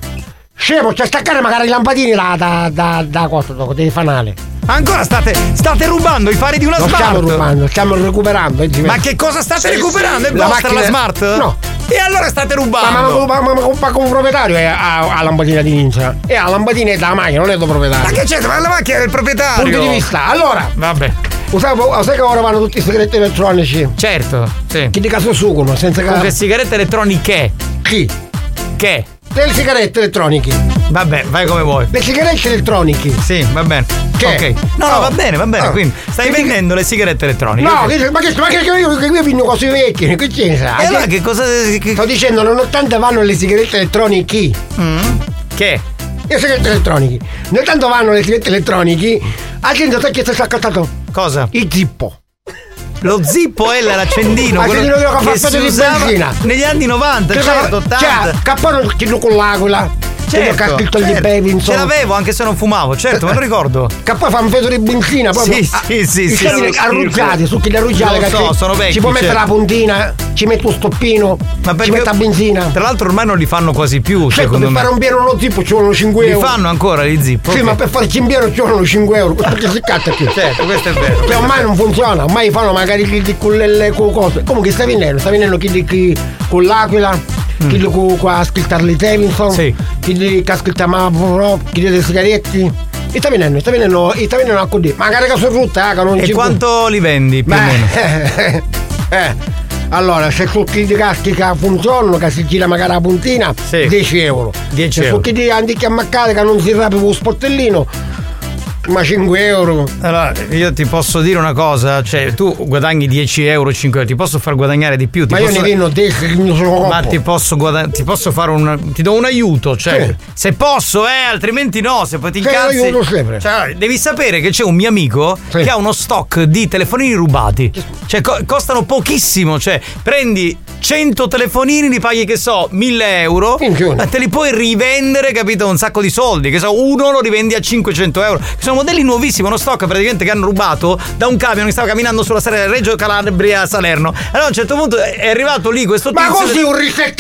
Speaker 10: Scemo, c'è staccare magari i lampadini là da, da, da cosa, da- dei fanali.
Speaker 2: Ancora state, state rubando Ah, i fari di una
Speaker 10: Non
Speaker 2: smart.
Speaker 10: stiamo rubando, stiamo recuperando. eh, Gimè.
Speaker 2: Ma che cosa state
Speaker 10: Sì,
Speaker 2: recuperando? È
Speaker 10: la
Speaker 2: vostra la smart?
Speaker 10: No.
Speaker 2: E allora state
Speaker 10: Ma, ma,
Speaker 2: rubando.
Speaker 10: ma, ma, ma, ma- ma con un proprietario è a, a lampadina di ninja. E a lampadina è da macchina, non è tuo proprietario.
Speaker 2: Ma che c'è? Ma la macchina è del proprietario.
Speaker 10: Punto di vista. Allora,
Speaker 2: Vabbè.
Speaker 10: usavo, oh, sai che ora vanno tutti i segretti elettronici?
Speaker 2: Certo, sì.
Speaker 10: Che di caso sugono, senza
Speaker 2: Con
Speaker 10: che.
Speaker 2: che sigarette elettroniche?
Speaker 10: Chi?
Speaker 2: Che?
Speaker 10: Delle sigarette elettroniche.
Speaker 2: Vabbè, vai come vuoi.
Speaker 10: Le sigarette elettroniche.
Speaker 2: Sì, va bene.
Speaker 10: Che?
Speaker 2: Ok. No, no,
Speaker 10: Oh.
Speaker 2: va bene, va bene.
Speaker 10: Oh.
Speaker 2: Quindi stai
Speaker 10: Quindi-
Speaker 2: vendendo le sigarette elettroniche.
Speaker 10: No,
Speaker 2: Ok.
Speaker 10: che- ma che, ma che, che io, che io vino cose vecchie, che c'è? sa?
Speaker 2: E allora Eh, che cosa-
Speaker 10: Sto dicendo, nonostante vanno le sigarette elettroniche.
Speaker 2: Mm? Che?
Speaker 10: Le sigarette elettroniche. Non tanto vanno le sigarette elettroniche, la gente sa che si è accattato.
Speaker 2: Cosa?
Speaker 10: Il zippo.
Speaker 2: Lo zippo è l'accendino,
Speaker 10: Ma
Speaker 2: quello
Speaker 10: che quello che
Speaker 2: che
Speaker 10: fa fatto
Speaker 2: si
Speaker 10: di
Speaker 2: usava
Speaker 10: benzina.
Speaker 2: negli anni 90,
Speaker 10: Che
Speaker 2: certo,
Speaker 10: cosa-
Speaker 2: 80.
Speaker 10: Cioè, cappano il chilo con l'aquila. quello che ha scritto gli
Speaker 2: certo.
Speaker 10: bevi,
Speaker 2: Ce
Speaker 10: insomma. Eh,
Speaker 2: l'avevo anche se non fumavo, certo, me lo ricordo.
Speaker 10: Che Ah, poi fa un feto di benzina Diciamo proprio.
Speaker 2: Sì, sì, sì,
Speaker 10: I
Speaker 2: sì,
Speaker 10: capelli
Speaker 2: sì.
Speaker 10: arruggiati, su chili
Speaker 2: Lo
Speaker 10: arruggiati. che
Speaker 2: so,
Speaker 10: ci-
Speaker 2: sono vecchi,
Speaker 10: Ci può mettere
Speaker 2: certo.
Speaker 10: la puntina, ci metto un stoppino, ci metto la benzina.
Speaker 2: Tra l'altro ormai non li fanno quasi più,
Speaker 10: Certo,
Speaker 2: secondo
Speaker 10: per
Speaker 2: me.
Speaker 10: fare un pieno uno zippo ci vogliono 5
Speaker 2: Li
Speaker 10: euro.
Speaker 2: fanno ancora gli zippo?
Speaker 10: Sì,
Speaker 2: ok.
Speaker 10: ma per fare il cimbiero ci vogliono 5 euro. Perché si catta qui?
Speaker 2: Certo, questo è vero.
Speaker 10: Che Cioè, ormai non funziona, ormai fanno magari chi di con le- le con cose. Comunque sta venendo, sta venendo chi di chi con l'aquila,
Speaker 2: Mm.
Speaker 10: chi di con con la scritta Harley Davidson, chi di che ha scritta Marlboro, chi di dei sigaretti. E sta venendo, sta venendo, e sta venendo a così. Magari che sono rotta, eh, che non
Speaker 2: E
Speaker 10: ci-
Speaker 2: quanto li vendi più o meno?
Speaker 10: Beh, eh, allora, se sono chi di caschi che funzionano, che si gira magari la puntina, 10 euro.
Speaker 2: 10
Speaker 10: Cioè,
Speaker 2: euro.
Speaker 10: su chi ti andichi a maccare che non si rapi con lo sportellino Ma 5 euro.
Speaker 2: Allora, io ti posso dire una cosa, cioè tu guadagni 10 euro, 5 euro, ti posso far guadagnare di più. Ti
Speaker 10: Ma io
Speaker 2: posso...
Speaker 10: ne vendo te che non sono
Speaker 2: Ma
Speaker 10: coppo.
Speaker 2: ti posso guada- ti posso fare un. ti do un aiuto, cioè.
Speaker 10: Sì.
Speaker 2: Se posso, eh, altrimenti no, se poi ti
Speaker 10: Sì,
Speaker 2: incazzi.
Speaker 10: io lo sempre.
Speaker 2: Cioè, devi sapere che c'è un mio amico che ha uno stock di telefonini rubati. Cioè, co- costano pochissimo. Cioè, prendi 100 telefonini, li paghi, che so, 1000 euro, ma te li puoi rivendere, capito, un sacco di soldi. Che so, uno lo rivendi a 500 euro. Che sono modelli nuovissimi, uno stock praticamente che hanno rubato da un camion che stava camminando sulla strada Reggio Calabria Salerno. Allora a un certo punto è arrivato lì questo
Speaker 10: Ma
Speaker 2: tizio.
Speaker 10: così un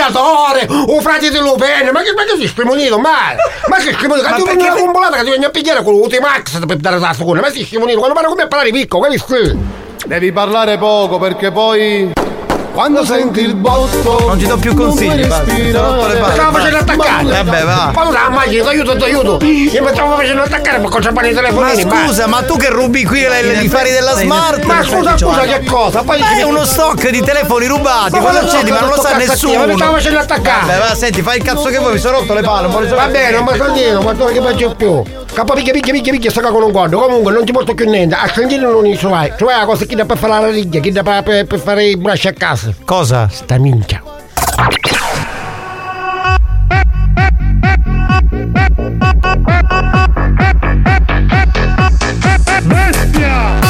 Speaker 10: risettatore, un frate dello bene, ma che, ma che sei scrimonito male? Ma che scrimonito?
Speaker 2: Ma
Speaker 10: Che ti prendi
Speaker 2: perché-
Speaker 10: una bombolata che ti viene a pigliare con l'Utimax per dare la seconda, ma sei scrimonito, quando parla con me parlare piccolo, capisci?
Speaker 35: Devi parlare poco perché poi quando senti il botto
Speaker 2: Non ti do più consigli, basta. Ti rompo le palle,
Speaker 10: Stavo
Speaker 2: basta.
Speaker 10: facendo attaccare!
Speaker 2: Vabbè, va.
Speaker 10: Quando la macchina, ti aiuto, ti aiuto! Io mi stavo facendo attaccare ma conceppare i
Speaker 2: Ma
Speaker 10: telefonini!
Speaker 2: scusa, ma tu che rubi qui le- le- i fari della smart? Cioè,
Speaker 10: Ma scusa, scusa, che cosa? Poi
Speaker 2: Ma è uno stock di telefoni rubati,
Speaker 10: Ma
Speaker 2: cosa
Speaker 10: cosa
Speaker 2: c'è? di- Ma non lo
Speaker 10: sto
Speaker 2: sa
Speaker 10: cazzo a te? Ma
Speaker 2: nessuno.
Speaker 10: mi stavo facendo attaccare.
Speaker 2: Vabbè, va, senti, fai il cazzo che vuoi, mi sono rotto le palle. non voglio
Speaker 10: Va
Speaker 2: sapere.
Speaker 10: bene, non mi sono dietro, ma che faccio più? Capo picchia, picchia, picchia, picchia, sto cacco non guardo. Comunque non ti porto più niente. A sentire non ci vai. Ci vai la cosa chi da per fare la riglia, chi da per, per- per fare i bracci a casa.
Speaker 2: Cosa?
Speaker 10: Sta minchia.
Speaker 3: Bestia!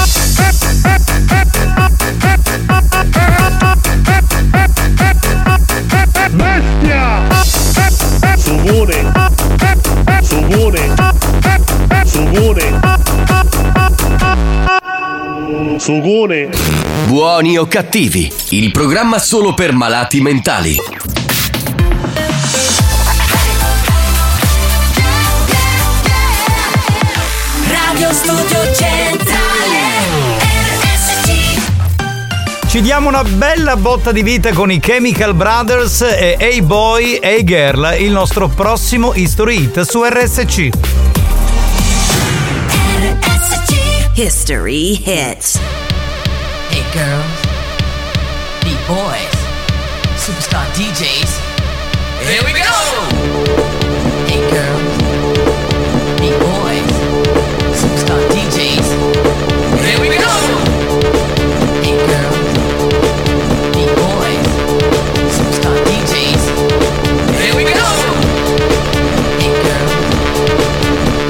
Speaker 3: Bestia!
Speaker 9: Subone. Subone. Subone. Sugone.
Speaker 1: Buoni o cattivi, il programma solo per malati mentali.
Speaker 3: Radio Studio Centrale RSC
Speaker 2: Ci diamo una bella botta di vita con i Chemical Brothers e Hey Boy, Hey Girl, il nostro prossimo History Hit su RSC.
Speaker 18: History hits. Hey girls, beat boys, superstar DJs. Here we go. Hey girls, beat boys, superstar DJs. Here we go. Hey girls, beat boys, superstar DJs. Here we go. Hey girls,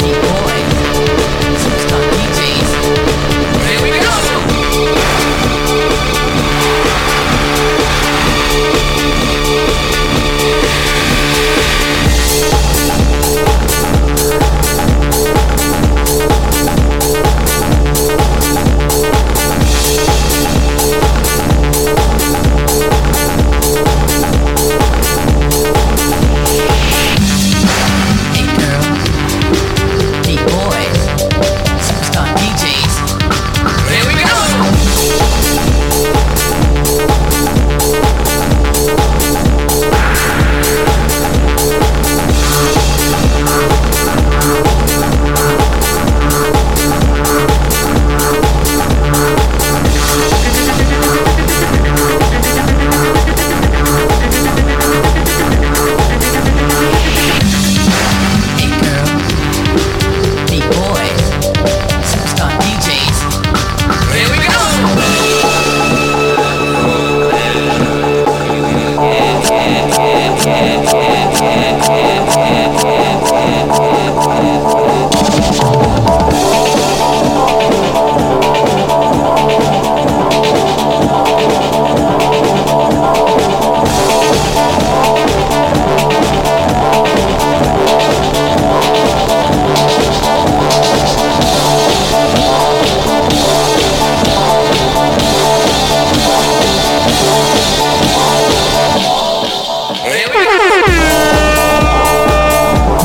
Speaker 18: beat boys, superstar DJs. Here we go.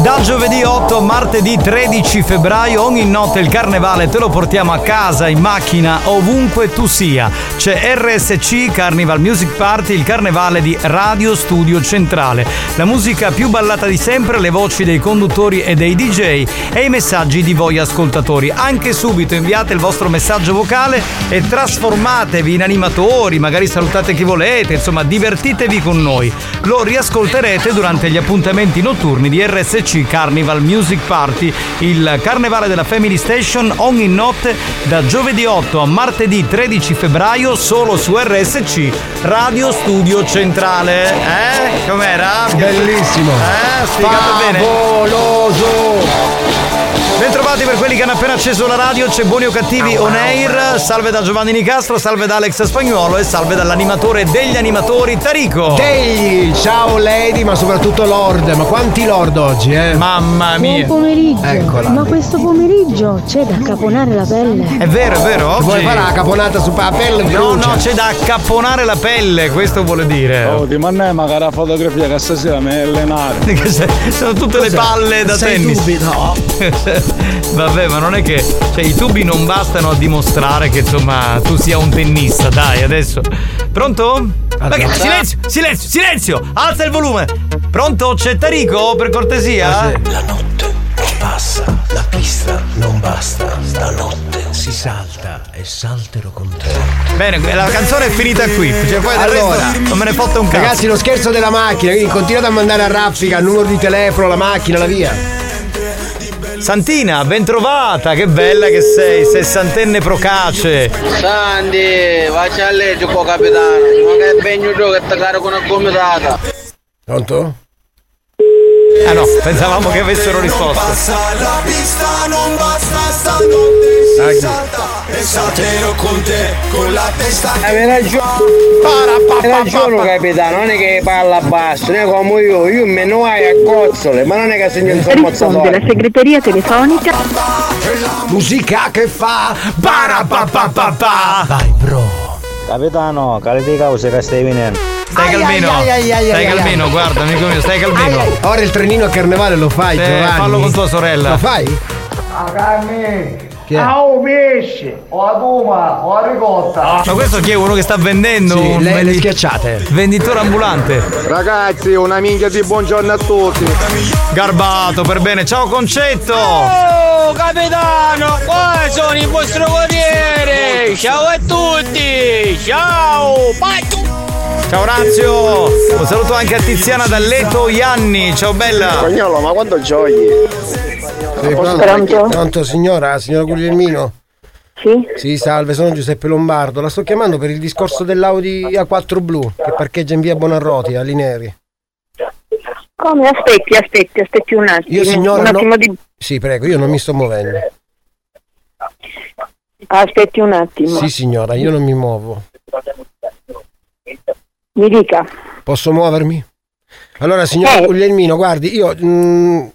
Speaker 2: Da giovedì 8 a martedì 13 febbraio ogni notte il carnevale te lo portiamo a casa, in macchina, ovunque tu sia. C'è RSC Carnival Music Party, il carnevale di Radio Studio Centrale. La musica più ballata di sempre, le voci dei conduttori e dei DJ e i messaggi di voi ascoltatori. Anche subito inviate il vostro messaggio vocale e trasformatevi in animatori, magari salutate chi volete, insomma divertitevi con noi. Lo riascolterete durante gli appuntamenti notturni di RSC Carnival Music Party, il carnevale della Family Station ogni notte da giovedì 8 a martedì 13 febbraio solo su RSC Radio Studio Centrale. Eh? Com'era?
Speaker 10: Bellissimo.
Speaker 2: Eh, spiegato bene. Bentrovati per quelli che hanno appena acceso la radio, c'è Buoni o Cattivi On Air, salve da Giovanni Nicastro, salve da Alex Spagnuolo e salve dall'animatore degli animatori Tarico.
Speaker 10: Degli, ciao lady, ma soprattutto lord. Ma quanti lord oggi, eh?
Speaker 2: Mamma
Speaker 36: Buon
Speaker 2: mia.
Speaker 36: pomeriggio.
Speaker 10: Eccola.
Speaker 36: Ma questo pomeriggio c'è da caponare la pelle.
Speaker 2: È vero, è vero, oggi...
Speaker 10: Vuoi fare la caponata su pa- pelle
Speaker 2: No,
Speaker 10: brucia?
Speaker 2: no, c'è da accapponare la pelle, questo vuole dire.
Speaker 11: Oh, ti mannai magari la fotografia che stasera mi è allenare.
Speaker 2: Che se- Sono tutte le
Speaker 11: Cos'è?
Speaker 2: palle da
Speaker 11: Sei
Speaker 2: tennis.
Speaker 11: tubi, no?
Speaker 2: Vabbè, ma non è che. Cioè, i tubi non bastano a dimostrare che insomma tu sia un tennista, dai, adesso. Pronto? Raga, silenzio, silenzio, silenzio! Alza il volume! Pronto? C'è Tarico, per
Speaker 3: Ah,
Speaker 2: cortesia?
Speaker 21: La notte non passa, la pista non basta, stanotte si salta e salterò con te.
Speaker 2: Bene, la canzone è finita qui. Cioè, poi del
Speaker 10: Allora.
Speaker 2: resto non me ne fotte un cazzo.
Speaker 10: Ragazzi, lo scherzo della macchina, quindi continuate a mandare a raffica il numero di telefono, la macchina, la via.
Speaker 2: Santina, bentrovata, che bella che sei, sessantenne procace.
Speaker 33: Santi, vacci a leggere un po' capitano, ma che è ben giù che ti caro con una gomitata.
Speaker 10: Pronto?
Speaker 2: Ah no, pensavamo che avessero risposto.
Speaker 16: La pista non basta, stanotte si salta e salterò con te, con la testa
Speaker 33: Eh, Hai ragione, hai ragione capitano, non è che parla basso, non è come io, io me ne vai a cozzole, ma non è che segno un
Speaker 7: Risponde la
Speaker 33: sommozzatore.
Speaker 7: segreteria telefonica.
Speaker 10: Musica che fa para pa pa pa pa. Vai bro.
Speaker 37: Capitano, caldi cause che stai venendo.
Speaker 2: Stai calmino,
Speaker 10: ai, ai, ai, ai,
Speaker 2: stai
Speaker 10: ai.
Speaker 2: calmino, guarda, amico mio, stai calmino.
Speaker 10: Ora il trenino a carnevale lo fai,
Speaker 2: Eh,
Speaker 10: Giovanni.
Speaker 2: fallo con tua sorella.
Speaker 10: Lo fai?
Speaker 38: carne,
Speaker 10: Chi è?
Speaker 38: o pesce, o a goma, o a ricotta.
Speaker 2: Ma questo chi è uno che sta vendendo?
Speaker 10: Sì,
Speaker 2: un
Speaker 10: le, le
Speaker 2: vendi-
Speaker 10: schiacciate.
Speaker 2: Venditore ambulante.
Speaker 39: Ragazzi, una minchia di buongiorno a tutti.
Speaker 2: Garbato, per bene. Ciao Concetto.
Speaker 40: Oh capitano, qua sono il vostro corriere! Ciao a tutti! Ciao!
Speaker 2: Ciao Orazio. Un saluto anche a Tiziana Dalleto Ianni. Ciao bella.
Speaker 39: Spagnolo, ma quando giochi?
Speaker 10: Sì, pronto? Pronto, signora, signora Guglielmino?
Speaker 7: Sì.
Speaker 10: salve, sono Giuseppe Lombardo. La sto chiamando per il discorso dell'Audi A4 blu che parcheggia in via Bonarroti a Lineri.
Speaker 7: Come? Aspetti, aspetti, aspetti un attimo.
Speaker 10: Io signora
Speaker 7: un
Speaker 10: no-
Speaker 7: attimo di...
Speaker 10: Sì, prego, io non mi sto muovendo.
Speaker 7: Aspetti un attimo.
Speaker 10: Sì, signora, io non mi muovo.
Speaker 7: Mi dica. Eh.
Speaker 10: Posso muovermi? Allora, signora Guglielmino, guardi, io mh,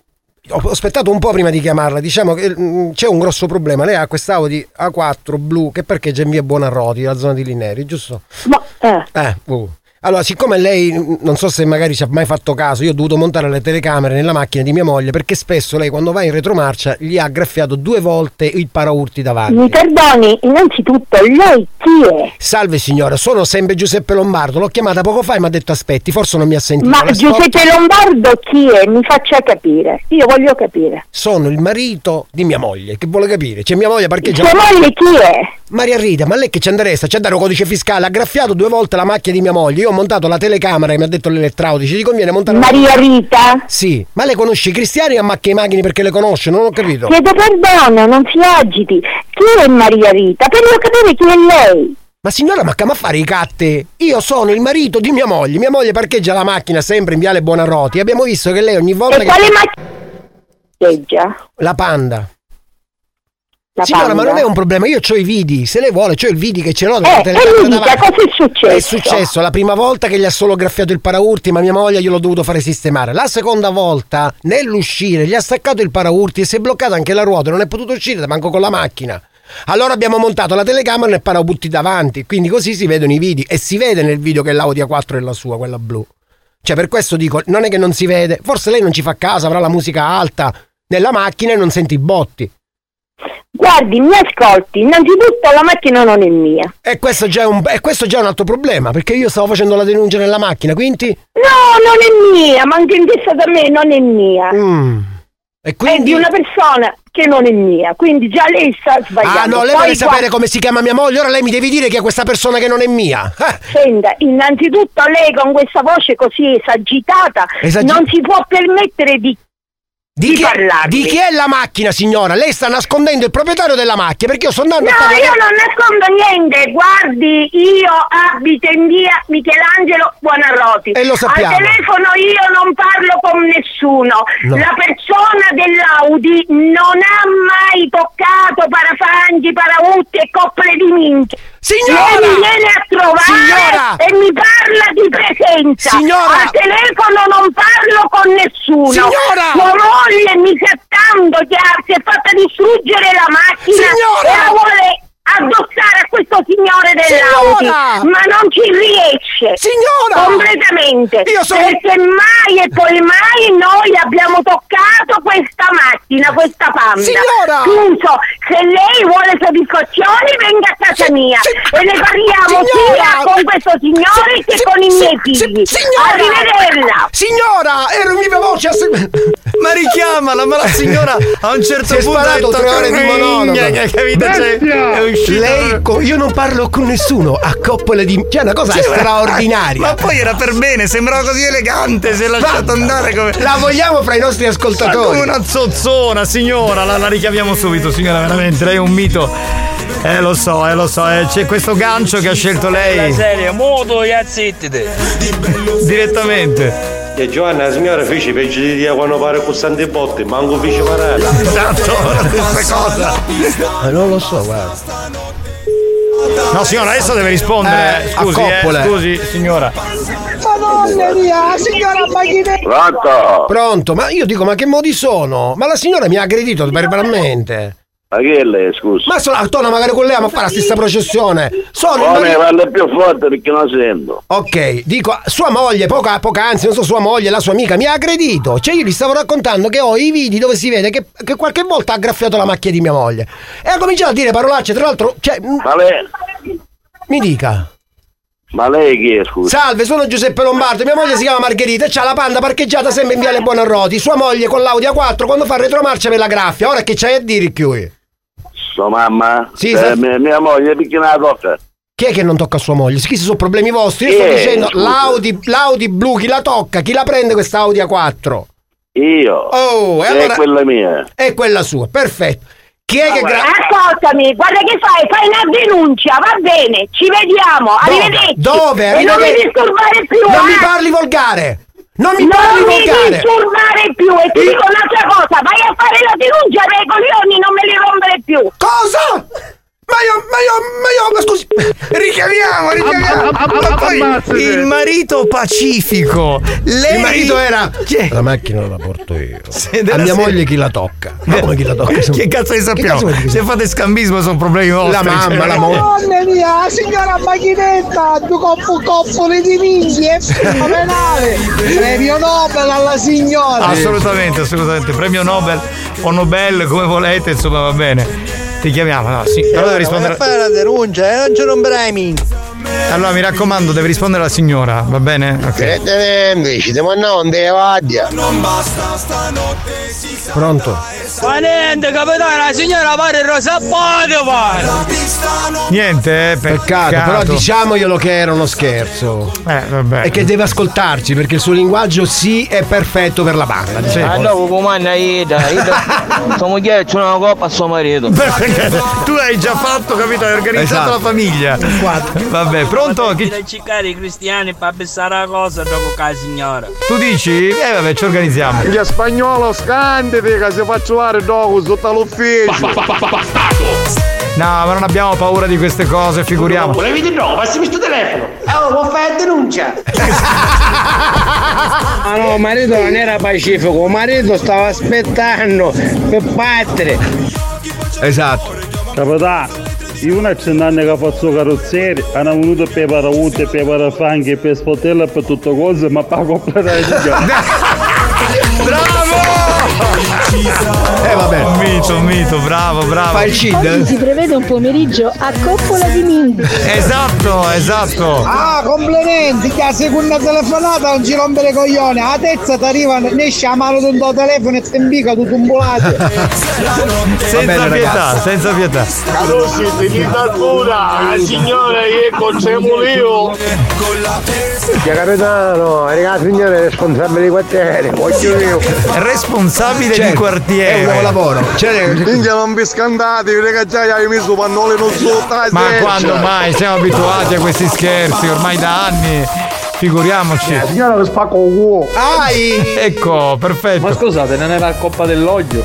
Speaker 10: ho aspettato un po' prima di chiamarla. Diciamo che mh, c'è un grosso problema. Lei ha quest'Audi A4 blu che parcheggia in via Buonarroti, la zona di Lineri, giusto?
Speaker 7: No, eh.
Speaker 10: Eh,
Speaker 3: Oh.
Speaker 10: uh. Allora, siccome lei mh, non so se magari ci ha mai fatto caso, io ho dovuto montare le telecamere nella macchina di mia moglie perché spesso lei quando va in retromarcia gli ha graffiato due volte il paraurti davanti.
Speaker 7: Mi perdoni, innanzitutto lei chi è?
Speaker 10: Salve signora, sono sempre Giuseppe Lombardo. L'ho chiamata poco fa e mi ha detto aspetti, forse non mi ha sentito.
Speaker 7: Ma
Speaker 10: La sto-
Speaker 7: Giuseppe Lombardo chi è? Mi faccia capire. Io voglio capire.
Speaker 10: Sono il marito di mia moglie, che vuole capire. C'è mia moglie perché
Speaker 7: Sua moglie chi è?
Speaker 10: Maria Rita, ma lei che ci interessa? C'è da dare un codice fiscale, ha graffiato due volte la macchina di mia moglie. Io ho montato la telecamera e mi ha detto l'elettraudice, gli conviene montare la-
Speaker 7: Maria Rita?
Speaker 10: Sì, ma lei conosce i cristiani a macchie i macchine perché le conosce, non ho capito.
Speaker 7: Chiedo perdono, non si agiti. Chi è Maria Rita? Per io capire chi è lei.
Speaker 10: Ma signora, ma come a fare i catte? Io sono il marito di mia moglie. Mia moglie parcheggia la macchina sempre in Viale Buonarroti. Abbiamo visto che lei ogni volta
Speaker 7: E
Speaker 10: che
Speaker 7: quale macchina parcheggia?
Speaker 10: la Panda.
Speaker 7: La
Speaker 10: Signora,
Speaker 7: Panda?
Speaker 10: ma non è un problema, io ho i vidi, se lei vuole, c'ho il vidi che ce l'ho
Speaker 7: Eh,
Speaker 10: della
Speaker 7: e
Speaker 10: telecamera
Speaker 7: mi dica,
Speaker 10: davanti.
Speaker 7: cosa è successo?
Speaker 10: È successo la prima volta che gli ha solo graffiato il paraurti, ma mia moglie gliel'ho dovuto fare sistemare. La seconda volta, nell'uscire, gli ha staccato il paraurti e si è bloccata anche la ruota, non è potuto uscire, manco con la macchina. Allora abbiamo montato la telecamera nel parabutti davanti, quindi così si vedono i vidi e si vede nel video che l'Audi A4 è la sua, quella blu. Cioè, per questo dico, non è che non si vede, forse lei non ci fa caso, avrà la musica alta nella macchina e non sente i botti.
Speaker 7: Guardi, mi ascolti, innanzitutto la macchina non è mia.
Speaker 10: E questo, già è un, e questo già è un altro problema, perché io stavo facendo la denuncia nella macchina, quindi...
Speaker 7: No, non è mia, ma anche in testa da me non è mia.
Speaker 10: Mm. E
Speaker 7: È di una persona che non è mia, quindi già lei sta sbagliando.
Speaker 10: Ah no, lei
Speaker 7: Poi
Speaker 10: vuole
Speaker 7: qua-
Speaker 10: sapere come si chiama mia moglie, ora lei mi devi dire chi è questa persona che non è mia. Eh,
Speaker 7: Senta, innanzitutto lei con questa voce così esagitata
Speaker 10: Esagi-
Speaker 7: non si può permettere di
Speaker 10: Di, chi, di chi è la macchina, signora? Lei sta nascondendo il proprietario della macchina perché io sono
Speaker 7: No,
Speaker 10: andato a fare-
Speaker 7: io non nascondo niente, guardi, io abito in via Michelangelo Buonarroti.
Speaker 10: E lo sappiamo.
Speaker 7: Al telefono io non parlo con nessuno.
Speaker 10: No.
Speaker 7: La persona dell'Audi non ha mai toccato parafangi, parautti e coppole di minchia.
Speaker 10: Signora!
Speaker 7: Lei mi viene a trovare
Speaker 10: Signora!
Speaker 7: e mi parla di presenza.
Speaker 10: Signora!
Speaker 7: Al telefono non parlo con nessuno.
Speaker 10: Signora!
Speaker 7: Mia moglie mi sta tanto che ha- si è fatta distruggere la macchina
Speaker 10: Signora!
Speaker 7: e la vuole addossare a questo signore dell'Audi
Speaker 10: Signora!
Speaker 7: ma non ci riesce
Speaker 10: Signora!
Speaker 7: completamente
Speaker 10: Io sono-
Speaker 7: perché mai e poi mai noi abbiamo toccato questa macchina questa panda
Speaker 10: Signora!
Speaker 7: Scuso, se lei vuole soddisfazioni venga a casa mia e ne parliamo
Speaker 10: Signora!
Speaker 7: sia con questo signore
Speaker 10: Si-
Speaker 7: che
Speaker 10: si-
Speaker 7: con i
Speaker 10: si-
Speaker 7: miei figli
Speaker 10: si- signora!
Speaker 7: arrivederla
Speaker 10: Signora, er- ero in viva voce a se-
Speaker 2: Ma richiamala, ma la signora a un certo
Speaker 10: Si è
Speaker 2: punto ha
Speaker 10: sparato
Speaker 2: detto,
Speaker 10: tre ore di
Speaker 2: "Ring",
Speaker 10: monologo.
Speaker 2: hai capito? Cioè,
Speaker 10: Bestia!
Speaker 2: è uscito.
Speaker 10: Lei co- io non parlo con nessuno a coppole di. Cioè, è una cosa
Speaker 2: Sì, ma-
Speaker 10: straordinaria.
Speaker 2: Ma poi era per bene, sembrava così elegante, si è lasciato
Speaker 10: Basta.
Speaker 2: andare come.
Speaker 10: La vogliamo fra i nostri
Speaker 2: Ma
Speaker 10: ascoltatori.
Speaker 2: come una zozzona, signora, la, la richiamiamo subito, signora, veramente, lei è un mito. Eh lo so, eh lo so, eh, c'è questo gancio che ha scelto
Speaker 11: La
Speaker 2: lei
Speaker 11: serie, muto, ya zittite.
Speaker 2: direttamente.
Speaker 13: E Giovanna, la signora fece peggio di dia quando pare con sante botte, manco fece parare.
Speaker 2: Esatto, la stessa cosa.
Speaker 10: Eh, non lo so, guarda.
Speaker 2: No signora, adesso deve rispondere.
Speaker 10: Eh,
Speaker 2: eh, Scusi,
Speaker 10: a
Speaker 2: eh,
Speaker 10: coppole.
Speaker 2: scusi, signora.
Speaker 10: Madonna mia, signora Maghinetti.
Speaker 13: Pronto?
Speaker 10: Pronto, ma io dico, ma che modi sono? Ma la signora mi ha aggredito verbalmente.
Speaker 13: Ma che è lei, scusa?
Speaker 10: Ma sono torna magari con lei a fare la stessa processione. Sono in
Speaker 13: Come
Speaker 10: mari-
Speaker 13: parla Oh, più forte perché non sento.
Speaker 10: Ok, dico, sua moglie, poca, poc'anzi, non so, sua moglie, la sua amica, mi ha aggredito. Cioè, io gli stavo raccontando che ho i video dove si vede che, che qualche volta ha graffiato la macchia di mia moglie. E ha cominciato a dire parolacce, tra l'altro, cioè, m-
Speaker 13: Ma lei,
Speaker 10: mi dica.
Speaker 13: ma lei chi è, scusa?
Speaker 10: Salve, sono Giuseppe Lombardo, mia moglie si chiama Margherita e c'ha la panda parcheggiata sempre in Viale Buonarroti. Sua moglie con l'Audi A4 quando fa retromarcia per la graffia. Ora che c'hai a dire, Chiui?
Speaker 13: Sua mamma?
Speaker 10: Sì,
Speaker 13: Eh,
Speaker 10: sa-
Speaker 13: mia, mia moglie, perché non la tocca?
Speaker 10: Chi è che non tocca a sua moglie? Questi sono problemi vostri. Io sto
Speaker 13: Eh,
Speaker 10: dicendo
Speaker 13: scusa.
Speaker 10: l'Audi, l'Audi blu, chi la tocca? Chi la prende questa Audi A4?
Speaker 13: Io.
Speaker 10: Oh, e
Speaker 13: Che
Speaker 10: allora-
Speaker 13: È quella mia.
Speaker 10: È quella sua, perfetto. Chi è che gra-
Speaker 7: Ascoltami, guarda che fai, fai una denuncia, va bene, ci vediamo, arrivederci.
Speaker 10: Dove?
Speaker 7: E non mi
Speaker 10: Arrivederci.
Speaker 7: disturbare più.
Speaker 10: Non
Speaker 7: eh.
Speaker 10: mi parli volgare! Non mi
Speaker 7: Non
Speaker 10: parli
Speaker 7: mi
Speaker 10: volgare!
Speaker 7: disturbare più e ti
Speaker 10: Eh.
Speaker 7: dico un'altra cosa, vai a fare la denuncia dei coglioni, non me li rompere più.
Speaker 10: Cosa? Ma io, ma io, ma io, ma scusi!
Speaker 2: Richiamiamo, richiamiamo. Ma poi il marito pacifico. Lei
Speaker 10: Il marito era.
Speaker 3: Eh.
Speaker 2: Che-
Speaker 10: La macchina la porto io.
Speaker 2: Se-
Speaker 10: A mia
Speaker 2: se-
Speaker 10: moglie chi la tocca? Ma come chi la tocca?
Speaker 2: Che cazzo ne sappiamo?
Speaker 10: Che cazzo ne
Speaker 2: Se fate scambismo sono problemi vostri.
Speaker 10: La mamma,
Speaker 2: cioè.
Speaker 10: la moglie.
Speaker 3: Madonna mia, signora macchinetta, due cop- coppole di minchie, fenomenale, premio Nobel alla signora.
Speaker 2: Assolutamente, assolutamente. Premio Nobel o Nobel, come volete, insomma, va bene. Ti chiamiamo, no, sì. Però
Speaker 3: eh,
Speaker 2: devi rispondere.
Speaker 3: la
Speaker 11: Eh,
Speaker 3: denuncia, non ci romperai minchie.
Speaker 2: Allora, mi raccomando, devi rispondere alla signora, va bene? Ok.
Speaker 3: Direttamente, ma no, non te vadia.
Speaker 10: Pronto?
Speaker 11: Ma niente, capitano, la signora pare rosapate, pare.
Speaker 2: Niente, eh,
Speaker 10: Peccato, però diciamoglielo che era uno scherzo.
Speaker 2: Eh, vabbè.
Speaker 10: E che deve ascoltarci perché il suo linguaggio sì è perfetto per la diciamo. banda.
Speaker 11: Ah no, comanda Ida, Ida, tua moglie c'è una coppa a suo marito.
Speaker 2: Perché cioè, tu hai già fatto, capito? Hai organizzato
Speaker 11: Esatto.
Speaker 2: la famiglia. Vabbè, pronto? Chi-
Speaker 41: Dai ciccare i cristiani per pensare a cosa dopo che la signora.
Speaker 2: Tu dici? Eh, vabbè, ci organizziamo.
Speaker 3: Gli spagnolo scanditi che si faccio fare dopo sotto l'ufficio.
Speaker 2: No, ma non abbiamo paura di queste cose, figuriamo.
Speaker 42: Volevi di no, passami sto telefono. Oh, vuoi fare denuncia?
Speaker 3: Ah no, marito non era pacifico, marito stava aspettando per battere.
Speaker 10: Esatto.
Speaker 33: Capità, io non c'è anni che faccio carrozzieri, hanno venuto per paraute, per parafanghi, per sfotella, per tutto cose, ma pago per la
Speaker 2: Bravo!
Speaker 10: Eh vabbè.
Speaker 2: mito, un mito, bravo, bravo.
Speaker 43: Fai il
Speaker 44: Oggi si prevede un pomeriggio a coppola di minchia.
Speaker 2: Esatto, esatto.
Speaker 10: Ah, complimenti, che a seconda telefonata non ci rompere i coglioni, alla terza ti arriva, ne esce a mano di tuo telefono e ti imbica tutto imbolato.
Speaker 2: Senza
Speaker 9: bene,
Speaker 2: pietà,
Speaker 9: ragazzi.
Speaker 2: senza pietà.
Speaker 9: Rossi, finita pura, eh, signore, io con Semulio.
Speaker 45: Chia capitano, ragazzi, signore responsabile di quartiere, voglio io.
Speaker 2: Responsabile
Speaker 45: Certo,
Speaker 2: di quartiere.
Speaker 45: è un capolavoro.
Speaker 10: Certo.
Speaker 46: Minchia non vi scandate, ragazzi, hai messo pannole non so dai,
Speaker 2: Ma
Speaker 46: scherzo.
Speaker 2: quando mai? Siamo abituati a questi scherzi ormai da anni. Figuriamoci.
Speaker 46: Signora lo spacco un uovo.
Speaker 2: Ecco, perfetto. Ma scusate, non era la coppa dell'olio?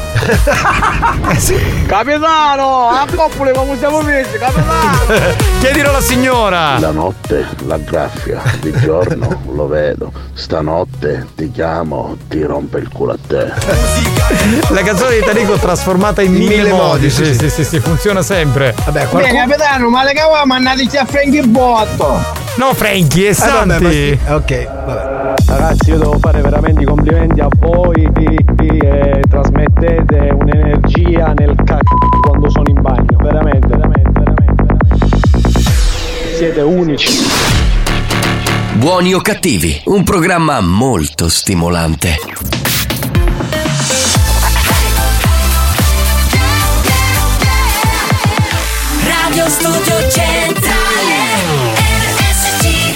Speaker 10: Eh,
Speaker 47: Capitano, a coppole come siamo messi, capitano!
Speaker 2: Chiedilo alla signora.
Speaker 8: La notte la graffia, di giorno lo vedo, stanotte ti chiamo, ti rompe il culo a te.
Speaker 2: La canzone di Tarico trasformata in mille,
Speaker 8: mille
Speaker 2: modi.
Speaker 8: modi,
Speaker 2: Sì,
Speaker 8: sì,
Speaker 2: sì, sì, sì, funziona sempre. Vabbè,
Speaker 10: Beh, capitano, ma le cavamo andate a Frankie Botto.
Speaker 2: No,
Speaker 48: Eh,
Speaker 2: Frankie, e Santi.
Speaker 45: ok,
Speaker 48: Ragazzi, io devo fare veramente i complimenti a voi che, che, eh, trasmettete un'energia nel cacchio quando sono in bagno. Veramente, veramente, veramente, veramente. Siete unici.
Speaker 1: Buoni o cattivi, un programma molto stimolante.
Speaker 26: Radio Studio Centrale RSC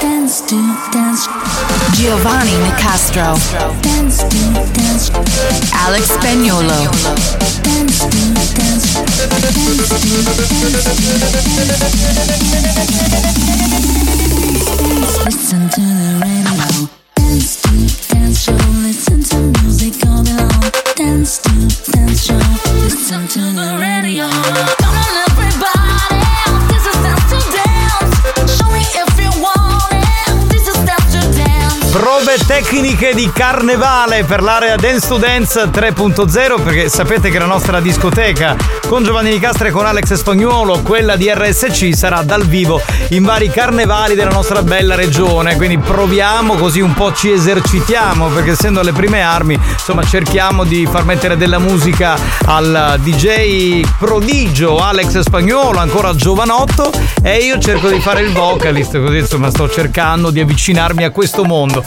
Speaker 26: Dance to Dance Giovanni Nicastro Dance to Dance Alex Spagnolo Dance to Dance Dance to Dance Listen to the radio Dance to Dance Show Listen to music all day long Dance to Dance Show Listen to the radio Come on everybody This is Dance to Dance Show me if you want it This is Dance to Dance
Speaker 2: Prove tecniche di carnevale per l'area Dance to Dance 3.0 perché sapete che la nostra discoteca con Giovanni Nicastre e con Alex Spagnuolo, quella di RSC, sarà dal vivo in vari carnevali della nostra bella regione. Quindi proviamo così un po' ci esercitiamo perché essendo alle prime armi insomma cerchiamo di far mettere della musica al DJ prodigio Alex Spagnuolo, ancora giovanotto e io cerco di fare il vocalist così insomma sto cercando di avvicinarmi a questo mondo.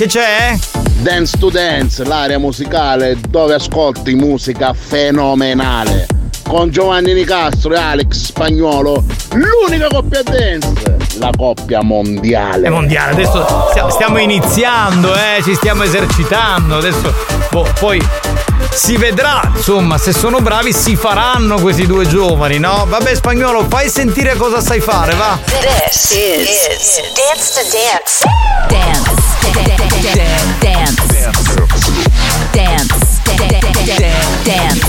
Speaker 2: Che c'è?
Speaker 8: Dance to Dance, l'area musicale dove ascolti musica fenomenale. Con Giovanni Nicastro e Alex Spagnolo, l'unica coppia dance, la coppia mondiale.
Speaker 2: È mondiale, adesso stia- stiamo iniziando, eh, ci stiamo esercitando, adesso boh, poi si vedrà, insomma, se sono bravi si faranno questi due giovani, no? Vabbè spagnolo, fai sentire cosa sai fare, va.
Speaker 26: This is, Dance to Dance. Dance. Dance. Dance. Dance.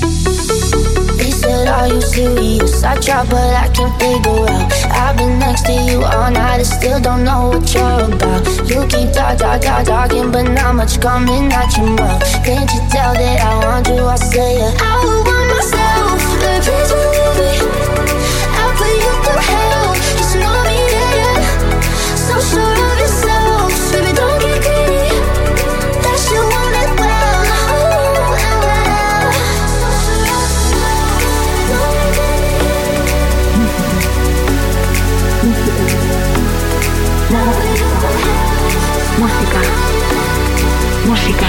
Speaker 5: They said, Are you serious? I try, but I can't figure out. I've been next to you all night, I still don't know what you're about. You keep talk, talk, talk, talking, but not much coming out your mouth. Can't you tell that I want you? I say, yeah. I want myself, but please believe me. I'll put you through hell, just know me, yeah, yeah. So sure of yourself, baby, don't get greedy. That you want it well, oh, oh, well.
Speaker 3: Música. Música.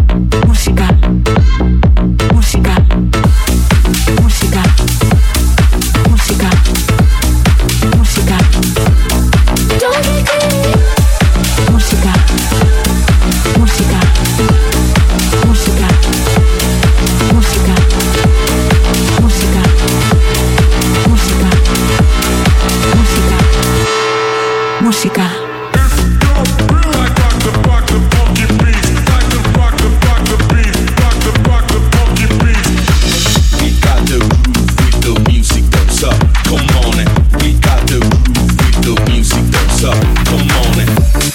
Speaker 21: Musica. Musica. Musica. Musica. Musica. Musica. Musica. Musica. Musica. Musica. Musica. Musica. Música.
Speaker 3: We got the groove with the music that's up. Come on it. We got the groove with the music that's up. Come on it.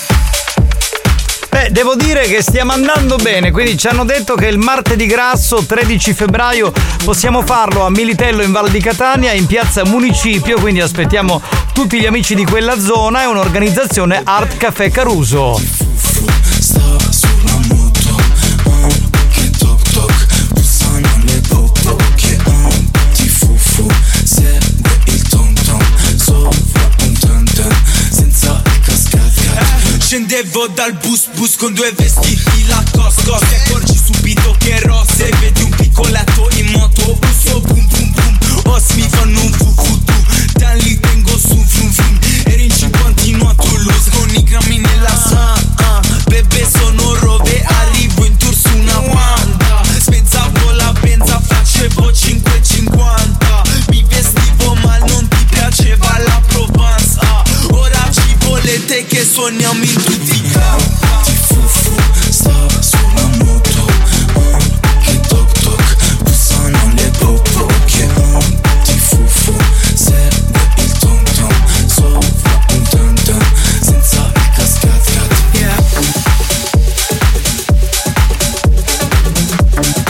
Speaker 2: Beh, devo dire che stiamo andando bene, quindi ci hanno detto che il martedì grasso 13 febbraio possiamo farlo a Militello in Val di Catania in piazza Municipio, quindi aspettiamo tutti gli amici di quella zona e un'organizzazione Art Café Caruso.
Speaker 3: Scendevo dal bus bus con due vestiti la cosco Ti accorgi subito che ero Se vedi un piccoletto in moto Uso boom boom boom Os Oh, mi fanno un fu fu tu Dan li tengo su frum frum Ero in 50 in a Toulouse Con i grammi nella sua ah, Bebe sono rove Arrivo in tour su una Wanda Spezzavo la benza Facevo 5,50 Mi vestivo ma non ti piaceva la Provence ah. Ora ci volete che suoniamo in tutti i campi Fufu, sta sulla moto ah, Che toc toc, bussano le popo Che ah, ti fufu, serve il ton ton Sopra un ton ton, senza il cascat cat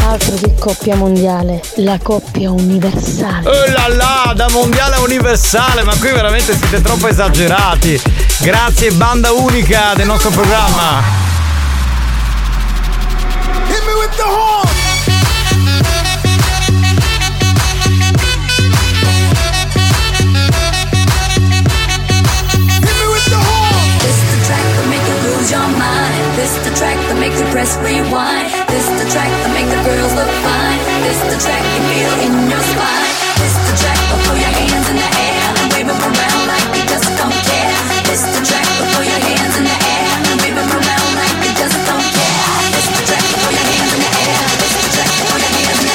Speaker 6: Altro che coppia mondiale, la coppia universale.
Speaker 2: Oh là là, da mondiale a universale, ma qui veramente siete troppo esagerati. Grazie, banda unica del nostro programma.
Speaker 3: Hit me with the horn. Hit me with the horn.
Speaker 18: This the track that make you lose your mind. This the track that make you press rewind. This the track that make the girls look fine. This the track you feel in your spine. This the track that throw your hands in the air and wave 'em around like you just don't care. This the track that throw your hands in the air and wave 'em around like you just don't care. This the track that throw your hands in the air. This the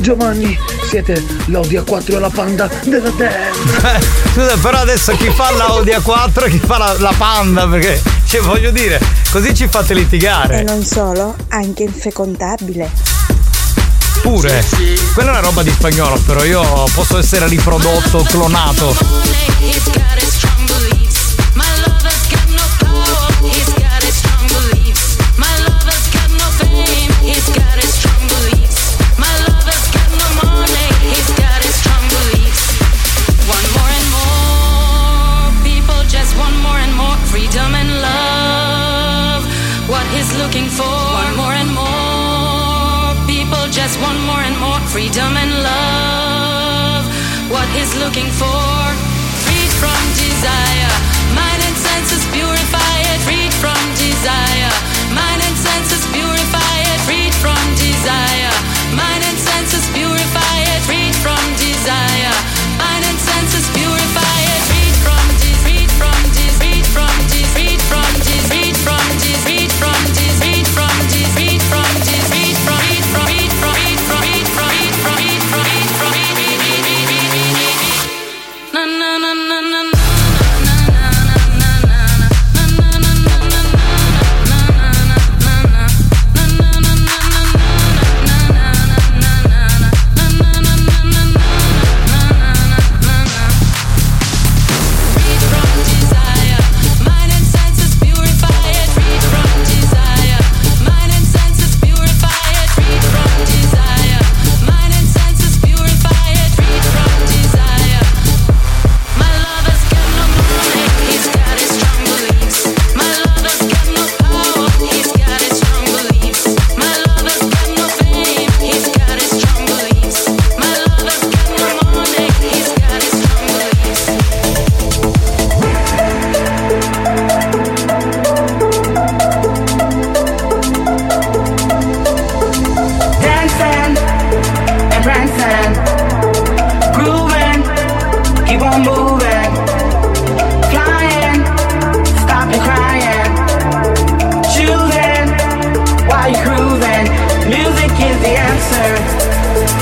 Speaker 49: Giovanni, siete l'Audio 4 la panda della terra.
Speaker 2: Scusa, però adesso chi fa la Audi A4 e chi fa la, la panda, perché cioè, voglio dire, così ci fate litigare.
Speaker 33: non solo, anche infecondabile.
Speaker 2: Pure. Quella è una roba di spagnolo, però io posso essere riprodotto, clonato.
Speaker 37: He's got his strong beliefs. My lover's got no power. He's got his strong beliefs. My lover's got no fame. He's got his strong beliefs. My lover's got no money. He's got his strong beliefs. One more and more people, just one more and more freedom and love. What he's looking for. One more and more people, just one more and more freedom and love. What he's looking for. Freed from desire, mind and senses purify it. Freed from desire, mind and senses purify it. Freed from desire, mind and senses purify it. Freed from desire, mind and senses purify it. Freed from de- freed from de- freed from de- freed from de- freed from de- freed from de- freed from de- freed from de- freed from freed from freed from freed from freed from freed from freed from freed from freed from freed from na na na na na na Dancing and prancing, grooving, keep on moving, flying, stop your crying, choosing while you're cruising. Music is the answer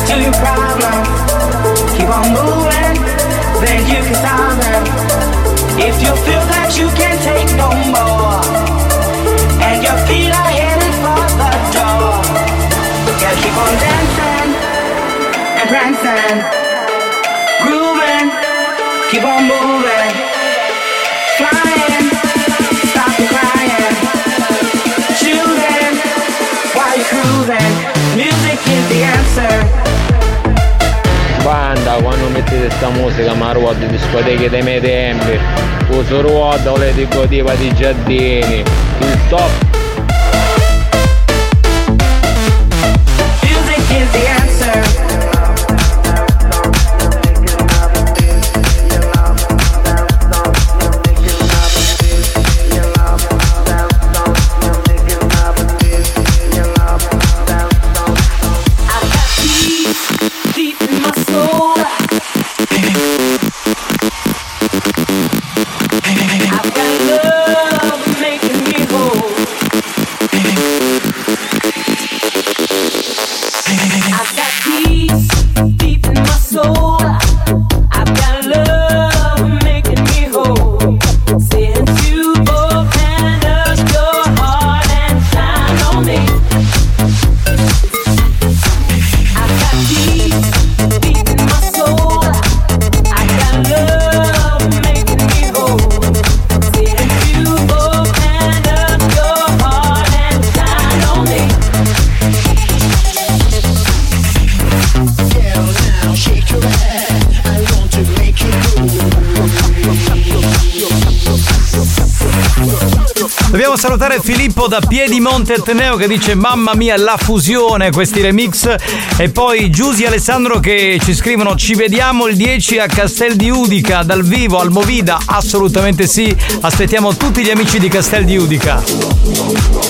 Speaker 37: to your problems. Keep on moving, then you can solve them. If you feel that you can't take no more, and your feet are headed for the door. Yeah, keep on dancing and prancing, grooving, keep on moving, flying, stop the crying, choosing while you're cruising. Music is the answer.
Speaker 50: Banda, quando mettete sta musica, ma ruota discoteche dei miei tempi, uso ruota, volete godeva di giardini, il top
Speaker 37: Music is the answer.
Speaker 38: Deep in my soul. I've got love making me whole. I've got peace deep in my soul. I've got love making me whole. Saying to both handles your heart and shine on me. I've got peace deep in my soul. I've got love making me whole. Saying to both handles your heart and shine on me.
Speaker 2: Dobbiamo salutare Filippo da Piedimonte Ateneo che dice mamma mia la fusione questi remix e poi Giusi e Alessandro che ci scrivono ci vediamo il 10 a Castel di Udica dal vivo al Movida assolutamente sì aspettiamo tutti gli amici di Castel di Udica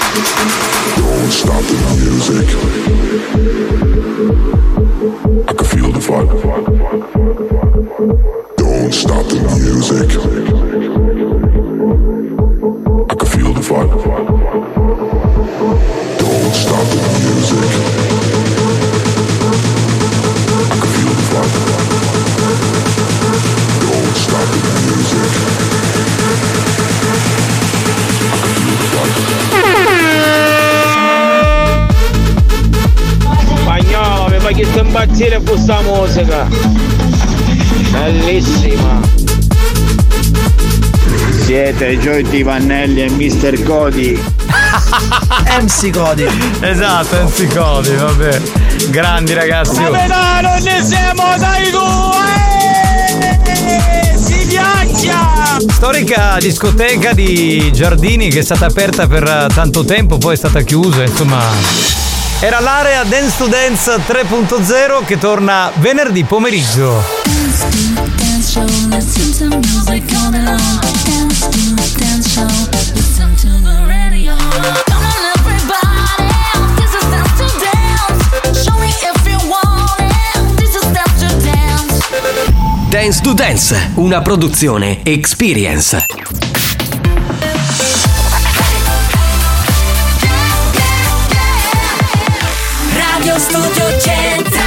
Speaker 5: Don't stop the music. I can feel the vibe.
Speaker 51: impazzire con questa musica. Bellissima.
Speaker 8: Siete Joy Vannelli e Mr. Cody.
Speaker 2: MC Cody. Esatto, MC Cody, vabbè. Grandi ragazzi. oh.
Speaker 3: Capitano, ne siamo dai due! Si piaccia!
Speaker 2: Storica discoteca di Giardini che è stata aperta per eh, tanto tempo, poi è stata chiusa, insomma. Era l'area Dance to Dance 3.0 che torna venerdì pomeriggio.
Speaker 18: Dance show, listen to music all day long. Dance to dance show, listen to the radio. Come on, everybody, this is dance to dance. Show me if you want it. This is dance to dance.
Speaker 1: Dance to Dance, una produzione Experience.
Speaker 18: Radio Studio Centrale.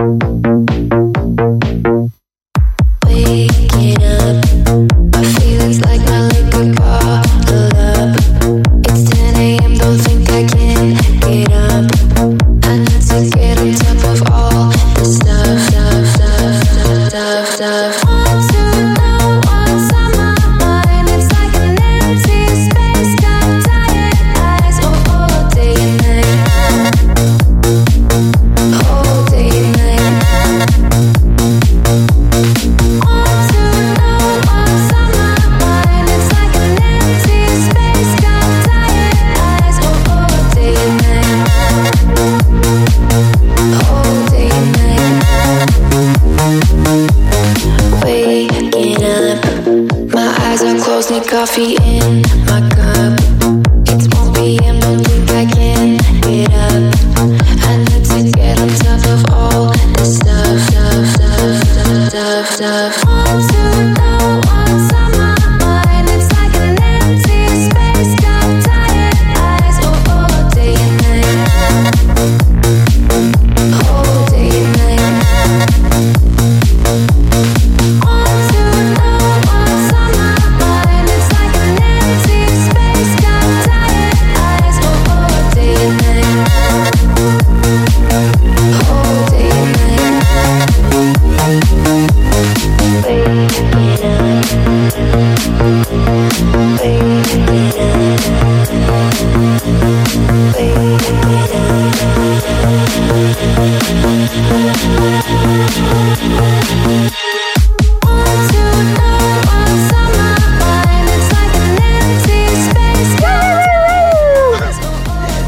Speaker 5: Waking up, my eyes are closed, need coffee in my cup. It's 1 p.m., don't think I can get up. I need to get on top of all this stuff, stuff, stuff, stuff, stuff, stuff. Want to know what's on my mind? It's like an empty space, got tired eyes oh, all day and night. All day and night.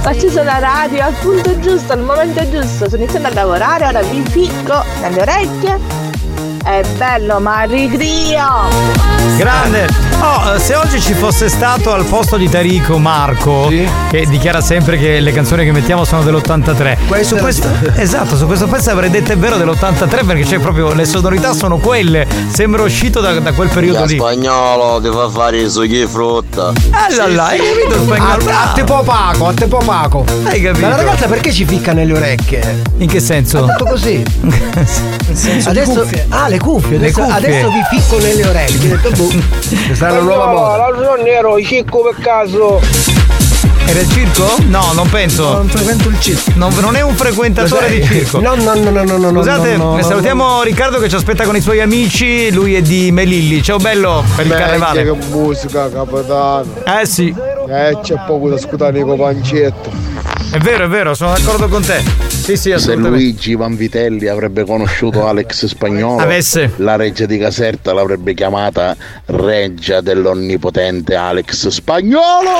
Speaker 7: Ho acceso la radio al punto giusto, al momento giusto, sto iniziando a lavorare, ora vi picco nelle orecchie. È bello, ma ricrio!
Speaker 2: Grande! Oh, eh, se oggi ci fosse stato al posto di Tarico Marco, che dichiara sempre che le canzoni che mettiamo sono dell'83.
Speaker 10: Questa
Speaker 2: su
Speaker 10: è la-
Speaker 2: questo, esatto, su questo pezzo avrei detto è vero dell'83 perché c'è proprio le sonorità sono quelle. Sembra uscito da, da quel periodo lì.
Speaker 52: spagnolo ti fa fare i sughi e frutta.
Speaker 2: Allora, Ah, hai capito spagnolo?
Speaker 10: A, a te popaco, a te popaco.
Speaker 2: Hai capito?
Speaker 10: Ma la ragazza perché ci ficca nelle orecchie?
Speaker 2: In che senso?
Speaker 10: Ha fatto così.
Speaker 2: senso di
Speaker 10: adesso,
Speaker 2: cuffie.
Speaker 10: ah, le cuffie.
Speaker 2: Le
Speaker 10: Adesso,
Speaker 2: cuffie.
Speaker 10: adesso vi ficco nelle orecchie. Ho detto, boh, questa è una nuova moda.
Speaker 53: L'altro giorno ero cicco per caso.
Speaker 2: Era il circo? No, non penso.
Speaker 10: Non frequento il circo.
Speaker 2: Non, non è un frequentatore
Speaker 10: Cos'è?
Speaker 2: di circo.
Speaker 10: No, no, no, no, no, no.
Speaker 2: Scusate,
Speaker 10: no, no, no,
Speaker 2: salutiamo Riccardo che ci aspetta con i suoi amici. Lui è di Melilli. Ciao bello per il carnevale.
Speaker 54: che musica, capitano.
Speaker 2: Eh sì.
Speaker 54: Eh, c'è poco da scutare con pancetto.
Speaker 2: È vero, è vero, sono d'accordo con te. Sì, sì,
Speaker 8: Se
Speaker 2: assolutamente.
Speaker 8: Luigi Vanvitelli avrebbe conosciuto Alex Spagnolo,
Speaker 2: Avesse.
Speaker 8: la reggia di Caserta l'avrebbe chiamata reggia dell'onnipotente Alex Spagnolo.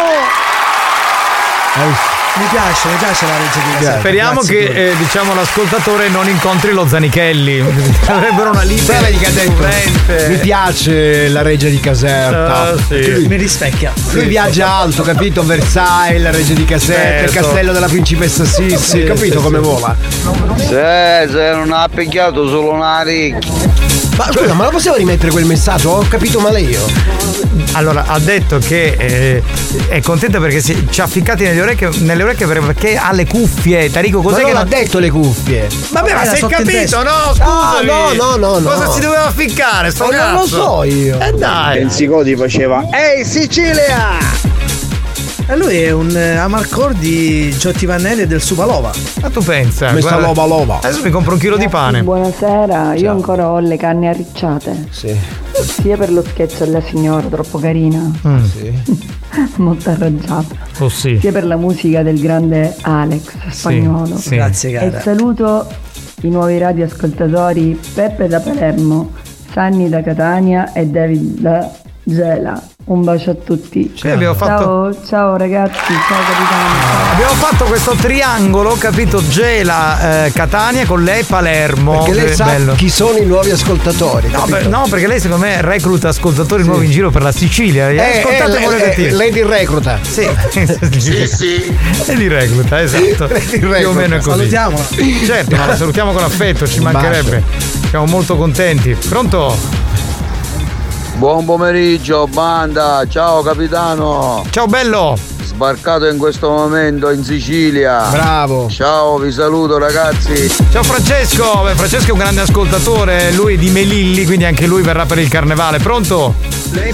Speaker 10: Mi piace, mi piace la legge di Gazzetta.
Speaker 2: Speriamo
Speaker 10: Grazie pure.
Speaker 2: che eh, diciamo l'ascoltatore non incontri lo Zanichelli. Avrebbero una lista
Speaker 10: Sai la riga dentro? Mi
Speaker 2: di
Speaker 10: piace la reggia di Caserta.
Speaker 2: Eh. Ah, sì.
Speaker 10: Mi rispecchia. Lui viaggia alto, capito? Versailles, la reggia di Caserta, il
Speaker 7: Certo.
Speaker 10: castello della principessa Sissi, capito come vola?
Speaker 2: eh,
Speaker 7: Se, se non ha picchiato solo una ricchia.
Speaker 10: Ma scusa, ma la possiamo rimettere quel messaggio? Ho capito male io.
Speaker 2: Allora, ha detto che eh, è contenta perché si- ci ha ficcati nelle orecchie, nelle orecchie perché ha le cuffie. Tarico,
Speaker 10: Ma
Speaker 2: cos'è
Speaker 10: non
Speaker 2: che
Speaker 10: l'ha detto le cuffie?
Speaker 2: Vabbè, ma
Speaker 10: Era
Speaker 2: sei
Speaker 10: sotto il
Speaker 2: capito,
Speaker 10: testo.
Speaker 2: no? Oh,
Speaker 10: Ah,
Speaker 2: Scusami.
Speaker 10: no, no, no, no.
Speaker 2: Cosa si doveva ficcare? Sto
Speaker 10: Ma non lo
Speaker 2: cazzo?
Speaker 10: so io.
Speaker 2: Eh dai.
Speaker 9: Pensicoti faceva
Speaker 10: Ehi Sicilia!
Speaker 26: E lui è un eh, amarcord di Giotti Vannelli e del Supalova.
Speaker 2: Ma tu pensa?
Speaker 26: Messa
Speaker 2: Eh, guarda,
Speaker 26: l'ova, l'ova.
Speaker 2: Adesso mi compro un chilo di pane.
Speaker 14: Buonasera, io ancora ho le canne arricciate.
Speaker 10: Sì.
Speaker 14: Sia per lo scherzo della signora, troppo carina, molto arrangiata.
Speaker 2: Mm. Oh sì.
Speaker 14: Sia per la musica del grande Alex spagnolo.
Speaker 26: sì. Grazie, cara.
Speaker 14: E saluto i nuovi radioascoltatori Peppe da Palermo, Sanni da Catania e David da Gela. Un bacio a tutti.
Speaker 2: Sì, abbiamo
Speaker 14: Ciao, ciao ragazzi, ciao capitano.
Speaker 2: Abbiamo fatto questo triangolo, capito? Gela eh, Catania con lei Palermo.
Speaker 10: Perché lei
Speaker 2: Che
Speaker 10: sa
Speaker 2: bello.
Speaker 10: chi sono i nuovi ascoltatori.
Speaker 2: No,
Speaker 10: capito?
Speaker 2: per- no, perché lei secondo me recluta ascoltatori nuovi in giro per la Sicilia.
Speaker 10: Eh,
Speaker 2: Ascoltate
Speaker 10: eh,
Speaker 2: quello che
Speaker 10: eh,
Speaker 2: dire.
Speaker 10: lei di recluta.
Speaker 2: Sì. sì, sì. E di recluta, esatto. Più o meno è così.
Speaker 26: Salutiamola.
Speaker 2: Certo, ma la salutiamo con affetto, ci
Speaker 9: Un bacio.
Speaker 2: mancherebbe. Siamo molto contenti. Pronto?
Speaker 9: Buon pomeriggio banda, ciao capitano.
Speaker 2: Ciao bello.
Speaker 9: Sbarcato in questo momento in Sicilia.
Speaker 10: Bravo.
Speaker 9: Ciao, vi saluto ragazzi.
Speaker 2: Ciao Francesco, Beh, Francesco è un grande ascoltatore, lui è di Melilli, quindi anche lui verrà per il carnevale. Pronto?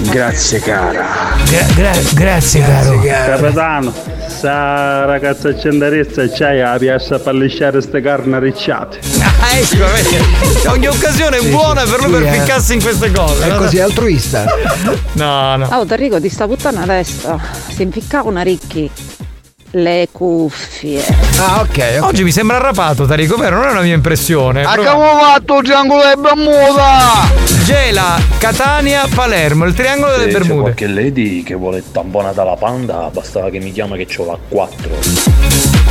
Speaker 9: Grazie cara.
Speaker 2: grazie, caro.
Speaker 39: Capitano, sa ragazza cendarista c'hai la piazza per lisciare ste carne ricciate.
Speaker 2: Ah, ecco, vedi? ogni occasione è buona per lui
Speaker 39: Sì,
Speaker 2: per
Speaker 39: eh.
Speaker 2: ficcarsi in queste cose.
Speaker 10: È
Speaker 2: no?
Speaker 10: così altruista.
Speaker 2: No, no.
Speaker 6: Oh, Tarrico, ti sta buttando la testa. Si impiccava una ricchi. Le cuffie.
Speaker 10: Ah, ok. Ah,
Speaker 2: Oggi mi sembra arrapato, Tarico, vero? Non è una mia impressione. Prova-
Speaker 9: Abbiamo fatto il triangolo di Bermuda.
Speaker 2: Gela, Catania, Palermo, il triangolo
Speaker 55: Se
Speaker 2: delle
Speaker 55: c'è
Speaker 2: Bermude.
Speaker 55: qualche lady che vuole tamponata la panda, bastava che mi chiama che ce l'ho a 4.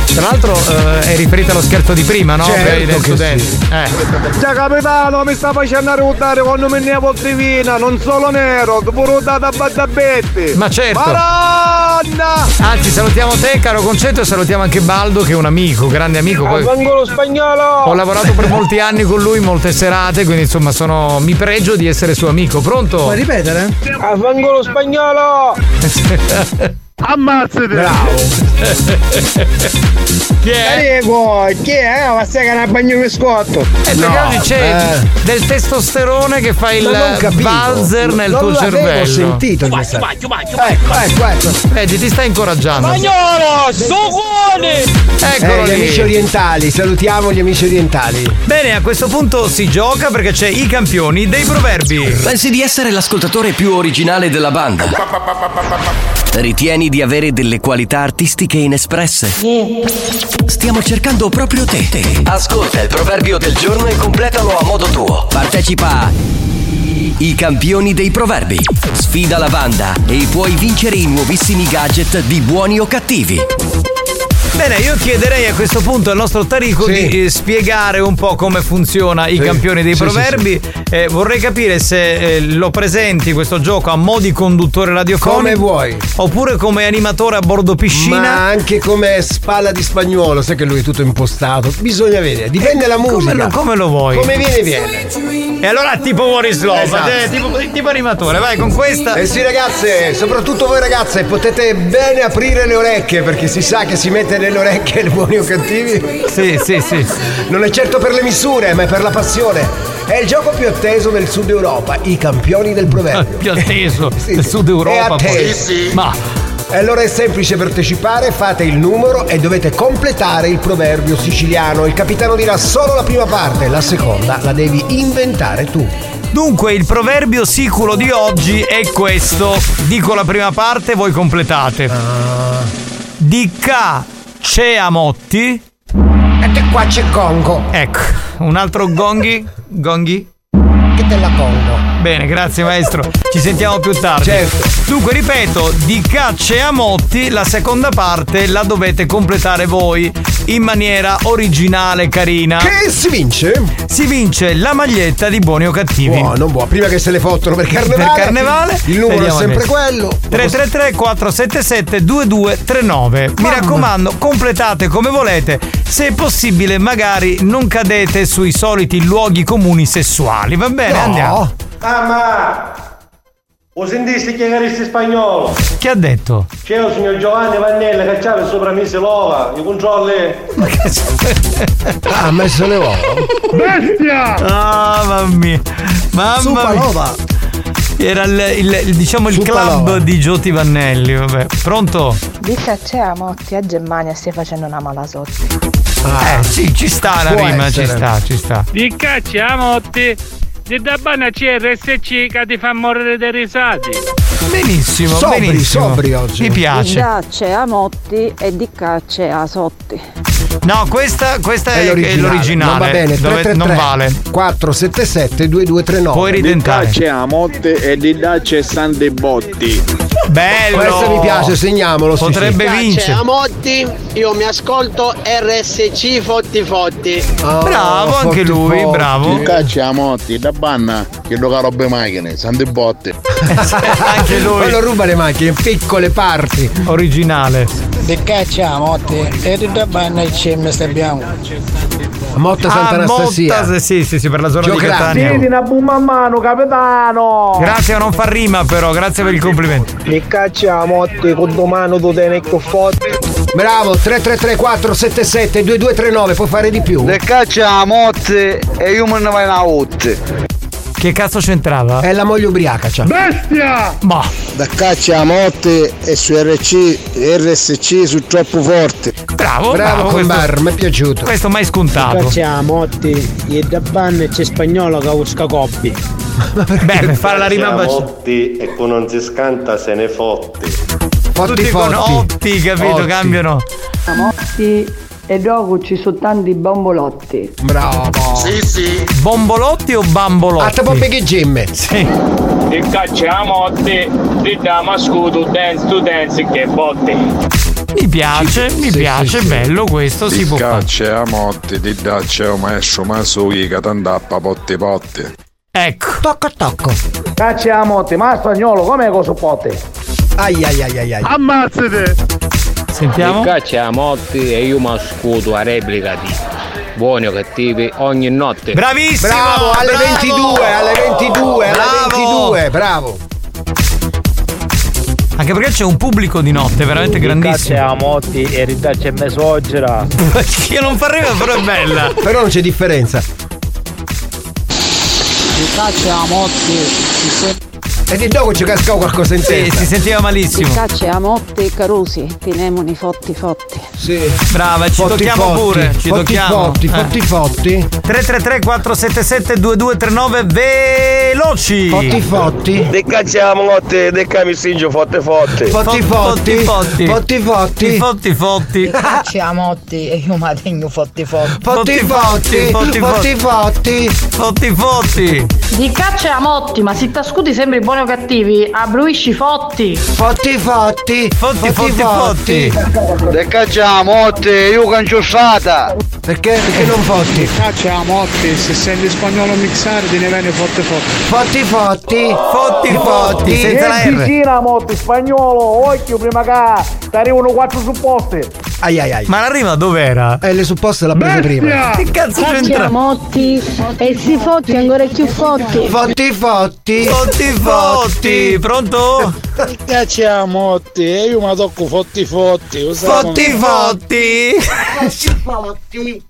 Speaker 2: Tra l'altro eh, è riferita allo scherzo di prima, no?
Speaker 55: Certo
Speaker 2: Per i
Speaker 55: che
Speaker 2: studenti.
Speaker 55: sì.
Speaker 2: Eh.
Speaker 39: Ciao capitano, mi sta facendo ruotare quando mi ne poltrivina, non solo nero, dopo ruotata a battabetti.
Speaker 2: Ma certo. Ecco,
Speaker 39: Madonna!
Speaker 2: Anzi, Ah, salutiamo te, caro Concetto, e salutiamo anche Baldo, che è un amico, grande amico. Poi
Speaker 39: Angolo spagnolo!
Speaker 2: ho lavorato per molti anni con lui, molte serate, quindi insomma sono. mi pregio di essere suo amico. Pronto?
Speaker 39: Puoi
Speaker 26: ripetere?
Speaker 39: Avangolo spagnolo! Ammazzate!
Speaker 2: Chi è?
Speaker 39: chi è? Eh, Ma stai che ne bagno mi scotto!
Speaker 2: Eh, perché oggi c'è
Speaker 10: eh.
Speaker 2: del testosterone che fa il
Speaker 39: Ma non capivo.
Speaker 2: balzer nel
Speaker 39: Non
Speaker 2: tuo
Speaker 39: l'avevo
Speaker 2: cervello.
Speaker 39: sentito
Speaker 10: il
Speaker 2: messaggio.
Speaker 10: Ecco, ecco, ecco.
Speaker 2: Vedi, ti sta incoraggiando.
Speaker 39: Spagnolo! Sugone!
Speaker 2: Eccolo
Speaker 10: Eh, gli
Speaker 2: lì.
Speaker 10: amici orientali, salutiamo gli amici orientali.
Speaker 2: Bene, a questo punto si gioca perché c'è i campioni dei proverbi.
Speaker 1: Pensi di essere l'ascoltatore più originale della banda? Ritieni di avere delle qualità artistiche inespresse? Stiamo cercando proprio te. Ascolta il proverbio del giorno e completalo a modo tuo. Partecipa a I campioni dei proverbi. Sfida la banda e puoi vincere i nuovissimi gadget di buoni o cattivi.
Speaker 2: Bene, io chiederei a questo punto al nostro Tarico di eh, spiegare un po' come funziona i campioni dei
Speaker 10: Sì, sì,
Speaker 2: proverbi. Eh, vorrei capire se eh, lo presenti questo gioco a mo' di conduttore radiofonico.
Speaker 10: Come vuoi.
Speaker 2: Oppure come animatore a bordo piscina.
Speaker 10: Ma anche come spalla di spagnolo, sai che lui è tutto impostato. Bisogna vedere, dipende dalla musica.
Speaker 2: lo- come lo vuoi.
Speaker 10: Come viene, viene.
Speaker 2: E allora tipo Boris Lopez,
Speaker 10: Esatto.
Speaker 2: eh, tipo, tipo animatore, vai con questa.
Speaker 10: Eh sì ragazze, soprattutto voi ragazze potete bene aprire le orecchie perché si sa che si mette nelle orecchie i buoni o cattivi.
Speaker 2: Sì, sì, sì.
Speaker 10: Non è certo per le misure, ma è per la passione. È il gioco più atteso del sud Europa, i campioni del proverbio.
Speaker 2: Più atteso del sud Europa.
Speaker 10: È
Speaker 2: poi.
Speaker 10: atteso.
Speaker 2: Ma
Speaker 10: E allora è semplice partecipare, fate il numero e dovete completare il proverbio siciliano. Il capitano dirà solo la prima parte, la seconda la devi inventare tu.
Speaker 2: Dunque il proverbio siculo di oggi è questo. Dico la prima parte, voi completate. Ah. Di ca c'è Amotti. E te qua c'è Congo. Ecco, un altro gonghi. Gonghi.
Speaker 10: Che te la congo?
Speaker 2: Bene, grazie maestro. Ci sentiamo più tardi. Dunque, ripeto, di cacce a motti la seconda parte la dovete completare voi in maniera originale, carina. Che
Speaker 10: si vince?
Speaker 2: Ah. Si vince la maglietta di buoni o cattivi.
Speaker 10: Buono, buono. Prima che se le fottono per carnevale.
Speaker 2: Per carnevale.
Speaker 10: Il numero è
Speaker 2: Vediamo
Speaker 10: sempre
Speaker 2: adesso.
Speaker 10: quello.
Speaker 2: 333 477 2239 Mi raccomando completate come volete Se è possibile magari non cadete sui soliti luoghi comuni sessuali Va bene
Speaker 13: No.
Speaker 2: andiamo
Speaker 13: Ah ma! Lo sentisti chiacchieristi spagnolo?
Speaker 2: Chi ha detto?
Speaker 13: C'è il signor Giovanni Vannella che c'ha per sopra mise l'ova, i controlli.
Speaker 10: Ah, ha messo le uova.
Speaker 13: Bestia!
Speaker 2: Ah mamma mia Mamma
Speaker 10: Supalova.
Speaker 2: mia Era il, il- il- diciamo il club di Gioti Vannelli Vabbè Pronto?
Speaker 5: Di caccia a motti a Germania stai facendo una mala sorte.
Speaker 10: Ah.
Speaker 2: Eh sì ci sta la
Speaker 5: Può
Speaker 2: rima
Speaker 5: essere.
Speaker 2: ci sta ci sta
Speaker 11: Di caccia a motti, di dabbana CRSC che ti fa morire dei risati.
Speaker 2: Benissimo
Speaker 10: Sobri,
Speaker 2: benissimo
Speaker 10: sobri oggi.
Speaker 2: Mi
Speaker 56: Di
Speaker 2: piace
Speaker 56: cacce a motti e di cacce a sotti.
Speaker 2: No, questa, questa è, è l'originale.
Speaker 10: Non va bene,
Speaker 2: dove-
Speaker 10: 333
Speaker 2: non vale.
Speaker 10: 477 2239.
Speaker 8: Di cacce a motte e di dacce sante botti.
Speaker 2: Bello!
Speaker 10: Questo mi piace, segniamolo. sì, sì.
Speaker 3: Amotti, io mi ascolto RSC Fotti Fotti.
Speaker 13: Oh,
Speaker 2: bravo anche lui, bravo.
Speaker 8: Di cacce a motti, da banna, che lo robe macchine, sante botte.
Speaker 2: anche lui.
Speaker 10: Quello ruba le macchine in piccole parti.
Speaker 2: Originale.
Speaker 3: Di caccia Amotti e di Dabbanna il CM Bianco.
Speaker 10: Motta
Speaker 2: Ah, Motta, sì, sì, sì, per la zona di Catania.
Speaker 3: Sì,
Speaker 13: una bomba a mano, capitano!
Speaker 2: Grazie, non fa rima però, grazie per il complimento.
Speaker 13: Mi caccia a motti con domani tu te ne fotti.
Speaker 10: Bravo, 333 477 2239, puoi fare di più.
Speaker 57: Le caccia a mozze e io me ne vai una otte.
Speaker 2: Che cazzo c'entrava?
Speaker 10: È la moglie ubriaca, c'ha.
Speaker 13: Bestia!
Speaker 2: Ma!
Speaker 3: Da caccia a motte e su RC, RSC su troppo forte.
Speaker 2: Bravo,
Speaker 10: Bravo, con Bar, mi è piaciuto.
Speaker 2: Questo mai scontato.
Speaker 3: Caccia a motte e da banna c'è spagnolo che usca coppi.
Speaker 2: Beh, per fare la rima
Speaker 58: Siamo
Speaker 2: baci-
Speaker 58: otti e con non si scanta se ne fotti.
Speaker 2: Tutti con
Speaker 58: fotti.
Speaker 2: otti, capito?
Speaker 58: Otti.
Speaker 2: Cambiano.
Speaker 59: A motti e dopo ci sono tanti bombolotti.
Speaker 10: Bravo.
Speaker 58: Sì, sì.
Speaker 2: Bombolotti o bambolotti?
Speaker 10: Atta pompe che gemme.
Speaker 2: Sì.
Speaker 11: Di caccia a motti, di damasco tu dance to dance che botti.
Speaker 2: Mi piace, mi piace, bello questo, si può fare.
Speaker 16: cacce a motti, di dacce a messo, ma sui catandappa potti potti.
Speaker 2: Ecco.
Speaker 10: Tocco tocco.
Speaker 13: Caccia a motti, ma spagnolo come cosa pote?
Speaker 10: Ai ai ai ai ai.
Speaker 13: Ammazzate!
Speaker 2: Sentiamo.
Speaker 60: Di caccia a motti e io mi ascolto a replica di buoni o cattivi ogni notte.
Speaker 2: Bravissimo!
Speaker 10: Bravo, alle 22, alle 22, alle
Speaker 2: Bravo!
Speaker 10: 22, bravo.
Speaker 2: Anche perché c'è un pubblico di notte veramente grandissimo.
Speaker 13: Caccia a motti e ridaccia a me suocera.
Speaker 2: Che non fa rima, però è bella.
Speaker 10: Però non c'è differenza.
Speaker 3: Di caccia a motte.
Speaker 10: E di dopo ci cascava qualcosa in
Speaker 2: Sì,
Speaker 10: testa.
Speaker 2: si sentiva
Speaker 56: Di
Speaker 2: malissimo.
Speaker 56: cacce a motti e carusi, tinemoni fotti fotti.
Speaker 10: Sì.
Speaker 2: Brava, ci
Speaker 10: Fotti,
Speaker 2: tocchiamo
Speaker 10: fotti,
Speaker 2: pure. Ci
Speaker 10: fotti,
Speaker 2: tocchiamo.
Speaker 10: fotti,
Speaker 2: Eh.
Speaker 10: fotti, fotti.
Speaker 2: 333 477 2239 veloci.
Speaker 10: Fotti, fotti.
Speaker 58: De caccia a motte, de camicingio fotte fotte.
Speaker 10: Fotti, fotti,
Speaker 2: fotti,
Speaker 10: fotti, fotti.
Speaker 2: fotti, fotti.
Speaker 3: Caccia a motti e io mi tengo fotti fotti.
Speaker 10: Fotti, fotti, fotti, fotti, fotti.
Speaker 2: Fotti, fotti.
Speaker 14: Di caccia a motti, ma se t'ascuti sembri buoni o cattivi, abbruisci fotti.
Speaker 10: Fotti fotti.
Speaker 2: Fotti
Speaker 58: fotti. De caccia a motte, io canciossata.
Speaker 10: Perché? Perché non fotti?
Speaker 3: Caccia a motti, se senti spagnolo mixare te ne viene fotte fotte.
Speaker 10: Fotti fotti.
Speaker 2: Fotti fotti. Senza la R.
Speaker 13: Vicina motti, eh, spagnolo, occhio prima che ti arrivano quattro supposte.
Speaker 10: Ai ai ai.
Speaker 2: Ma la rima dov'era?
Speaker 10: Eh, le supposte l'ha presa prima.
Speaker 2: Che cazzo c'entra?
Speaker 14: motti e si fotti ancora più fotti.
Speaker 10: Fotti fotti.
Speaker 2: Fotti fotti. Pronto?
Speaker 3: Caccia a motti e io mi tocco fotti fotti.
Speaker 2: Fotti fotti.
Speaker 3: fotti.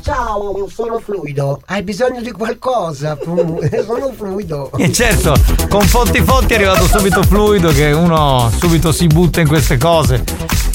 Speaker 10: Ciao, sono fluido. Hai bisogno di qualcosa? sono fluido.
Speaker 2: E certo, con fotti fotti è arrivato subito fluido che uno subito si butta in queste cose.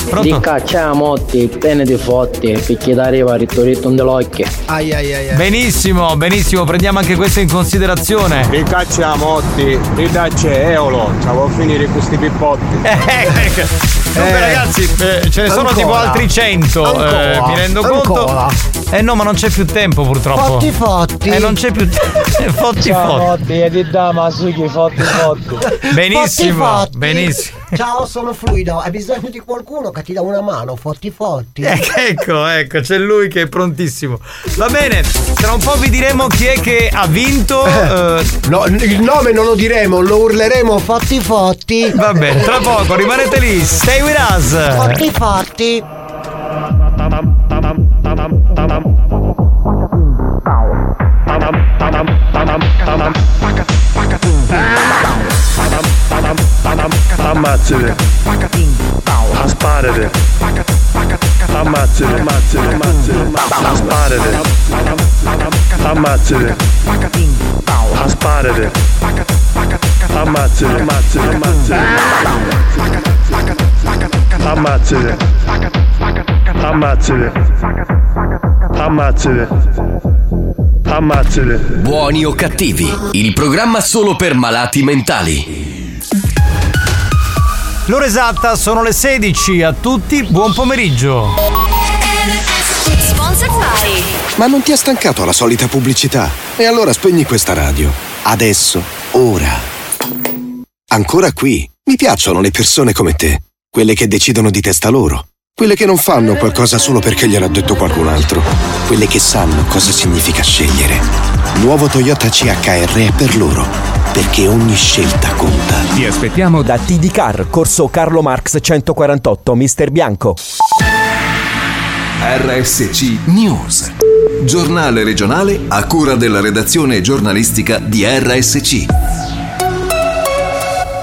Speaker 3: Di
Speaker 2: Pronto?
Speaker 3: caccia a motti, pene di fotti, perché ti arriva rittorito un delocchio.
Speaker 10: Ai ai ai. ai.
Speaker 2: Benissimo, benissimo, prendiamo anche questo in considerazione.
Speaker 13: Di caccia a motti, di daccia eolo, ci a finire questi pippotti.
Speaker 2: ecco. Dunque ragazzi, eh, ce ne sono
Speaker 13: Ancora.
Speaker 2: tipo altri 100, eh,
Speaker 13: Ancora.
Speaker 2: mi rendo
Speaker 13: Ancora.
Speaker 2: conto. Eh no, ma non c'è più tempo purtroppo.
Speaker 21: Fotti, fotti.
Speaker 2: Eh non c'è più tempo. fotti fotti.
Speaker 3: e di dama sughi fotti fotti.
Speaker 2: Benissimo.
Speaker 21: Fotti, fotti.
Speaker 2: Benissimo.
Speaker 21: Ciao, sono fluido. Hai bisogno di qualcuno che ti dà una mano, fotti fotti.
Speaker 2: Eh, Ecco, ecco, c'è lui che è prontissimo. Va bene, tra un po' vi diremo chi è che ha vinto. eh,
Speaker 61: No, il nome non lo diremo, lo urleremo fotti fotti.
Speaker 2: Va bene, tra poco rimanete lì, stay with us.
Speaker 21: Fotti fotti.
Speaker 9: Ammazzate. Asparate. Ammazzate. Ammazzate. Ammazzate. Asparate. Ammazzate. Asparate. Ammazzate. Ammazzate. Ammazzate. Ammazzate. Ammazzate. Ammazzate. Ammazzate.
Speaker 1: Buoni o cattivi, il programma solo per malati mentali.
Speaker 2: L'ora esatta sono le 16, a tutti buon pomeriggio.
Speaker 62: Sponsor by
Speaker 10: Ma non ti ha stancato la solita pubblicità? E allora spegni questa radio. Adesso, ora. Ancora qui. Mi piacciono le persone come te, quelle che decidono di testa loro, quelle che non fanno qualcosa solo perché gliel'ha detto qualcun altro, quelle che sanno cosa significa scegliere. Nuovo Toyota CHR è per loro, perché ogni scelta conta.
Speaker 63: Ti aspettiamo da TD Car, corso Carlo Marx 148, Mister Bianco.
Speaker 5: RSC News. Giornale regionale a cura della redazione giornalistica di RSC.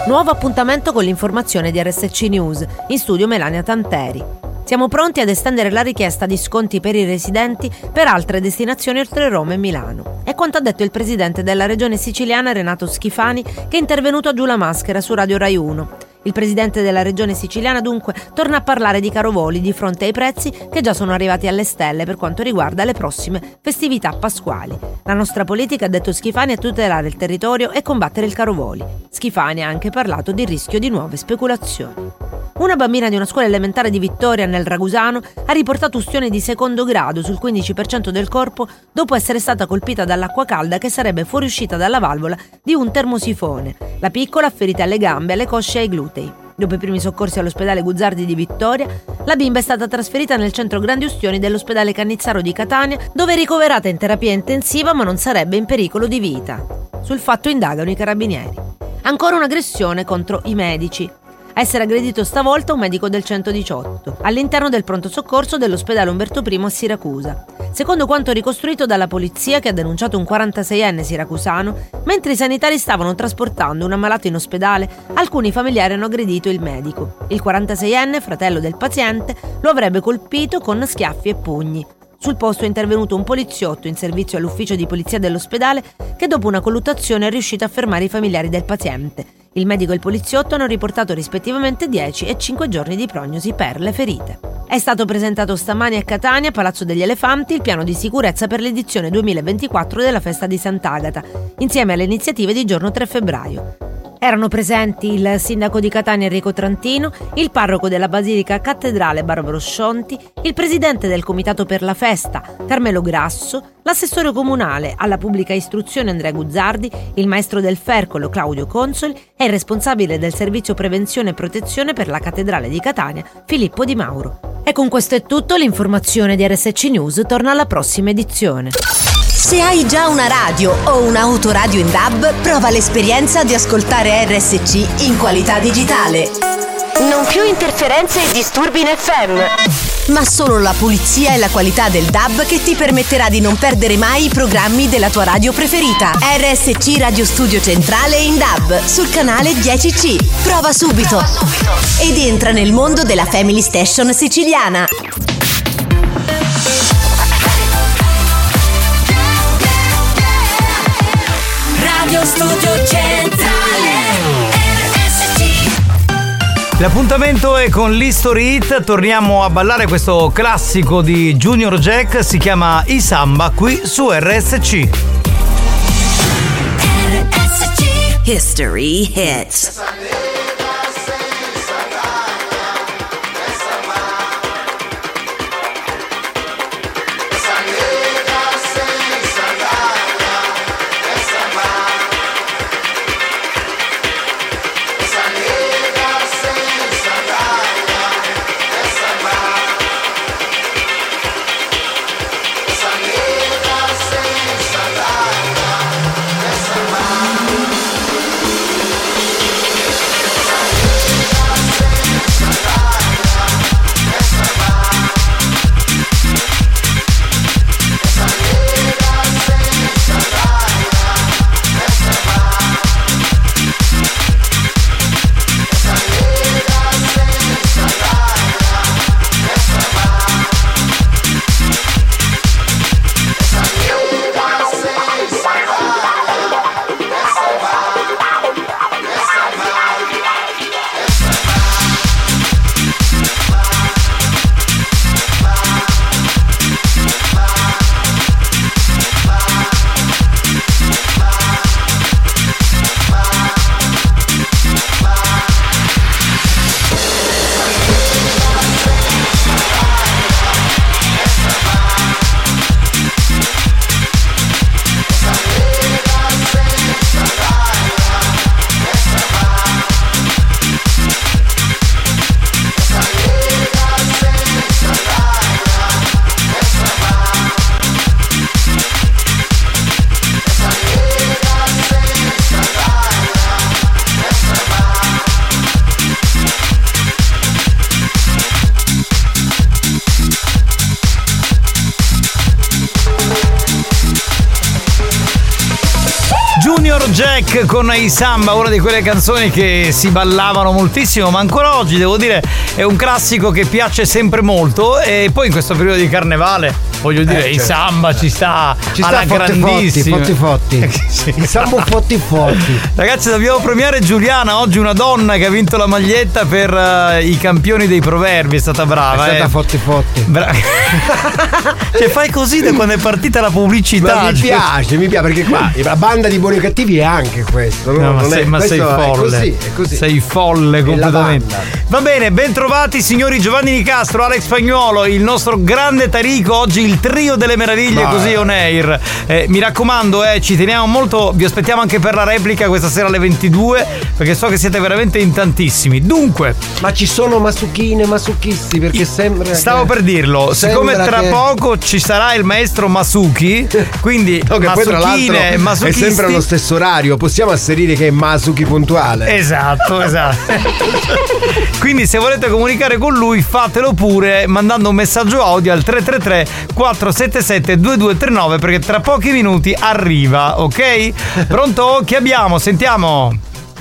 Speaker 5: Nuovo appuntamento con l'informazione di RSC News, in studio Melania Tanteri. Siamo pronti ad estendere la richiesta di sconti per i residenti per altre destinazioni oltre Roma e Milano. È quanto ha detto il presidente della regione siciliana Renato Schifani che è intervenuto a Giù la Maschera su Radio Rai 1. Il presidente della regione siciliana dunque torna a parlare di carovoli di fronte ai prezzi che già sono arrivati alle stelle per quanto riguarda le prossime festività pasquali. La nostra politica, ha detto Schifani, è tutelare il territorio e combattere il carovoli. Schifani ha anche parlato di rischio di nuove speculazioni. Una bambina di una scuola elementare di Vittoria nel Ragusano ha riportato ustione di secondo grado sul 15% del corpo dopo essere stata colpita dall'acqua calda che sarebbe fuoriuscita dalla valvola di un termosifone. La piccola ha ferite alle gambe, alle cosce e ai glutei. Dopo i primi soccorsi all'ospedale Guzzardi di Vittoria, la bimba è stata trasferita nel centro Grandi Ustioni dell'ospedale Cannizzaro di Catania, dove è ricoverata in terapia intensiva ma non sarebbe in pericolo di vita. Sul fatto indagano i carabinieri. Ancora un'aggressione contro i medici. A essere aggredito stavolta un medico del 118, all'interno del pronto soccorso dell'ospedale Umberto I a Siracusa. Secondo quanto ricostruito dalla polizia che ha denunciato un 46enne siracusano, mentre i sanitari stavano trasportando un ammalato in ospedale, alcuni familiari hanno aggredito il medico. Il 46enne, fratello del paziente, lo avrebbe colpito con schiaffi e pugni. Sul posto è intervenuto un poliziotto in servizio all'ufficio di polizia dell'ospedale che dopo una colluttazione è riuscito a fermare i familiari del paziente. Il medico e il poliziotto hanno riportato rispettivamente 10 e 5 giorni di prognosi per le ferite. È stato presentato stamani a Catania, Palazzo degli Elefanti, il piano di sicurezza per l'edizione 2024 della festa di Sant'Agata, insieme alle iniziative di giorno 3 febbraio. Erano presenti il sindaco di Catania Enrico Trantino, il parroco della Basilica Cattedrale Barbaro Scionti, il presidente del Comitato per la Festa Carmelo Grasso, l'assessore comunale alla pubblica istruzione Andrea Guzzardi, il maestro del Fercolo Claudio Consoli e il responsabile del servizio prevenzione e protezione per la Cattedrale di Catania Filippo Di Mauro. E con questo è tutto, l'informazione di RSC News torna alla prossima edizione.
Speaker 62: Se hai già una radio o un'autoradio in DAB, prova l'esperienza di ascoltare RSC in qualità digitale. Non più interferenze e disturbi in FM. Ma solo la pulizia e la qualità del DAB che ti permetterà di non perdere mai i programmi della tua radio preferita. RSC Radio Studio Centrale in DAB sul canale 10C. Prova subito. Ed entra nel mondo della Family Station siciliana.
Speaker 64: Radio Studio Centrale RSC
Speaker 2: L'appuntamento è con l'History Hit, torniamo a ballare questo classico di Junior Jack, si chiama I Samba qui su RSC.
Speaker 62: History Hits.
Speaker 18: Salud.
Speaker 2: Junior Jack con I Samba, una di quelle canzoni che si ballavano moltissimo, ma ancora oggi devo dire è un classico che piace sempre molto e poi in questo periodo di carnevale, voglio dire,
Speaker 10: Eh,
Speaker 2: I
Speaker 10: certo.
Speaker 2: Samba ci sta
Speaker 10: Ci
Speaker 2: alla
Speaker 10: sta Fotti Fotti,
Speaker 2: grandissima. Eh,
Speaker 10: Fotti Fotti. Il Sambo Fotti Fotti.
Speaker 2: Ragazzi, dobbiamo premiare Giuliana, oggi una donna che ha vinto la maglietta per eh, i campioni dei proverbi, è stata brava.
Speaker 10: È stata
Speaker 2: eh.
Speaker 10: Fotti Fotti.
Speaker 2: Bra- cioè fai così da quando è partita la pubblicità.
Speaker 10: Ma mi
Speaker 2: Cioè-
Speaker 10: piace, mi piace perché qua la banda di buoni e cattivi è anche questo. no?
Speaker 2: No, ma
Speaker 10: Non
Speaker 2: sei,
Speaker 10: è,
Speaker 2: ma
Speaker 10: questo
Speaker 2: sei
Speaker 10: è
Speaker 2: folle.
Speaker 10: così, è così.
Speaker 2: Sei folle completamente.
Speaker 10: banda.
Speaker 2: Va bene, bentrovati signori Giovanni Nicastro, Alex Spagnuolo, il nostro grande Tarico, oggi il trio delle meraviglie
Speaker 10: Ma-
Speaker 2: così on air. Eh, mi raccomando, eh, ci teniamo molto, vi aspettiamo anche per la replica questa sera alle 22 perché so che siete veramente in tantissimi. Dunque,
Speaker 10: Ma ci sono masuchine, masucchisti perché sembra.
Speaker 2: Stavo per dirlo, siccome
Speaker 10: sembra
Speaker 2: tra
Speaker 10: che-
Speaker 2: poco ci sarà il maestro Masuki, quindi
Speaker 10: No, che poi tra l'altro
Speaker 2: Masuchine e
Speaker 10: è
Speaker 2: Masuchisti
Speaker 10: sempre allo stesso orario, possiamo asserire che è Masuki puntuale.
Speaker 2: Esatto, esatto. Quindi se volete comunicare con lui fatelo pure mandando un messaggio audio al 333 477 2239 perché tra pochi minuti arriva, ok? Pronto? Chi abbiamo? Sentiamo.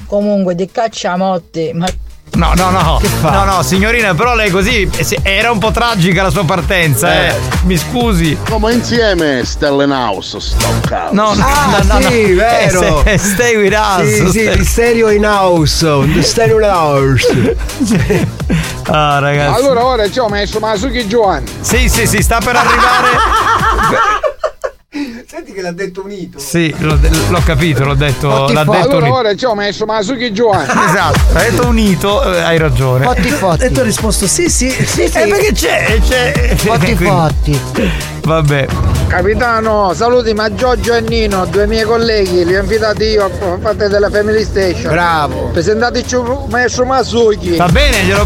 Speaker 8: Comunque di caccia a motte, ma
Speaker 2: No, no, no. No, no, signorina, però lei così eh, sì, era un po' tragica la sua partenza, eh. Mi scusi.
Speaker 9: No, ma insieme Stellenhouse, Stockhouse.
Speaker 2: No, no,
Speaker 10: Ah,
Speaker 2: no, no, no.
Speaker 10: sì, vero.
Speaker 2: Eh, se- stay with us.
Speaker 10: Sì, sì,
Speaker 2: Stay-
Speaker 10: di stereo in house. di stereo in house.
Speaker 2: Ah, ragazzi.
Speaker 9: Allora ora ciao maestro Masuki Giovanni.
Speaker 2: Sì, sì, sì, sta per arrivare.
Speaker 10: Senti che l'ha detto unito.
Speaker 2: Sì, l'ho, l'ho capito, l'ho detto, Oh, l'ha detto
Speaker 9: allora
Speaker 2: lì.
Speaker 9: ora ciao maestro Masuki Giovanni.
Speaker 2: Esatto, ha detto unito, eh, hai ragione.
Speaker 8: E tu hai risposto sì, sì, sì, sì.
Speaker 2: Eh, perché c'è, c'è.
Speaker 8: Fotti,
Speaker 2: Quindi-
Speaker 8: fotti.
Speaker 2: Vabbè.
Speaker 36: Capitano, saluti ma Giorgio e Nino, due miei colleghi, li ho invitati io a parte della Family Station.
Speaker 10: Bravo.
Speaker 36: Presentateci un maestro Masuki.
Speaker 2: Va bene, glielo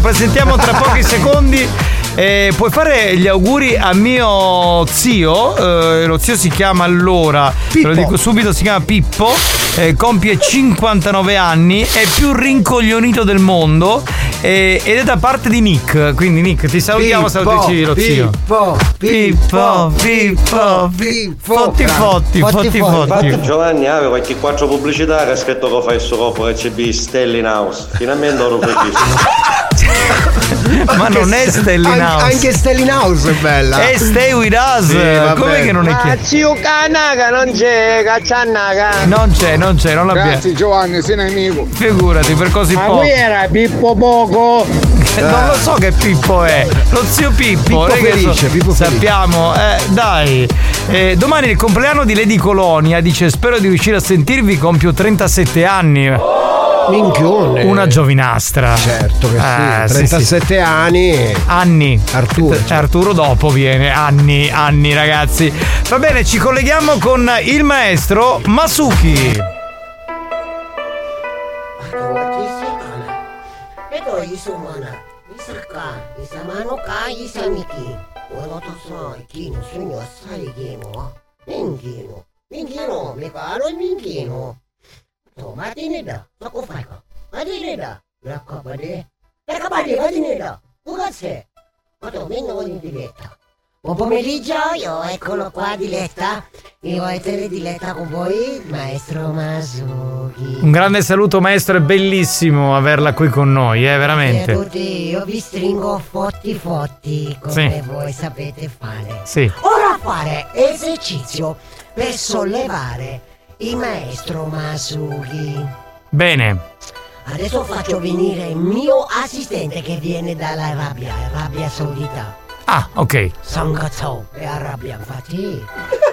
Speaker 2: presentiamo tra pochi secondi. Eh, puoi fare gli auguri a mio zio, eh, lo zio si chiama allora, te lo
Speaker 10: Pippo.
Speaker 2: dico subito, si chiama Pippo, eh, compie 59 anni, è più rincoglionito del mondo eh, ed è da parte di Nick, quindi Nick ti salutiamo,
Speaker 10: Pippo,
Speaker 2: salutici lo zio.
Speaker 10: Pippo,
Speaker 2: Pippo, Pippo,
Speaker 10: Pippo.
Speaker 2: Fotti, fotti, fotti, fotti.
Speaker 13: Giovanni aveva qualche quattro pubblicità che aspetto che fai il suo cofo RCB Stella in house. Finalmente lo preferisco.
Speaker 2: Ma non è Stellin
Speaker 10: Anche-
Speaker 2: House.
Speaker 10: Anche Stellin House è bella.
Speaker 2: È Eh, Stay With Us. Com'è che non è chiaro?
Speaker 36: zio Canaga non c'è, caccianaga.
Speaker 2: Non c'è, non c'è, non l'abbiamo.
Speaker 9: Grazie Giovanni, sei nemico.
Speaker 2: Figurati, per così
Speaker 9: Ma
Speaker 2: poco.
Speaker 9: qui
Speaker 36: era Pippo Poco.
Speaker 2: Eh, Non lo so che Pippo è, lo zio Pippo,
Speaker 10: Pippo
Speaker 2: noi che
Speaker 10: felice, Pippo felice.
Speaker 2: sappiamo, eh, dai. Eh, domani è il compleanno di Lady Colonia, dice spero di riuscire a sentirvi, compio 37 anni.
Speaker 10: Minchione.
Speaker 2: Una giovinastra.
Speaker 10: Certo che sì,
Speaker 2: Ah, sì,
Speaker 10: 37 anni.
Speaker 2: Anni.
Speaker 10: Arturo.
Speaker 2: Eh, Arturo dopo viene, anni, anni ragazzi. Va bene, ci colleghiamo con il maestro Masuki.
Speaker 21: Edo isumana, isaka, isamano ka isamiki. Oro to so, kino sunyo asari gemo. Mingino, mingino, mekaro mingino. Tomate ne da, soko fai ka. Mate ne da, rakabade. Rakabade, mate ne da. Ugatse. Oto minno ogni diretta. Buon pomeriggio, io eccolo qua Diletta, io essere Diletta con voi, maestro Masuki.
Speaker 2: Un grande saluto maestro, è bellissimo averla qui con noi, eh,
Speaker 21: Eh,
Speaker 2: veramente.
Speaker 21: tutti, io vi stringo fotti fotti come
Speaker 2: Sì.
Speaker 21: voi sapete fare.
Speaker 2: Sì.
Speaker 21: Ora fare esercizio per sollevare il maestro Masuki.
Speaker 2: Bene.
Speaker 21: Adesso faccio venire il mio assistente che viene dalla rabbia, rabbia saudita.
Speaker 2: Ah, ok.
Speaker 21: Sanga ciao da rabbia, infatti.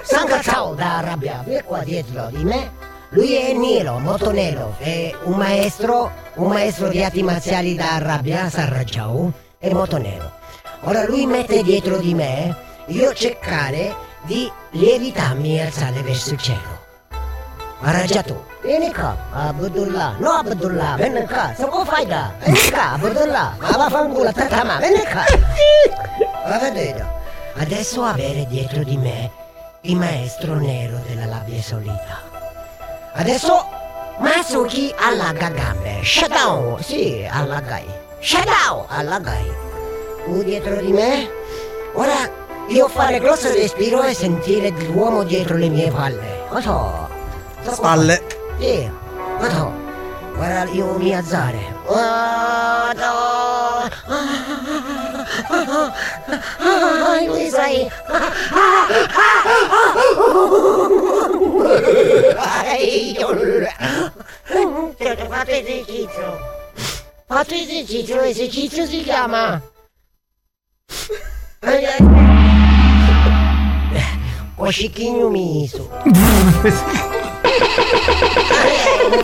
Speaker 21: Sanga ciao da rabbia, è qua dietro di me. Lui è nero, molto nero, è un maestro, un maestro di arti marziali da rabbia, Sarrajau, è molto nero. Ora lui mette dietro di me, io cercare di lievitarmi e alzare verso il cielo. Arrangia tu, vieni qua, Abdullah, no Abdullah, vieni qua, se vuoi fai da, vieni qua, Abdullah, ma vaffanculo, tatama, vieni qua. Va vedere. Adesso avere dietro di me il maestro nero della labbia solita. Adesso Masuki allaga gambe. Shutdown! Sì, allagai. Shutdown! Allagai. Tu dietro di me? Ora io fare grosso respiro e sentire l'uomo dietro le mie palle. Cosa? Spalle. Io, vado, guarda io mi alzare. Vado. Ah, Luisa aí. Ai, ho fatto esercizio. Ho fatto esercizio, l'esercizio si chiama... Coscichino miso.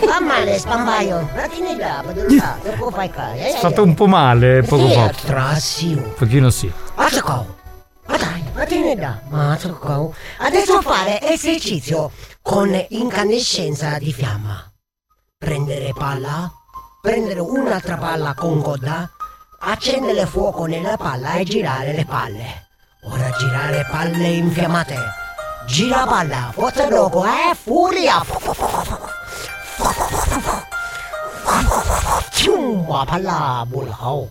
Speaker 21: Fa male, spambaio. Vattene là, vado là, dopo fai cari.
Speaker 2: È stato un po' male eh, poco
Speaker 21: Sì,
Speaker 2: fa.
Speaker 21: Trassio.
Speaker 2: Un pochino sì.
Speaker 21: Mazzucco! Ma dai, vattene da! Mazzucco! Adesso fare esercizio con incandescenza di fiamma. Prendere palla, prendere un'altra palla con coda, accendere fuoco nella palla e girare le palle. Ora girare palle infiammate. Gira palla, forza loco, eh, furia! Ciumba palla, oh. bulao!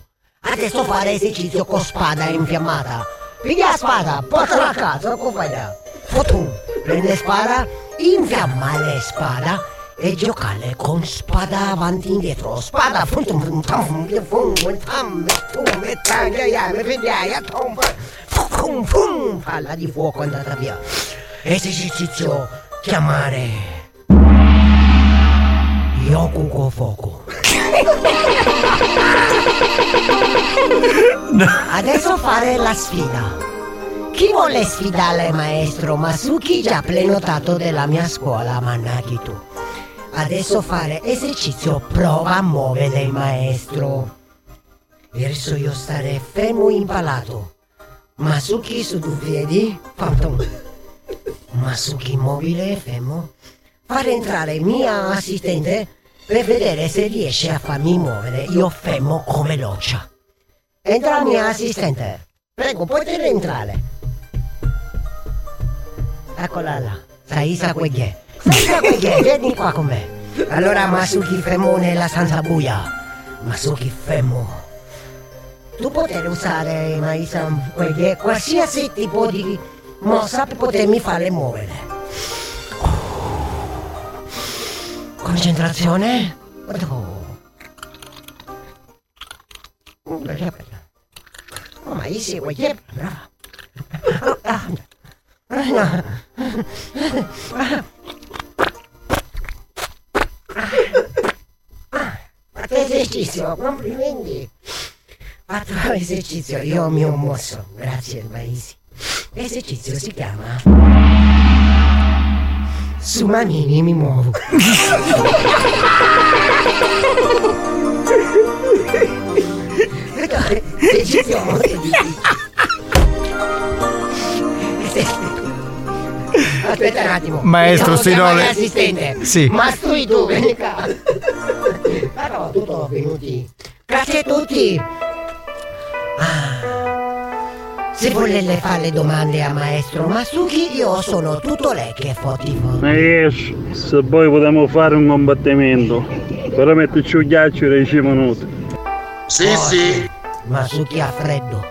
Speaker 21: Adesso fare esercizio con spada infiammata. Piglia la spada, portala a casa, compagna. Fotum, prende spada, infiamma le spada e giocare con spada avanti e indietro. Spada, fotum, fotum, tam, fum, fum, fum, tam, fum, e taglia, ia, me pigliaia, tom, fum, fum, fum, palla di fuoco è andata via. Esercizio, chiamare. Yokugo fuoco. Adesso fare la sfida. Chi vuole sfidare il maestro Masuki già prenotato della mia scuola, mannaggi tu. Adesso fare esercizio prova a muovere il maestro. Adesso io stare fermo impalato. Masuki su due piedi, phantom. Masuki immobile, fermo. Fare entrare il mio assistente per vedere se riesce a farmi muovere. Io fermo come loccia. Entra la mia assistente. Prego, potete entrare. Eccola là. Saisa Queghe. Saisa Queghe, vieni qua con me. Allora Masuki fermo nella stanza buia. Masuki fermo. Tu potete usare Maisa Queghe qualsiasi tipo di mossa per potermi farle muovere. Concentrazione. Oh, ma io seguo gli brava. Ah, no. Fatto esercizio, complimenti. Fatto esercizio, io mi ho mosso, grazie Maisi. L'esercizio si chiama... Su manini mi muovo. Esercizio molto difficile. Aspetta un attimo. Diciamo
Speaker 2: Maestro
Speaker 21: Devo chiamare
Speaker 2: Sirole.
Speaker 21: Assistente.
Speaker 2: Sì.
Speaker 21: Mastui tu, vieni qua. Però tutto venuti. Grazie a tutti. Ah, Se volete fare le domande a maestro Masuki, io sono tutto lei che è fotivo.
Speaker 37: Maestro, se poi potremmo fare un combattimento, però metterci un ghiaccio dei 10 minuti.
Speaker 21: Sì, sì. Masuki ha freddo.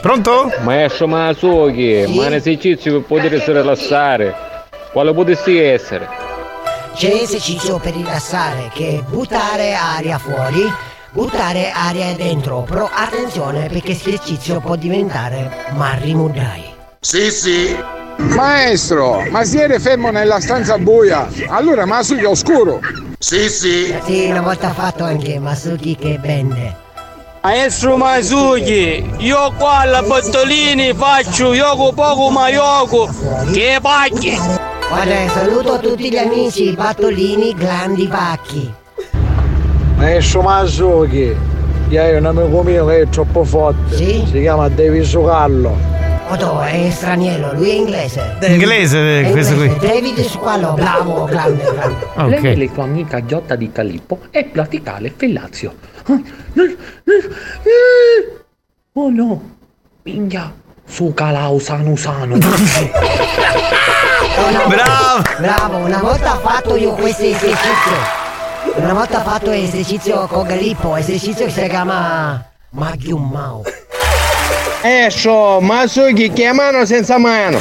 Speaker 2: Pronto?
Speaker 50: Maestro Masuki,
Speaker 21: Sì?
Speaker 50: ma è un esercizio per potersi rilassare. Quale potessi essere?
Speaker 21: C'è esercizio per rilassare che è buttare aria fuori, buttare aria dentro, però attenzione perché questo esercizio può diventare marrimudai.
Speaker 9: Sì, sì. Maestro, ma siete fermo nella stanza buia? Allora Masuki è oscuro. Sì, sì.
Speaker 21: Sì, una volta fatto anche Masuki che vende.
Speaker 49: Maestro Masuki, io qua alla Bottolini faccio yogo poco ma yogo. Che pacchi!
Speaker 21: Guarda, saluto tutti gli amici, Battolini, Glandi, Pacchi.
Speaker 39: Maestro Masuki, io ho un amico mio che è troppo forte. Si chiama David Sugallo.
Speaker 21: Odò, è straniero, lui è inglese.
Speaker 2: Inglese, eh,
Speaker 21: È
Speaker 2: questo
Speaker 21: inglese.
Speaker 2: qui. Ah,
Speaker 21: David Squallo, bravo, grande, grande.
Speaker 2: Ok.
Speaker 26: L'elettronica ghiotta di Calippo è platicale fellazio. Oh no, minchia, su calausano sano.
Speaker 2: Bravo!
Speaker 21: Bravo, una volta fatto io questo esercizio. Una volta fatto esercizio con Galippo, esercizio che si chiama Magium Mao.
Speaker 39: Maestro Masuki, che mano senza mano.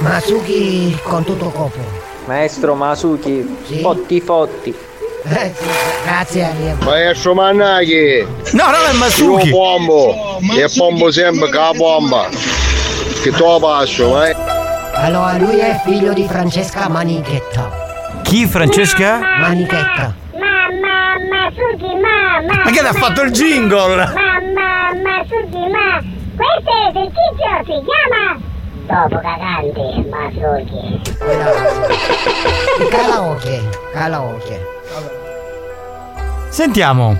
Speaker 21: Masuki con tutto corpo.
Speaker 14: Maestro Masuki, fotti fotti.
Speaker 21: Grazie amico.
Speaker 14: Maestro Mannaghi.
Speaker 2: No, no, è
Speaker 14: Masuki. Io pombo. E pombo sempre che la bomba. Che tu passo, eh.
Speaker 21: Allora lui è figlio di Francesca Manichetta.
Speaker 2: Chi, Francesca?
Speaker 21: Manichetta.
Speaker 7: Mamma, Masuki, mamma.
Speaker 2: Ma che l'ha fatto il jingle?
Speaker 7: Mamma, Masuki, ma. Questo è di chi si chiama? Dopo cagante, Masuki.
Speaker 21: Karaoke, karaoke.
Speaker 2: Sentiamo.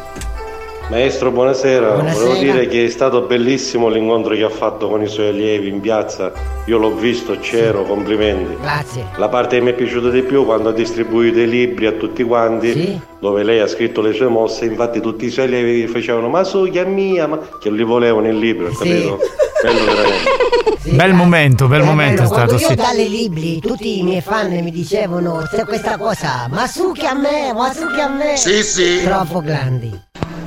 Speaker 13: Maestro, buonasera. Volevo
Speaker 21: Buonasera.
Speaker 13: dire che è stato bellissimo l'incontro che ha fatto con i suoi allievi in piazza. Io l'ho visto, c'ero, complimenti.
Speaker 21: Grazie.
Speaker 13: La parte che mi è piaciuta di più quando ha distribuito i libri a tutti quanti, dove lei ha scritto le sue mosse, infatti tutti i suoi allievi facevano ma suglia mia, ma che li volevano il libro, capito? Bello veramente.
Speaker 2: Bel momento, bel momento è
Speaker 21: Quando
Speaker 2: stato,
Speaker 21: io
Speaker 2: sì.
Speaker 21: dalle libri tutti i miei fan mi dicevano se questa cosa, Masuki a me, Masuki a me. Sì, sì. Troppo grandi.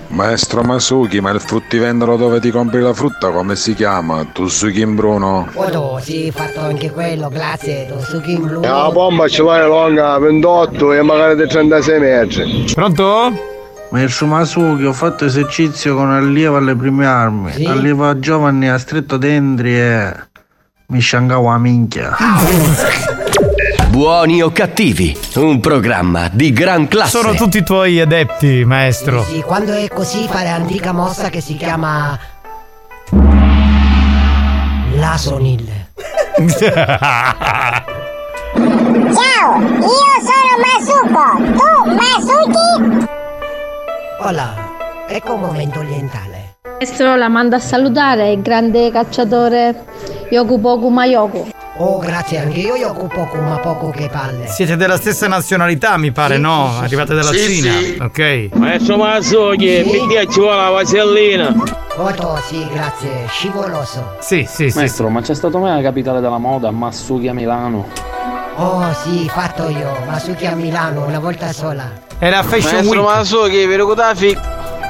Speaker 16: Maestro Masuki, ma il fruttivendolo dove ti compri la frutta come si chiama? Tu suchi in Bruno?
Speaker 21: Oh, sì, fatto anche quello, grazie, Tosuki in blu.
Speaker 14: E la bomba ce l'hai lunga 28 e magari di 36 metri.
Speaker 2: Pronto?
Speaker 33: Maestro Masuki, ho fatto esercizio con allievo alle prime armi. Sì. Allievo giovane ha stretto dentri e mi sciangavo a minchia.
Speaker 1: Buoni o cattivi, un programma di gran classe.
Speaker 2: Sono tutti i tuoi adepti, maestro.
Speaker 21: Sì, quando è così fare antica mossa che si chiama Lasonil.
Speaker 7: Ciao, io sono Masuko. Tu, Masuki?
Speaker 21: Hola, ecco un momento orientale.
Speaker 65: Maestro la manda a salutare il grande cacciatore Yoku Poku Mayoku.
Speaker 21: Oh, grazie, anche io io occupo con ma poco che palle.
Speaker 2: Siete della stessa nazionalità, mi pare, no? Arrivate dalla
Speaker 33: Sì,
Speaker 2: Cina.
Speaker 33: sì.
Speaker 2: Ok.
Speaker 33: Maestro Masuki,
Speaker 21: perché
Speaker 33: ci vuole la vasellina?
Speaker 21: Foto, sì, grazie, scivoloso.
Speaker 2: Sì, sì,
Speaker 33: sì. Maestro, ma c'è stato mai la capitale della moda, Masuki a Milano?
Speaker 21: Oh, sì, fatto io, Masuki a Milano, una volta sola.
Speaker 2: Era Fashion
Speaker 21: Maestro
Speaker 2: Week.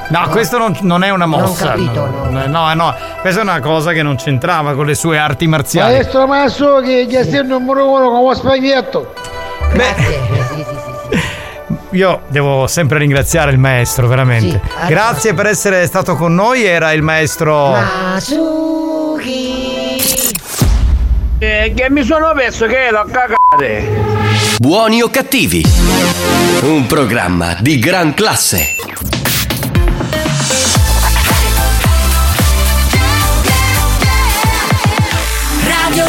Speaker 2: No, questo non, non è una mossa.
Speaker 21: capito,
Speaker 2: no, no, no, questa è una cosa che non c'entrava con le sue arti marziali.
Speaker 36: Maestro Masuki, gli stai il numero uno con lo spaghetto.
Speaker 2: Io devo sempre ringraziare il maestro, veramente.
Speaker 21: Sì,
Speaker 2: Grazie per essere stato con noi, era il maestro.
Speaker 21: Masuki!
Speaker 33: che mi sono perso che l'ho cagate.
Speaker 1: Buoni o cattivi, un programma di gran classe.
Speaker 11: Radio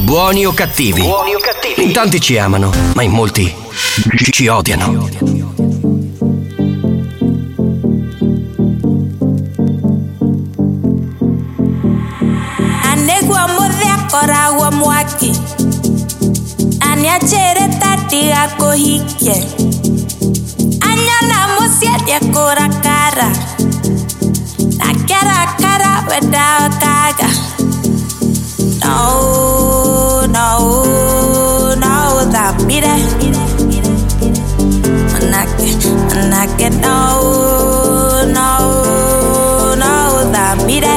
Speaker 1: Buoni o cattivi?
Speaker 11: Buoni
Speaker 1: o cattivi? In tanti ci amano, ma in molti ci- ci odiano.
Speaker 6: anegua mothe Ah, akoragwo mwaki Ah, anianjĩre ta ndigakũhikie anyona mũciĩ ndiekũrakara nakerakara we ndaotaga no no no ũthambire manake manake no no no ũthambire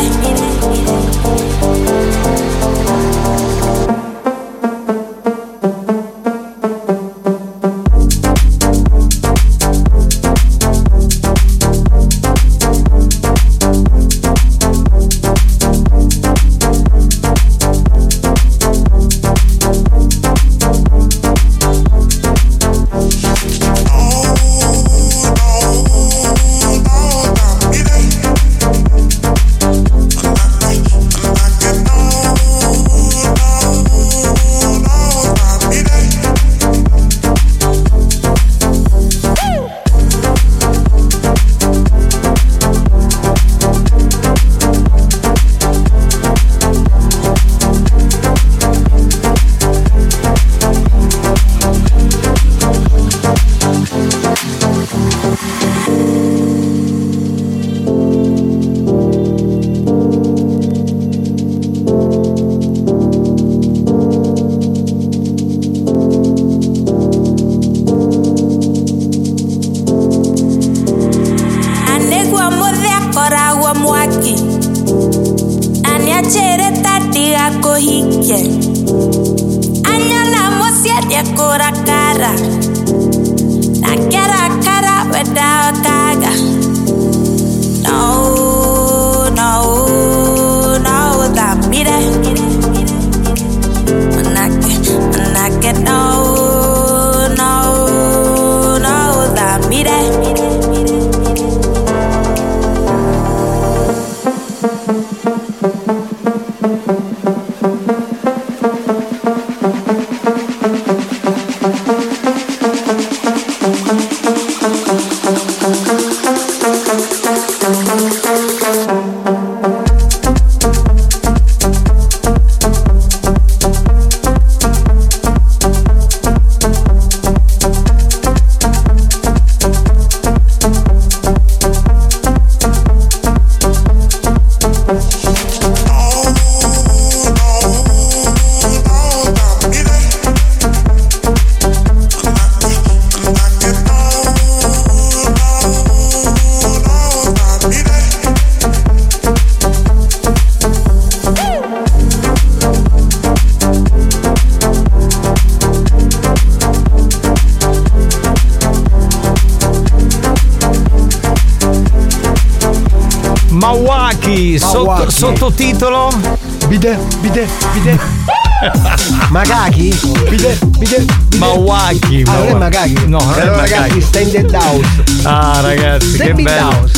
Speaker 11: Thank yeah. Andiamo siete ancora cara. La chiara cara without taga. No, no, no, da mire. Una che, una che no, no, no, da mire.
Speaker 2: Mawaki, sotto-
Speaker 10: Mawaki.
Speaker 2: sottotitolo
Speaker 10: Bide, bide, bide. Magaki? Bide, bide.
Speaker 2: Mawaki.
Speaker 10: Ah, non è
Speaker 2: Mawaki.
Speaker 10: Magaki?
Speaker 2: No, non è
Speaker 10: Allora,
Speaker 2: Magaki.
Speaker 10: ragazzi, Standard House.
Speaker 2: Ah ragazzi,
Speaker 10: Stay
Speaker 2: che
Speaker 10: with
Speaker 2: bello.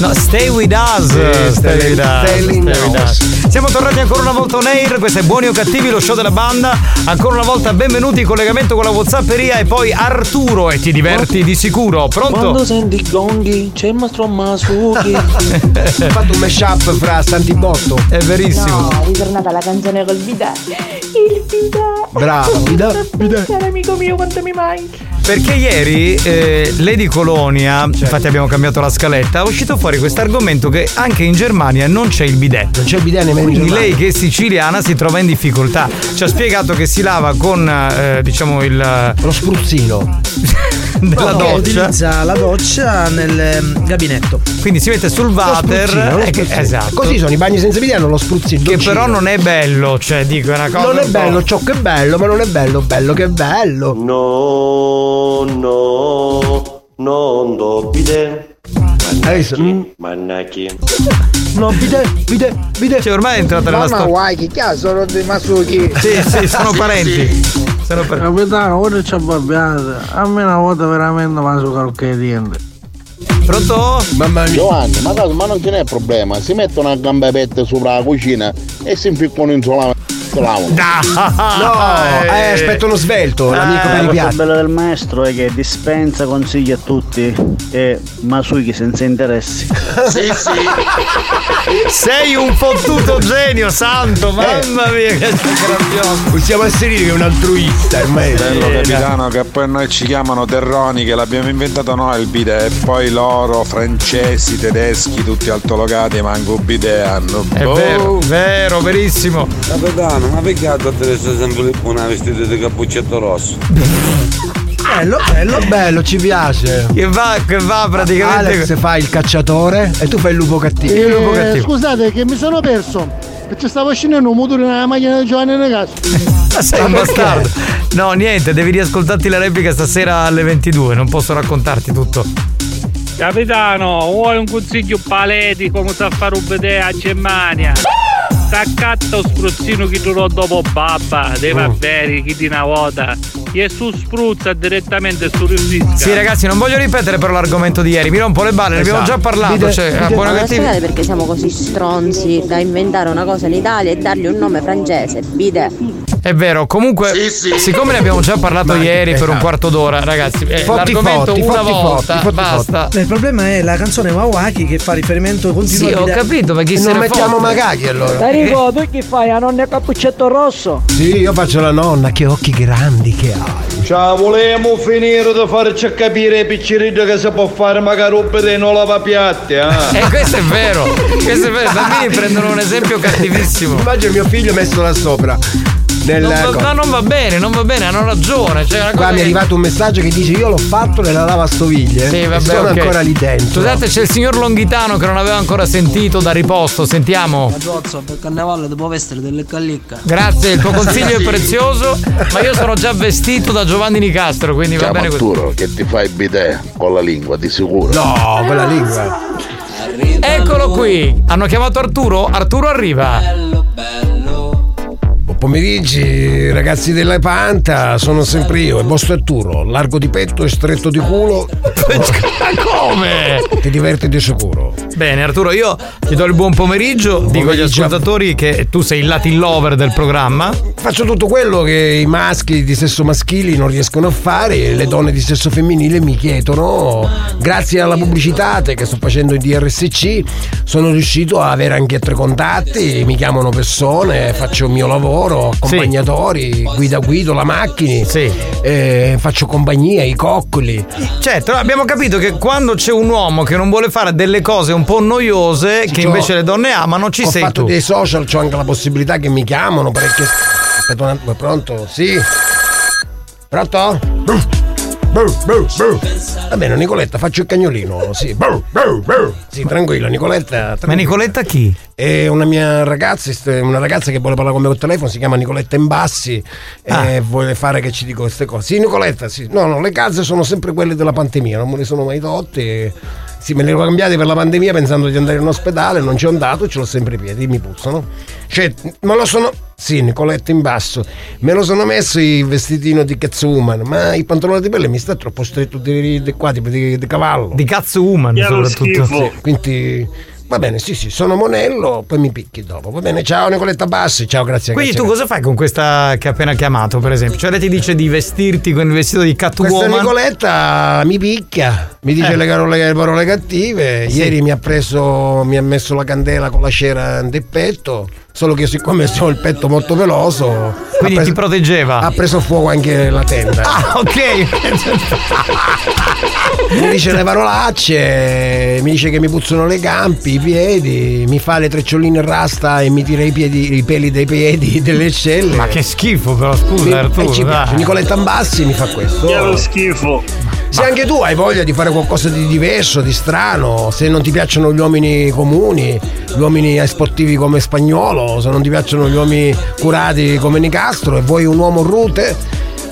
Speaker 2: No, stay with us.
Speaker 10: Sì,
Speaker 2: stay,
Speaker 10: stay-
Speaker 2: with us.
Speaker 10: stay in
Speaker 2: stay with
Speaker 10: house.
Speaker 2: us. Siamo tornati ancora una volta on air, questo è Buoni o Cattivi, lo show della banda. Ancora una volta benvenuti in collegamento con la Whatsapperia e poi Arturo e ti diverti di sicuro. Pronto?
Speaker 3: Quando senti i gonghi c'è il mastro Masuki.
Speaker 10: Hai fatto un mashup fra Santibotto.
Speaker 2: È verissimo.
Speaker 18: No, è ritornata la canzone col bidet. Il bidet.
Speaker 10: Bravo. Bide, bide.
Speaker 18: Caro amico mio, quanto mi manchi.
Speaker 2: Perché ieri eh, Lady Colonia,
Speaker 10: Certo.
Speaker 2: infatti abbiamo cambiato la scaletta, è uscito fuori questo argomento che anche in Germania non c'è il bidet.
Speaker 10: Non c'è il bidet nemmeno in
Speaker 2: Quindi
Speaker 10: Germania.
Speaker 2: lei che è siciliana si trova in difficoltà. Ci ha spiegato che si lava con eh, diciamo il.
Speaker 10: Lo spruzzino.
Speaker 2: Della
Speaker 8: No,
Speaker 2: doccia.
Speaker 8: Utilizza la doccia nel ehm, gabinetto.
Speaker 2: Quindi si mette sul water.
Speaker 10: spruzzino, lo
Speaker 2: eh, che-
Speaker 10: spruzzino.
Speaker 2: esatto.
Speaker 10: Così sono i bagni senza bidet, non lo spruzzino.
Speaker 2: Che però non è bello, cioè dico è una cosa.
Speaker 10: Non è
Speaker 2: un po'-
Speaker 10: bello, ciò che è bello, ma non è bello, bello che è bello.
Speaker 13: No, no, non do bide. Mannacchi, mannacchi.
Speaker 10: No, bide, bide, bide.
Speaker 2: Cioè ormai è entrata nella
Speaker 36: Mamma
Speaker 2: storia.
Speaker 36: guai, chi chiaro sono dei masuchi.
Speaker 2: Sì, sì, sono parenti. Sono parenti.
Speaker 33: Capitano, ora ci abbabbiate. A me una volta veramente mi su qualche diente.
Speaker 2: Pronto?
Speaker 33: Mamma
Speaker 14: Giovanni, ma, caso, ma non ce n'è problema, si mettono a gambapette sopra la cucina e si impiccano in solano.
Speaker 2: Ah,
Speaker 10: No, eh, aspetta uno svelto,
Speaker 2: Eh.
Speaker 10: l'amico per i
Speaker 38: La
Speaker 10: piatti.
Speaker 38: cosa bella del maestro è che dispensa consigli a tutti e Masuki senza interessi.
Speaker 2: Sì, sì. Sei un fottuto genio, santo, mamma mia, che grandioso.
Speaker 10: Eh. Possiamo asserire che è un altruista, il
Speaker 16: Bello capitano che poi noi ci chiamano terroni che l'abbiamo inventato noi il bidet e poi loro, francesi, tedeschi, tutti altolocati manco bidet hanno. Boh.
Speaker 2: È
Speaker 10: Oh.
Speaker 2: vero, vero, verissimo.
Speaker 66: Capitano, ma perché a te ne sei sempre lì con una vestita di cappuccetto rosso?
Speaker 10: Bello, bello, bello, ci piace.
Speaker 2: Che va, che va praticamente.
Speaker 10: Alex fa il cacciatore e tu fai il lupo cattivo.
Speaker 40: Eh, Scusate che mi sono perso. Che ci stavo scendendo un motore nella macchina di Giovanni Ragazzi.
Speaker 2: Ma sei un
Speaker 40: Ma perché?
Speaker 2: bastardo. No, niente, devi riascoltarti la replica stasera alle 22, non posso raccontarti tutto.
Speaker 11: Capitano, vuoi un consiglio paleti come sa fare un vedere a Germania? Staccato spruzzino che tu lo dopo babba, dei
Speaker 2: Oh.
Speaker 11: barberi, chi di una volta. E su spruzza direttamente su rifisca.
Speaker 2: Sì, ragazzi, non voglio ripetere però l'argomento di ieri, mi rompo le balle, ne abbiamo già
Speaker 5: Esatto.
Speaker 2: parlato.
Speaker 5: Vide-
Speaker 2: cioè,
Speaker 5: vide- Ah,
Speaker 2: a buona
Speaker 5: Ma
Speaker 2: cattiva-
Speaker 5: scusate perché siamo così stronzi da inventare una cosa in Italia e dargli un nome francese, bide.
Speaker 2: È vero, comunque, siccome ne abbiamo già parlato ieri per un
Speaker 5: esatto.
Speaker 2: quarto d'ora, ragazzi, eh,
Speaker 8: Fotti,
Speaker 2: l'argomento
Speaker 8: fotti,
Speaker 2: una
Speaker 8: fotti,
Speaker 2: volta,
Speaker 8: fotti, fotti,
Speaker 2: basta.
Speaker 8: fotti. Il problema è la canzone Mawaki che fa riferimento continuo
Speaker 2: Sì,
Speaker 8: al
Speaker 2: ho
Speaker 8: bidet.
Speaker 2: capito, ma chi
Speaker 8: E
Speaker 2: se
Speaker 8: non
Speaker 2: ne
Speaker 8: mettiamo
Speaker 2: fotte?
Speaker 8: Magaki allora.
Speaker 55: Enrico, tu che fai? La nonna cappuccetto rosso?
Speaker 10: Sì, io faccio la nonna, che occhi grandi che ha.
Speaker 67: Ciao, volevamo finire di farci capire ai piccirilli che si può fare magari un bede non lavapiatti, eh?
Speaker 2: E questo è vero, questo è vero, i bambini prendono un esempio cattivissimo.
Speaker 10: Immagino mio figlio messo là sopra. Nel-
Speaker 2: non va, ma non va bene, non va bene, hanno ragione. Cioè, è una cosa
Speaker 10: Qua mi è
Speaker 2: che-
Speaker 10: arrivato un messaggio che dice io l'ho fatto nella lavastoviglie
Speaker 2: Sì,
Speaker 10: e
Speaker 2: vabbè,
Speaker 10: Eh, sono
Speaker 2: ok.
Speaker 10: ancora lì dentro.
Speaker 2: Scusate, c'è il signor Longhitano che non aveva ancora sentito da riposto. Sentiamo.
Speaker 9: Maggozzo, per carnevale devo essere delle callicca.
Speaker 2: Grazie, il tuo consiglio è prezioso. Ma io sono già vestito da Giovanni Nicastro, quindi va
Speaker 49: Chiama
Speaker 2: bene così.
Speaker 49: Arturo che ti fai il bidet con la lingua, di sicuro.
Speaker 10: No, con la lingua.
Speaker 2: Eccolo qui. Hanno chiamato Arturo? Arturo arriva.
Speaker 10: Buon pomeriggio ragazzi della Panta, sono sempre io, il vostro Arturo, largo di petto e stretto di culo.
Speaker 2: Ma come?
Speaker 10: Ti diverti di sicuro.
Speaker 2: Bene Arturo, io ti do il buon pomeriggio, dico agli ascoltatori che tu sei il Latin lover del programma.
Speaker 10: Faccio tutto quello che i maschi di sesso maschili non riescono a fare e le donne di sesso femminile mi chiedono. Grazie alla pubblicità te che sto facendo in DRSC sono riuscito a avere anche tre contatti, mi chiamano persone, faccio il mio lavoro, accompagnatori, guida guido la macchina, eh, faccio compagnia, i coccoli.
Speaker 2: Certo, abbiamo capito che quando c'è un uomo che non vuole fare delle cose un po' noiose, che
Speaker 10: C'ho-
Speaker 2: invece le donne amano, ci
Speaker 10: ho
Speaker 2: sei
Speaker 10: fatto
Speaker 2: tu.
Speaker 10: dei social, ho anche la possibilità che mi chiamano perché. Aspetta un attimo, pronto? Sì. Pronto? Brr, brr, brr, brr. Va bene, Nicoletta, faccio il cagnolino. Sì, brr, brr, brr. Sì, tranquilla, Nicoletta.
Speaker 2: Ma Nicoletta chi?
Speaker 10: È una mia ragazza, st- una ragazza che vuole parlare con me col telefono, si chiama Nicoletta Imbassi e vuole fare che ci dico queste cose. Sì, Nicoletta, sì. No, no, le case sono sempre quelle della pandemia, non me le sono mai totte. Sì, me le ero cambiate per la pandemia pensando di andare in ospedale, non ci ho andato, ce l'ho sempre i piedi, mi puzzano. Cioè, me lo sono. Sì, Nicoletta in basso. Me lo sono messo il vestitino di Catsuman, ma il pantalone di pelle mi sta troppo stretto di, di qua, tipo di, di cavallo.
Speaker 2: Di Catsuman
Speaker 10: È uno
Speaker 2: soprattutto.
Speaker 10: schifo. Sì, quindi va bene, sì, sì, sono Monello, poi mi picchi dopo. Va bene, ciao Nicoletta Bassi, ciao, grazie.
Speaker 2: Quindi
Speaker 10: grazie,
Speaker 2: tu cosa
Speaker 10: grazie.
Speaker 2: fai con questa che ha appena chiamato, per esempio? Cioè lei ti dice di vestirti con il vestito di
Speaker 10: Questa
Speaker 2: Catwoman?
Speaker 10: Nicoletta mi picchia, mi dice
Speaker 2: Eh.
Speaker 10: le, parole, le parole cattive.
Speaker 2: Sì.
Speaker 10: Ieri mi ha preso, mi ha messo la candela con la cera del petto. Solo che siccome ho il petto molto veloso,
Speaker 2: Quindi
Speaker 10: ha preso,
Speaker 2: ti proteggeva.
Speaker 10: ha preso fuoco anche la tenda.
Speaker 2: Ah, ok.
Speaker 10: mi dice le parolacce, mi dice che mi puzzano le campi, i piedi, mi fa le treccioline in rasta e mi tira i, piedi, i peli dai piedi delle ascelle.
Speaker 2: Ma che schifo però, scusa
Speaker 10: Mi-
Speaker 2: Arturo.
Speaker 10: e ci piace.
Speaker 2: dai.
Speaker 10: Nicoletta Ambassi mi fa questo.
Speaker 2: Che è lo
Speaker 10: schifo. Se anche tu hai voglia di fare qualcosa di diverso, di strano, se non ti piacciono gli uomini comuni, gli uomini sportivi come Spagnolo, se non ti piacciono gli uomini curati come Nicastro e vuoi un uomo rute,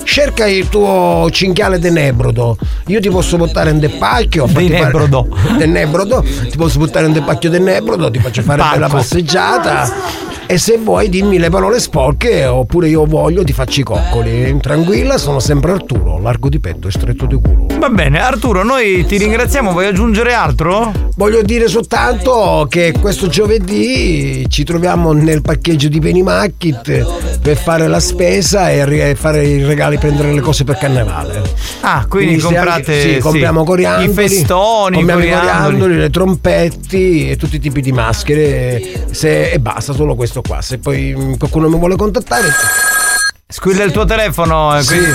Speaker 10: cerca il tuo cinghiale de nebrodo. Io ti posso portare un depacchio. De nebrodo. De nebrodo. Ti posso portare un depacchio de nebrodo, ti faccio fare una bella
Speaker 26: Pacco.
Speaker 10: passeggiata. E se vuoi dimmi le parole sporche oppure io voglio ti faccio i coccoli. Tranquilla, sono sempre Arturo, largo di petto e stretto di culo.
Speaker 2: Va bene, Arturo, noi ti ringraziamo, vuoi aggiungere altro?
Speaker 10: Voglio dire soltanto che questo giovedì ci troviamo nel parcheggio di Penimarket per fare la spesa e ri- fare i regali, prendere le cose per carnevale.
Speaker 2: Ah, quindi,
Speaker 10: se anche-
Speaker 2: comprate
Speaker 10: sì, compriamo coriandoli,
Speaker 2: i festoni, i
Speaker 10: compriamo i
Speaker 2: coriandoli.
Speaker 10: coriandoli, le trompetti e tutti i tipi di maschere. Se- e basta, solo questo qua. Se poi mm, qualcuno mi vuole contattare,
Speaker 2: Squilla il tuo telefono. eh,
Speaker 10: Sì.
Speaker 2: quindi-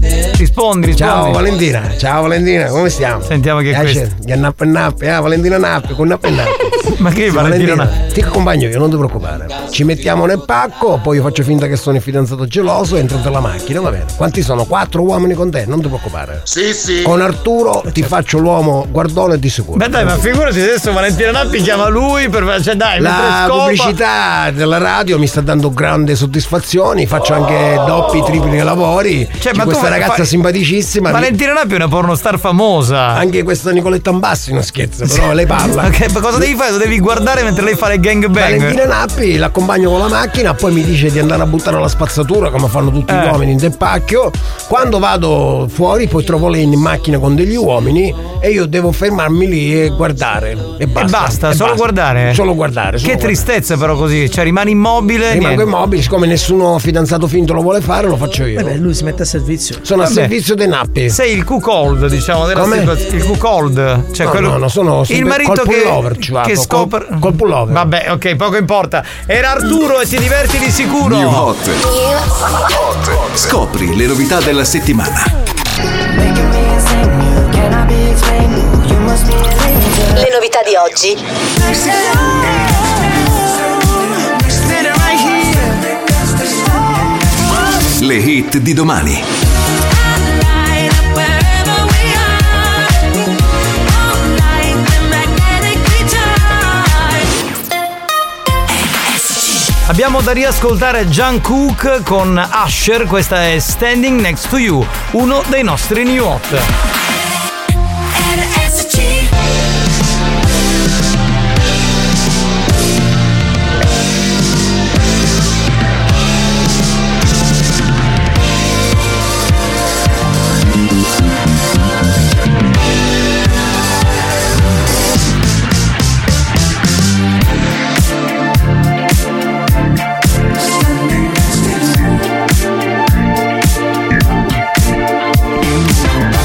Speaker 2: Rispondi, rispondi.
Speaker 10: Ciao Valentina, ciao Valentina, come stiamo? Sentiamo che è questo. Gli annappa e nappi, ah Valentina nappi, con nappi e nappi.
Speaker 2: Ma che Valentina
Speaker 10: Ti accompagno io, non ti preoccupare. Ci mettiamo nel pacco, poi io faccio finta che sono il fidanzato geloso e entro nella macchina, va bene. Quanti sono? Quattro uomini con te, non ti preoccupare.
Speaker 49: Sì, sì.
Speaker 10: Con Arturo ti faccio l'uomo guardone e di sicuro.
Speaker 2: Beh dai, ma figurati se adesso Valentina Nappi chiama lui per... Cioè dai, mentre
Speaker 10: La
Speaker 2: scopa-
Speaker 10: pubblicità della radio mi sta dando grande soddisfazione, faccio anche doppi, tripli lavori. C'è
Speaker 2: Cioè, ma tu
Speaker 10: questa
Speaker 2: fai-
Speaker 10: ragazza simpaticissima. mi-
Speaker 2: Valentina Nappi è una pornostar famosa.
Speaker 10: Anche questa Nicoletta Ambassi non scherzo, però
Speaker 2: Sì.
Speaker 10: lei parla.
Speaker 2: Ma che- ma cosa devi fare? Lo devi guardare Eh, mentre lei fa le gangbang.
Speaker 10: Valentina Nappi l'accompagno con la macchina, poi mi dice di andare a buttare la spazzatura come fanno tutti gli
Speaker 2: Eh.
Speaker 10: uomini in depacchio. Quando vado fuori, poi trovo lei in macchina con degli uomini e io devo fermarmi lì e guardare. E basta,
Speaker 2: basta, solo guardare?
Speaker 10: Solo guardare.
Speaker 2: Eh. Che tristezza però così, cioè rimani immobile.
Speaker 10: Rimango
Speaker 2: niente.
Speaker 10: immobile, siccome nessuno fidanzato finto lo vuole fare, lo faccio io.
Speaker 8: Vabbè, Eh lui si mette a servizio.
Speaker 10: Sono
Speaker 2: Vabbè.
Speaker 10: a servizio dei nappi.
Speaker 2: Sei il cuckold, diciamo, della
Speaker 10: Come?
Speaker 2: situazione. Il cuckold. Cioè
Speaker 10: No,
Speaker 2: quello...
Speaker 10: no, no, sono
Speaker 2: il
Speaker 10: sempre-
Speaker 2: marito
Speaker 10: col
Speaker 2: che,
Speaker 10: pullover ci vado,
Speaker 2: che
Speaker 10: col-
Speaker 2: scopre. Col,
Speaker 10: pullover.
Speaker 2: Vabbè, ok, poco importa. Era Arturo e ti diverti di sicuro.
Speaker 7: New Hot. Scopri le novità della settimana.
Speaker 37: Le novità di oggi.
Speaker 16: le hit di domani.
Speaker 2: Abbiamo da riascoltare Jungkook con Asher, questa è Standing Next to You, uno dei nostri new hot.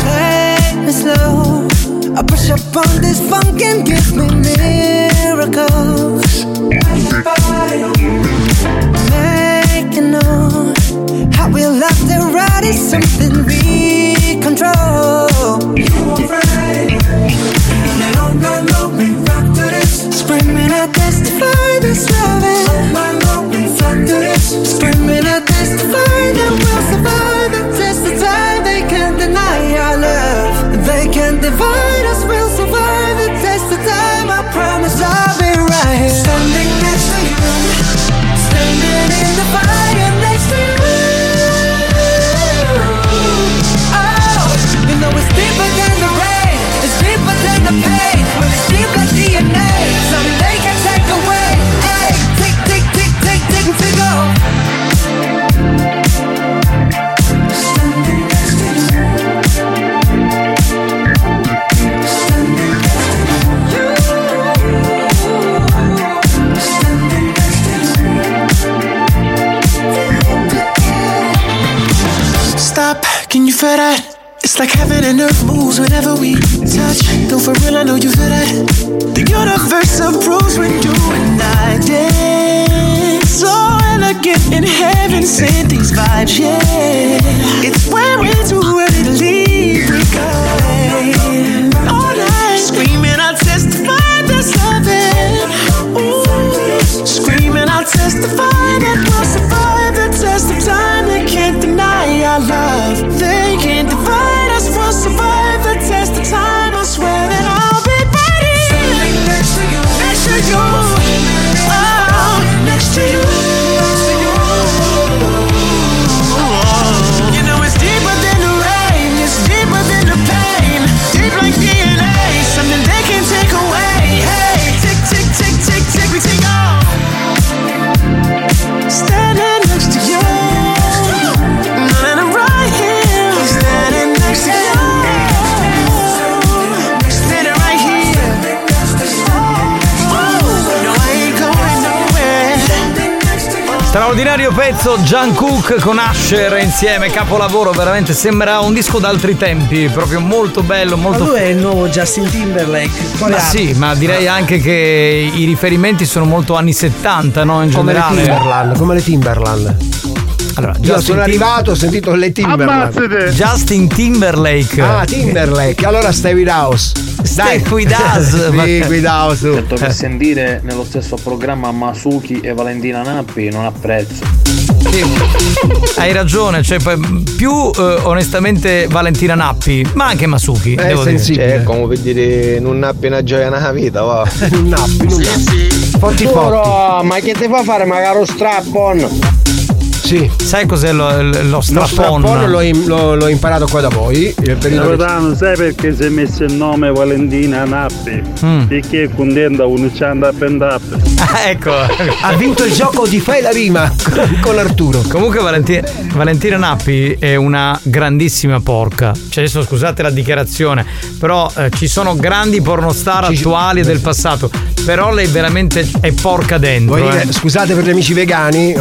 Speaker 26: Take me slow. I push up on this funk and give me miracles. Making known how we love the ride is something we control. No, no, no, we rock to this. Screaming out, testify this loving. No, no, we flock to this. Screaming out, testify that we'll survive the test of time. They can't deny our love. They can't divide us. We'll survive the test of time. I promise I'll be right here. Standing next to you. Standing in the fire next to you. Oh, you know it's deeper than the rain, it's deeper than the pain. When it's deep like DNA, something they can take away. Hey, tick, tick, tick, tick, tick, tick, oh.
Speaker 3: Stop, can you feel that? It's like heaven and earth moves whenever we touch. Though for real, I know you feel that. The universe approves when you and I dance. Oh, So elegant in heaven, send these vibes, yeah. It's way, way too early to leave. We going all night, screaming, I testify that's loving. Ooh, screaming, I testify that we'll survive the test of time. They can't deny our love. They can't divide us. We'll survive the test of time. I swear that I'll be ready. Standing next to you, next to you, oh, next to you. You know it's deeper than the rain, it's deeper than the pain, deep like DNA, something they can't take away. Hey, tick tick tick tick tick, we take off. Standing next to you. And I'm right here. Standing next to you. Standing right here. Oh, no, I ain't going nowhere.
Speaker 2: Straordinario pezzo Jungkook con Asher insieme, capolavoro, veramente sembra un disco d'altri tempi, proprio molto bello,
Speaker 68: Ma
Speaker 2: molto
Speaker 68: lui è il nuovo Justin Timberlake. Qual
Speaker 2: Ma
Speaker 68: è?
Speaker 2: sì, ma direi anche che i riferimenti sono molto anni 70, no? In
Speaker 33: Come le
Speaker 2: generale.
Speaker 33: Timberland, come le Timberland.
Speaker 2: Allora,
Speaker 33: Io sono
Speaker 2: Tim-
Speaker 33: arrivato, ho sentito le Timberland.
Speaker 2: Justin Timberlake.
Speaker 33: Ah, Timberlake. Allora stai with us.
Speaker 2: Dai,
Speaker 33: with
Speaker 2: us.
Speaker 33: sì, with us.
Speaker 69: Certo che sentire nello stesso programma Masuki e Valentina Nappi non ha prezzo.
Speaker 2: Hai ragione, cioè p- più eh, onestamente Valentina Nappi, ma anche Masuki.
Speaker 33: Eh,
Speaker 2: devo dire.
Speaker 10: Eh, come per dire, non nappi una gioia nella vita, va. non nappi, non
Speaker 33: Forti
Speaker 10: Duro, ma che ti fa fare magari lo strappon?
Speaker 33: Sì.
Speaker 2: Sai cos'è lo, lo
Speaker 33: Lo
Speaker 2: strappon?
Speaker 33: strappone l'ho, im- l'ho- l'ho imparato qua da voi. eh, Il periodo che-
Speaker 10: Capitano, sai perché si è messo il nome Valentina Nappi? Perché è contenta un cianda pendap.
Speaker 2: ecco.
Speaker 33: Ha vinto il gioco di Fai la rima con Arturo.
Speaker 2: Comunque Valenti- Valentina Nappi è una grandissima porca. Cioè adesso scusate la dichiarazione, però eh, ci sono grandi pornostar attuali e del passato, però lei veramente è porca dentro.
Speaker 33: Voi
Speaker 2: eh.
Speaker 33: dite, scusate per gli amici vegani.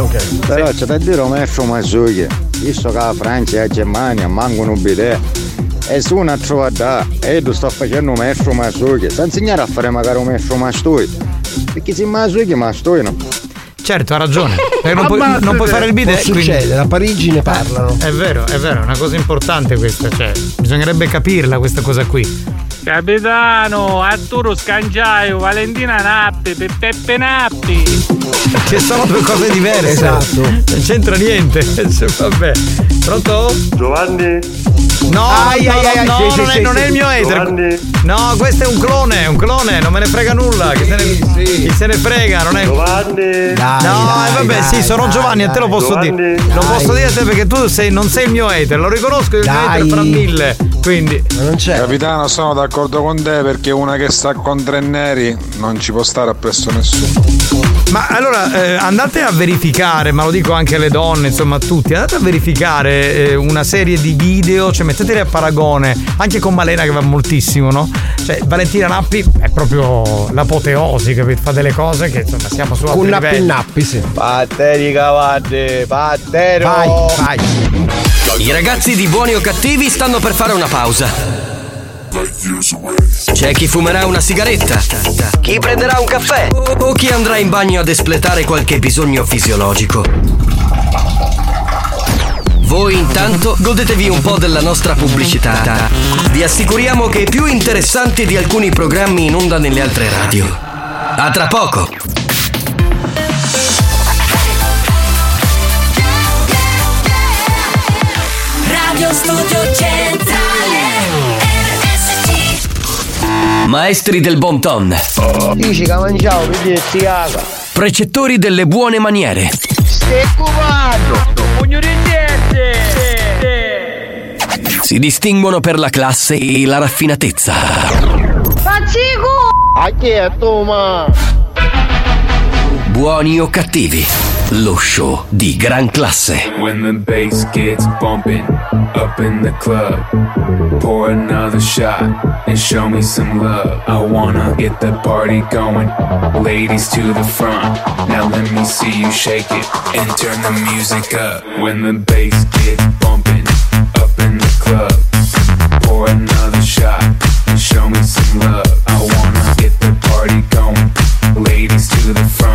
Speaker 10: Però c'è da dire un effo Masuki, visto che la Francia e la Germania mancano un bidet. E su una trovata, e tu sto facendo un effo Masuki, senza insegnare a fare magari un effo Mastoi. Perché se Masuki Mastoino.
Speaker 2: Certo, ha ragione. Perché non, puoi,
Speaker 10: Ammazzate.
Speaker 2: non puoi fare il bidet.
Speaker 10: Può
Speaker 2: quindi-
Speaker 10: succedere,
Speaker 33: a Parigi ne parlano.
Speaker 2: È vero, è vero, è una cosa importante questa, cioè bisognerebbe capirla questa cosa qui.
Speaker 11: Capitano, Arturo Scangiaio, Valentina Nappi, Pe- Peppe Nappi.
Speaker 2: Che sono due cose diverse.
Speaker 11: Esatto.
Speaker 2: Non c'entra niente. Cioè, Vabbè. Pronto?
Speaker 13: Giovanni?
Speaker 2: No,
Speaker 13: Ai,
Speaker 2: no,
Speaker 13: ai, ai, ai,
Speaker 2: no,
Speaker 13: Ah, sì, sì,
Speaker 2: non, è,
Speaker 13: sì,
Speaker 2: non
Speaker 13: sì.
Speaker 2: è il mio
Speaker 13: Giovanni?
Speaker 2: eter. No, questo è un clone, è un clone, non me ne frega nulla. Chi se ne, chi se ne frega? Non è...
Speaker 13: Giovanni?
Speaker 2: no, eh, vabbè, sì, sono Giovanni, a te lo posso dire. Lo posso dire a te perché tu sei- non sei il mio eter, lo riconosco, io il mio
Speaker 16: Dai.
Speaker 2: eter fra mille. Quindi.
Speaker 16: non c'è. Capitano, sono d'accordo con te perché una che sta con tre neri non ci può stare appresso nessuno.
Speaker 2: Ma allora eh, andate a verificare, ma lo dico anche alle donne, insomma a tutti, andate a verificare eh, una serie di video, cioè metteteli a paragone, anche con Malena che va moltissimo, no? Cioè Valentina Nappi è proprio l'apoteosi, capito? Fa delle cose che insomma siamo su altri
Speaker 70: Con nappi
Speaker 2: livelli.
Speaker 70: nappi, sì.
Speaker 1: Batteri cavalli, batteri.
Speaker 70: Vai,
Speaker 1: vai. I ragazzi di buoni o cattivi stanno per fare una pausa. C'è chi fumerà una sigaretta, chi prenderà un caffè o chi andrà in bagno ad espletare qualche bisogno fisiologico. Voi intanto godetevi un po' della nostra pubblicità. Vi assicuriamo che è più interessante di alcuni programmi in onda nelle altre radio. A tra poco!
Speaker 18: Radio Studio Centrale RSC
Speaker 1: Maestri del bon ton.
Speaker 18: Dici che mangiavo, quindi si caga
Speaker 1: Precettori delle buone maniere.
Speaker 18: Stai
Speaker 1: Si distinguono per la classe e la raffinatezza.
Speaker 18: A chi è tu ma?
Speaker 1: Buoni o cattivi. Lo show di gran classe.
Speaker 36: When the bass gets bumping up in the club, pour another shot and show me some love. I wanna get the party going, ladies to the front. Now let me see you shake it and turn the music up. When the bass gets bumping up in the club, pour another shot and show me some love. I wanna get the party going, ladies to the front.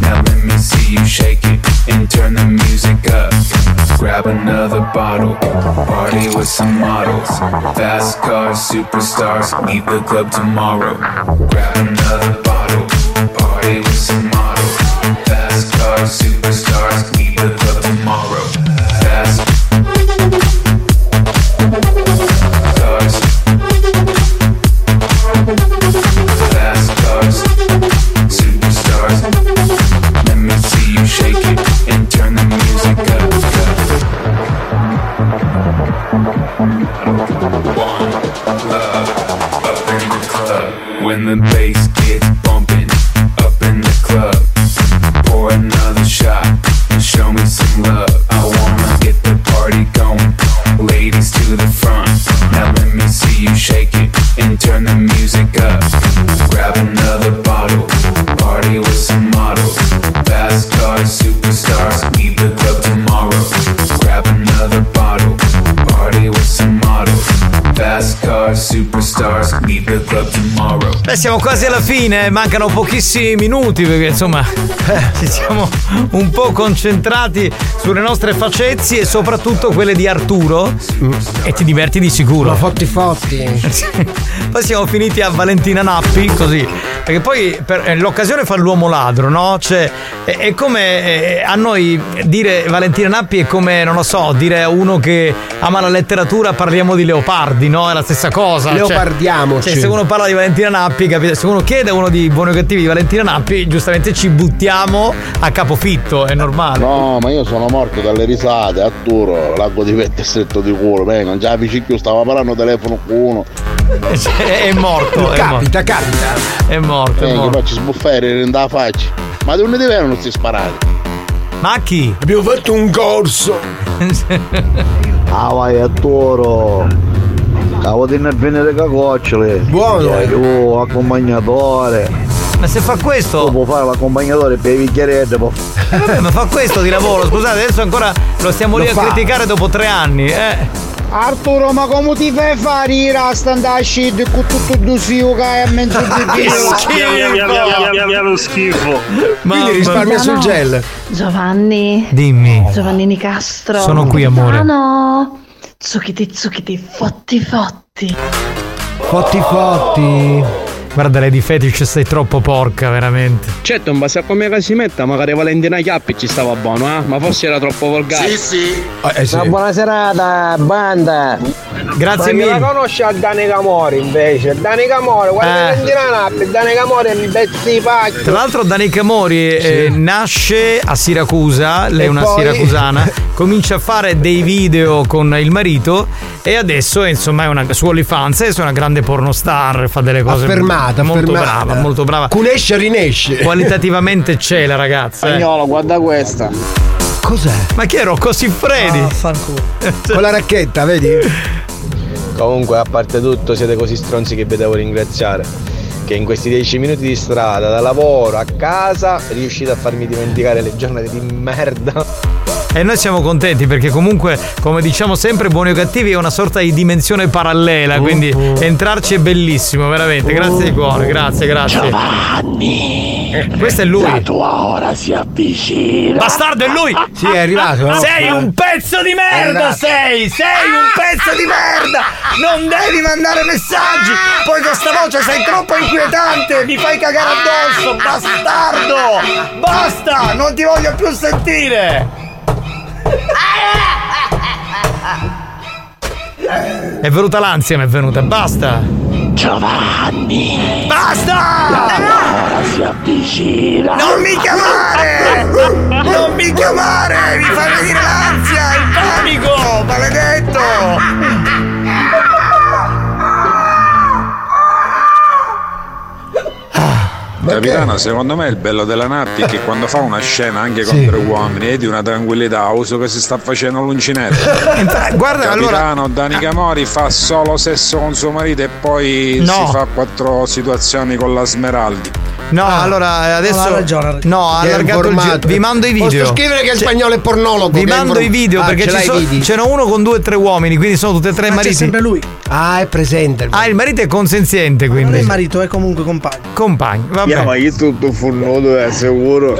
Speaker 36: Now let me see you shake it and turn the music up. Grab another bottle, party with some models. Fast cars, superstars, leave the club tomorrow. Grab another bottle, party with some models. Fast cars, superstars, leave the club tomorrow. Fast cars. Fast cars, superstars. Let me see you shake it and turn the music up. One love up in the club. When the bass gets bumping up in the club, pour another shot and show me some love. I wanna get the party going, ladies to the front. Now let me see you shake it and turn the music up. Grab another bottle, party with some models. Fast cars, superstars, leave the club tomorrow. Grab another bottle, party with some models. Fast cars, superstars, leave the club tomorrow.
Speaker 2: Beh, siamo quasi alla fine, eh, mancano pochissimi minuti perché insomma eh, ci siamo un po' concentrati sulle nostre facezie e soprattutto quelle di Arturo e ti diverti di sicuro.
Speaker 70: Mm. Fotti fotti.
Speaker 2: Poi siamo finiti a Valentina Nappi, così. Perché poi per- eh, l'occasione fa l'uomo ladro, no? Cioè, è, è come eh, a noi dire Valentina Nappi è come, non lo so, dire a uno che ama la letteratura parliamo di leopardi, no? È la stessa cosa. cioè-
Speaker 70: Leopardiamoci.
Speaker 2: Cioè, se uno parla di Valentina Nappi, capito? Se uno chiede a uno di buoni o cattivi di Valentina Nappi, giustamente ci buttiamo a capofitto, è normale.
Speaker 8: No, ma io sono morto dalle risate, Arturo, l'acqua di vetto è stretto di culo, beh, non già vicino, stavo parlando telefono con uno.
Speaker 2: Cioè, è morto, è
Speaker 8: Capita,
Speaker 70: capita.
Speaker 2: È morto, è
Speaker 8: Eh, che
Speaker 2: morto.
Speaker 8: poi ci sbuffare in da faccia. Ma di un'idea non si sparare.
Speaker 2: Ma chi?
Speaker 70: Abbiamo fatto un corso.
Speaker 3: Ah vai a Toro Cavo di una venere cacocciole Buono Io accompagnatore
Speaker 2: Ma se fa questo
Speaker 3: Tu può fare l'accompagnatore per i bicchieretti po.
Speaker 2: Vabbè, ma fa questo di lavoro, scusate, adesso ancora lo stiamo
Speaker 3: Lo
Speaker 2: lì a
Speaker 3: fa.
Speaker 2: criticare dopo tre anni, eh.
Speaker 10: Arturo, ma come ti fai fare i rasta andare a scendere con tutto il sio che hai a mezzo di
Speaker 18: Che
Speaker 10: giro?
Speaker 18: schifo!
Speaker 33: lo schifo.
Speaker 18: Quindi risparmia sul gel.
Speaker 33: Giovanni.
Speaker 2: Dimmi.
Speaker 33: Giovannini Castro.
Speaker 2: Sono qui, amore.
Speaker 33: Ah no. Zucchiti, zucchiti, fotti, fotti.
Speaker 2: Fotti fotti. Guarda lei di fetish sei troppo porca, veramente.
Speaker 71: Certo, in base a come la si metta, magari Valentina Chiappi ci stava buono, eh? Ma forse era troppo volgare. Sì, sì.
Speaker 2: Ah,
Speaker 10: Eh,
Speaker 2: eh,
Speaker 72: Una buona serata, banda.
Speaker 71: Grazie
Speaker 72: Ma chi
Speaker 71: mille.
Speaker 72: La conosce a Dani Camore invece. Dani Camore, guarda
Speaker 2: Eh.
Speaker 72: che Napoli, Dani Camore è un pezzo di pacchio.
Speaker 2: Tra l'altro Danica Mori eh, nasce a Siracusa, lei è
Speaker 72: E
Speaker 2: una
Speaker 72: poi-
Speaker 2: siracusana, comincia a fare dei video con il marito e adesso eh, insomma è una su OnlyFans, adesso è una grande pornostar, fa delle cose
Speaker 10: Affermata,
Speaker 2: molto
Speaker 10: affermata.
Speaker 2: brava, molto brava.
Speaker 10: Cunesce rinesce.
Speaker 2: Qualitativamente c'è la ragazza. eh.
Speaker 71: guarda questa.
Speaker 10: Cos'è?
Speaker 2: Ma chi è Rocco Siffredi?
Speaker 10: Con la racchetta, vedi?
Speaker 3: Comunque, a parte tutto, siete così stronzi che vi devo ringraziare. Che in questi 10 minuti di strada, da lavoro a casa, riuscite a farmi dimenticare le giornate di merda.
Speaker 2: E noi siamo contenti perché comunque, come diciamo sempre, buoni o cattivi è una sorta di dimensione
Speaker 10: Uh,
Speaker 2: parallela, quindi entrarci è bellissimo, veramente. Grazie di cuore, grazie, grazie. Giovanni. questo è lui. Eh. La tua ora si avvicina. Bastardo è lui.
Speaker 10: Sì, è arrivato, no?
Speaker 2: Sei un pezzo di merda,
Speaker 10: arrivato.
Speaker 2: sei, sei un pezzo di merda. Non devi mandare messaggi. Poi con sta voce sei troppo inquietante, mi fai cagare addosso, bastardo. Basta, non ti voglio più sentire. È venuta l'ansia, mi è venuta, basta! Giovanni! Basta!
Speaker 9: Ora si avvicina! Non mi chiamare! Non mi chiamare! Mi fa venire l'ansia, il panico! Maledetto!
Speaker 16: Capitano, secondo me il bello della Natti è che quando fa una scena anche
Speaker 2: Sì.
Speaker 16: contro uomini è di una tranquillità, uso che si sta facendo l'uncinetto.
Speaker 2: Guarda,
Speaker 16: Capitano, Dani Camori fa solo sesso con suo marito e poi
Speaker 2: No.
Speaker 16: si fa quattro situazioni con la Smeraldi.
Speaker 2: No, allora adesso.
Speaker 16: No, ha ragione, ha ragione.
Speaker 2: No, ha
Speaker 16: Che è
Speaker 2: allargato il giro.
Speaker 16: informato.
Speaker 2: Vi mando i video. Cioè,
Speaker 16: Posso scrivere che il
Speaker 10: spagnolo è pornologo,
Speaker 2: Vi
Speaker 10: che è
Speaker 2: mando i
Speaker 10: inform-
Speaker 2: video
Speaker 10: Ah,
Speaker 2: perché
Speaker 10: ce
Speaker 2: ci
Speaker 10: l'hai
Speaker 2: sono-
Speaker 10: i video?
Speaker 2: ce n'è uno con due o tre uomini, quindi sono tutti e
Speaker 73: Ma
Speaker 2: tre i
Speaker 73: c'è
Speaker 2: mariti.
Speaker 73: sempre lui.
Speaker 10: Ah, è presente.
Speaker 2: Ah, il marito è consenziente quindi.
Speaker 73: Non è marito, è comunque compagno.
Speaker 2: Compagno, vabbè.
Speaker 73: Yeah, ma
Speaker 2: io tutto fornuto, è sicuro.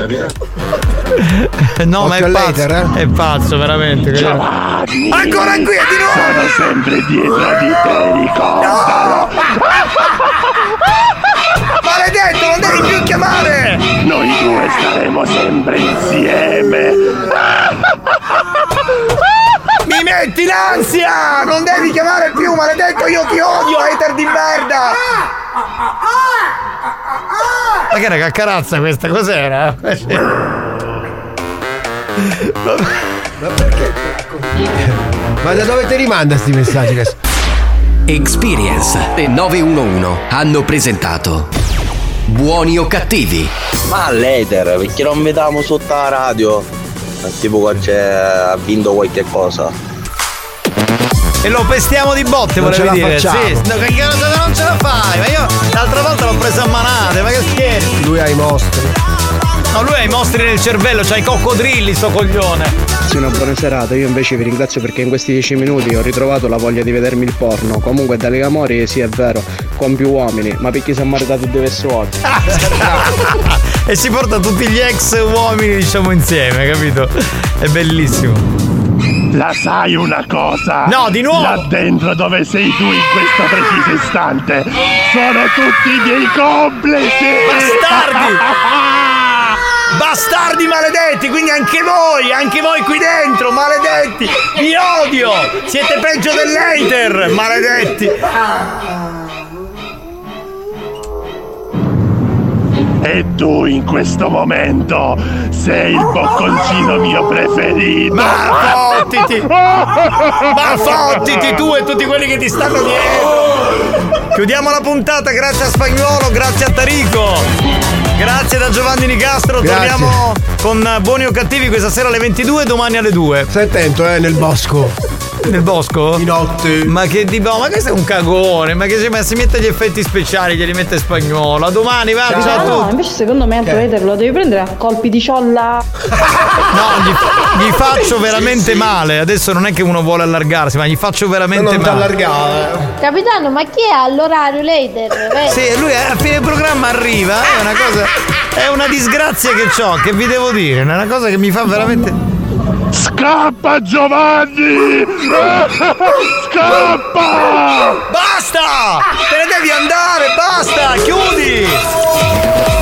Speaker 2: no, ma è pazzo.
Speaker 3: eh.
Speaker 2: È pazzo, veramente.
Speaker 9: Giovanni! Ancora qui, è di nuovo! Sono sempre dietro di te, ricordalo! Maledetto, non devi più chiamare! Noi due staremo sempre insieme! Mi metti l'ansia! Non devi chiamare più, maledetto, io ti odio, hater di merda!
Speaker 2: Ma che era caccarazza questa? Cos'era?
Speaker 10: Ma da dove ti rimanda sti messaggi adesso?
Speaker 1: Experience e 911 hanno presentato Buoni o cattivi?
Speaker 3: Ma later, perché non vediamo sotto la radio? Tipo qua c'è ha vinto qualche cosa.
Speaker 2: E lo pestiamo di botte,
Speaker 3: Non ce
Speaker 2: volevi
Speaker 3: la
Speaker 2: dire.
Speaker 3: facciamo.
Speaker 2: Sì, no, che cosa non ce la fai? Ma io l'altra volta l'ho presa a manate, ma che scherzi?
Speaker 10: Lui ha i mostri.
Speaker 2: No, lui ha i mostri nel cervello, c'ha i coccodrilli, sto coglione.
Speaker 71: Sì, una buona serata. Io invece vi ringrazio perché in questi 10 minuti ho ritrovato la voglia di vedermi il porno. Comunque, Dalle Camori, sì, è vero, con più uomini, ma perché si è maritato deve suocere.
Speaker 2: e si porta tutti gli ex uomini, diciamo, insieme, capito? È bellissimo.
Speaker 9: La sai una cosa?
Speaker 2: No, di nuovo!
Speaker 9: Là dentro dove sei tu in questo preciso istante sono tutti i miei complici!
Speaker 2: Bastardi! Bastardi maledetti, quindi anche voi, anche voi qui dentro, maledetti! Vi odio! Siete peggio dell'hater, maledetti!
Speaker 9: E tu in questo momento sei il bocconcino mio preferito!
Speaker 2: Ma fottiti! Ma fottiti tu e tutti quelli che ti stanno dietro! Chiudiamo la puntata, grazie a Spagnolo, grazie a Tarico! Grazie da Giovanni Nicastro,
Speaker 10: Grazie.
Speaker 2: torniamo con eh, Buoni o Cattivi questa sera alle 22 domani alle 2.
Speaker 10: Stai attento, eh, nel bosco.
Speaker 2: Nel bosco? Di notte. Ma che di ma questo è un cagone, ma che ma si mette gli effetti speciali, glieli mette spagnolo. A domani, va, ciao, a
Speaker 26: Ah, no,
Speaker 2: tutti.
Speaker 26: invece secondo me
Speaker 2: Che?
Speaker 26: Android lo devi prendere a colpi di ciolla.
Speaker 2: No, gli, gli faccio veramente male. Adesso non è che uno vuole allargarsi, ma gli faccio veramente
Speaker 10: Non eh.
Speaker 2: male.
Speaker 10: t'allargare.
Speaker 74: Capitano, ma chi è all'orario later?
Speaker 2: Sì, lui a fine programma arriva, è una cosa. È una disgrazia che ho, che vi devo dire, è una cosa che mi fa veramente. Scappa Giovanni! Scappa!
Speaker 3: Basta! Te ne devi andare, basta! Chiudi!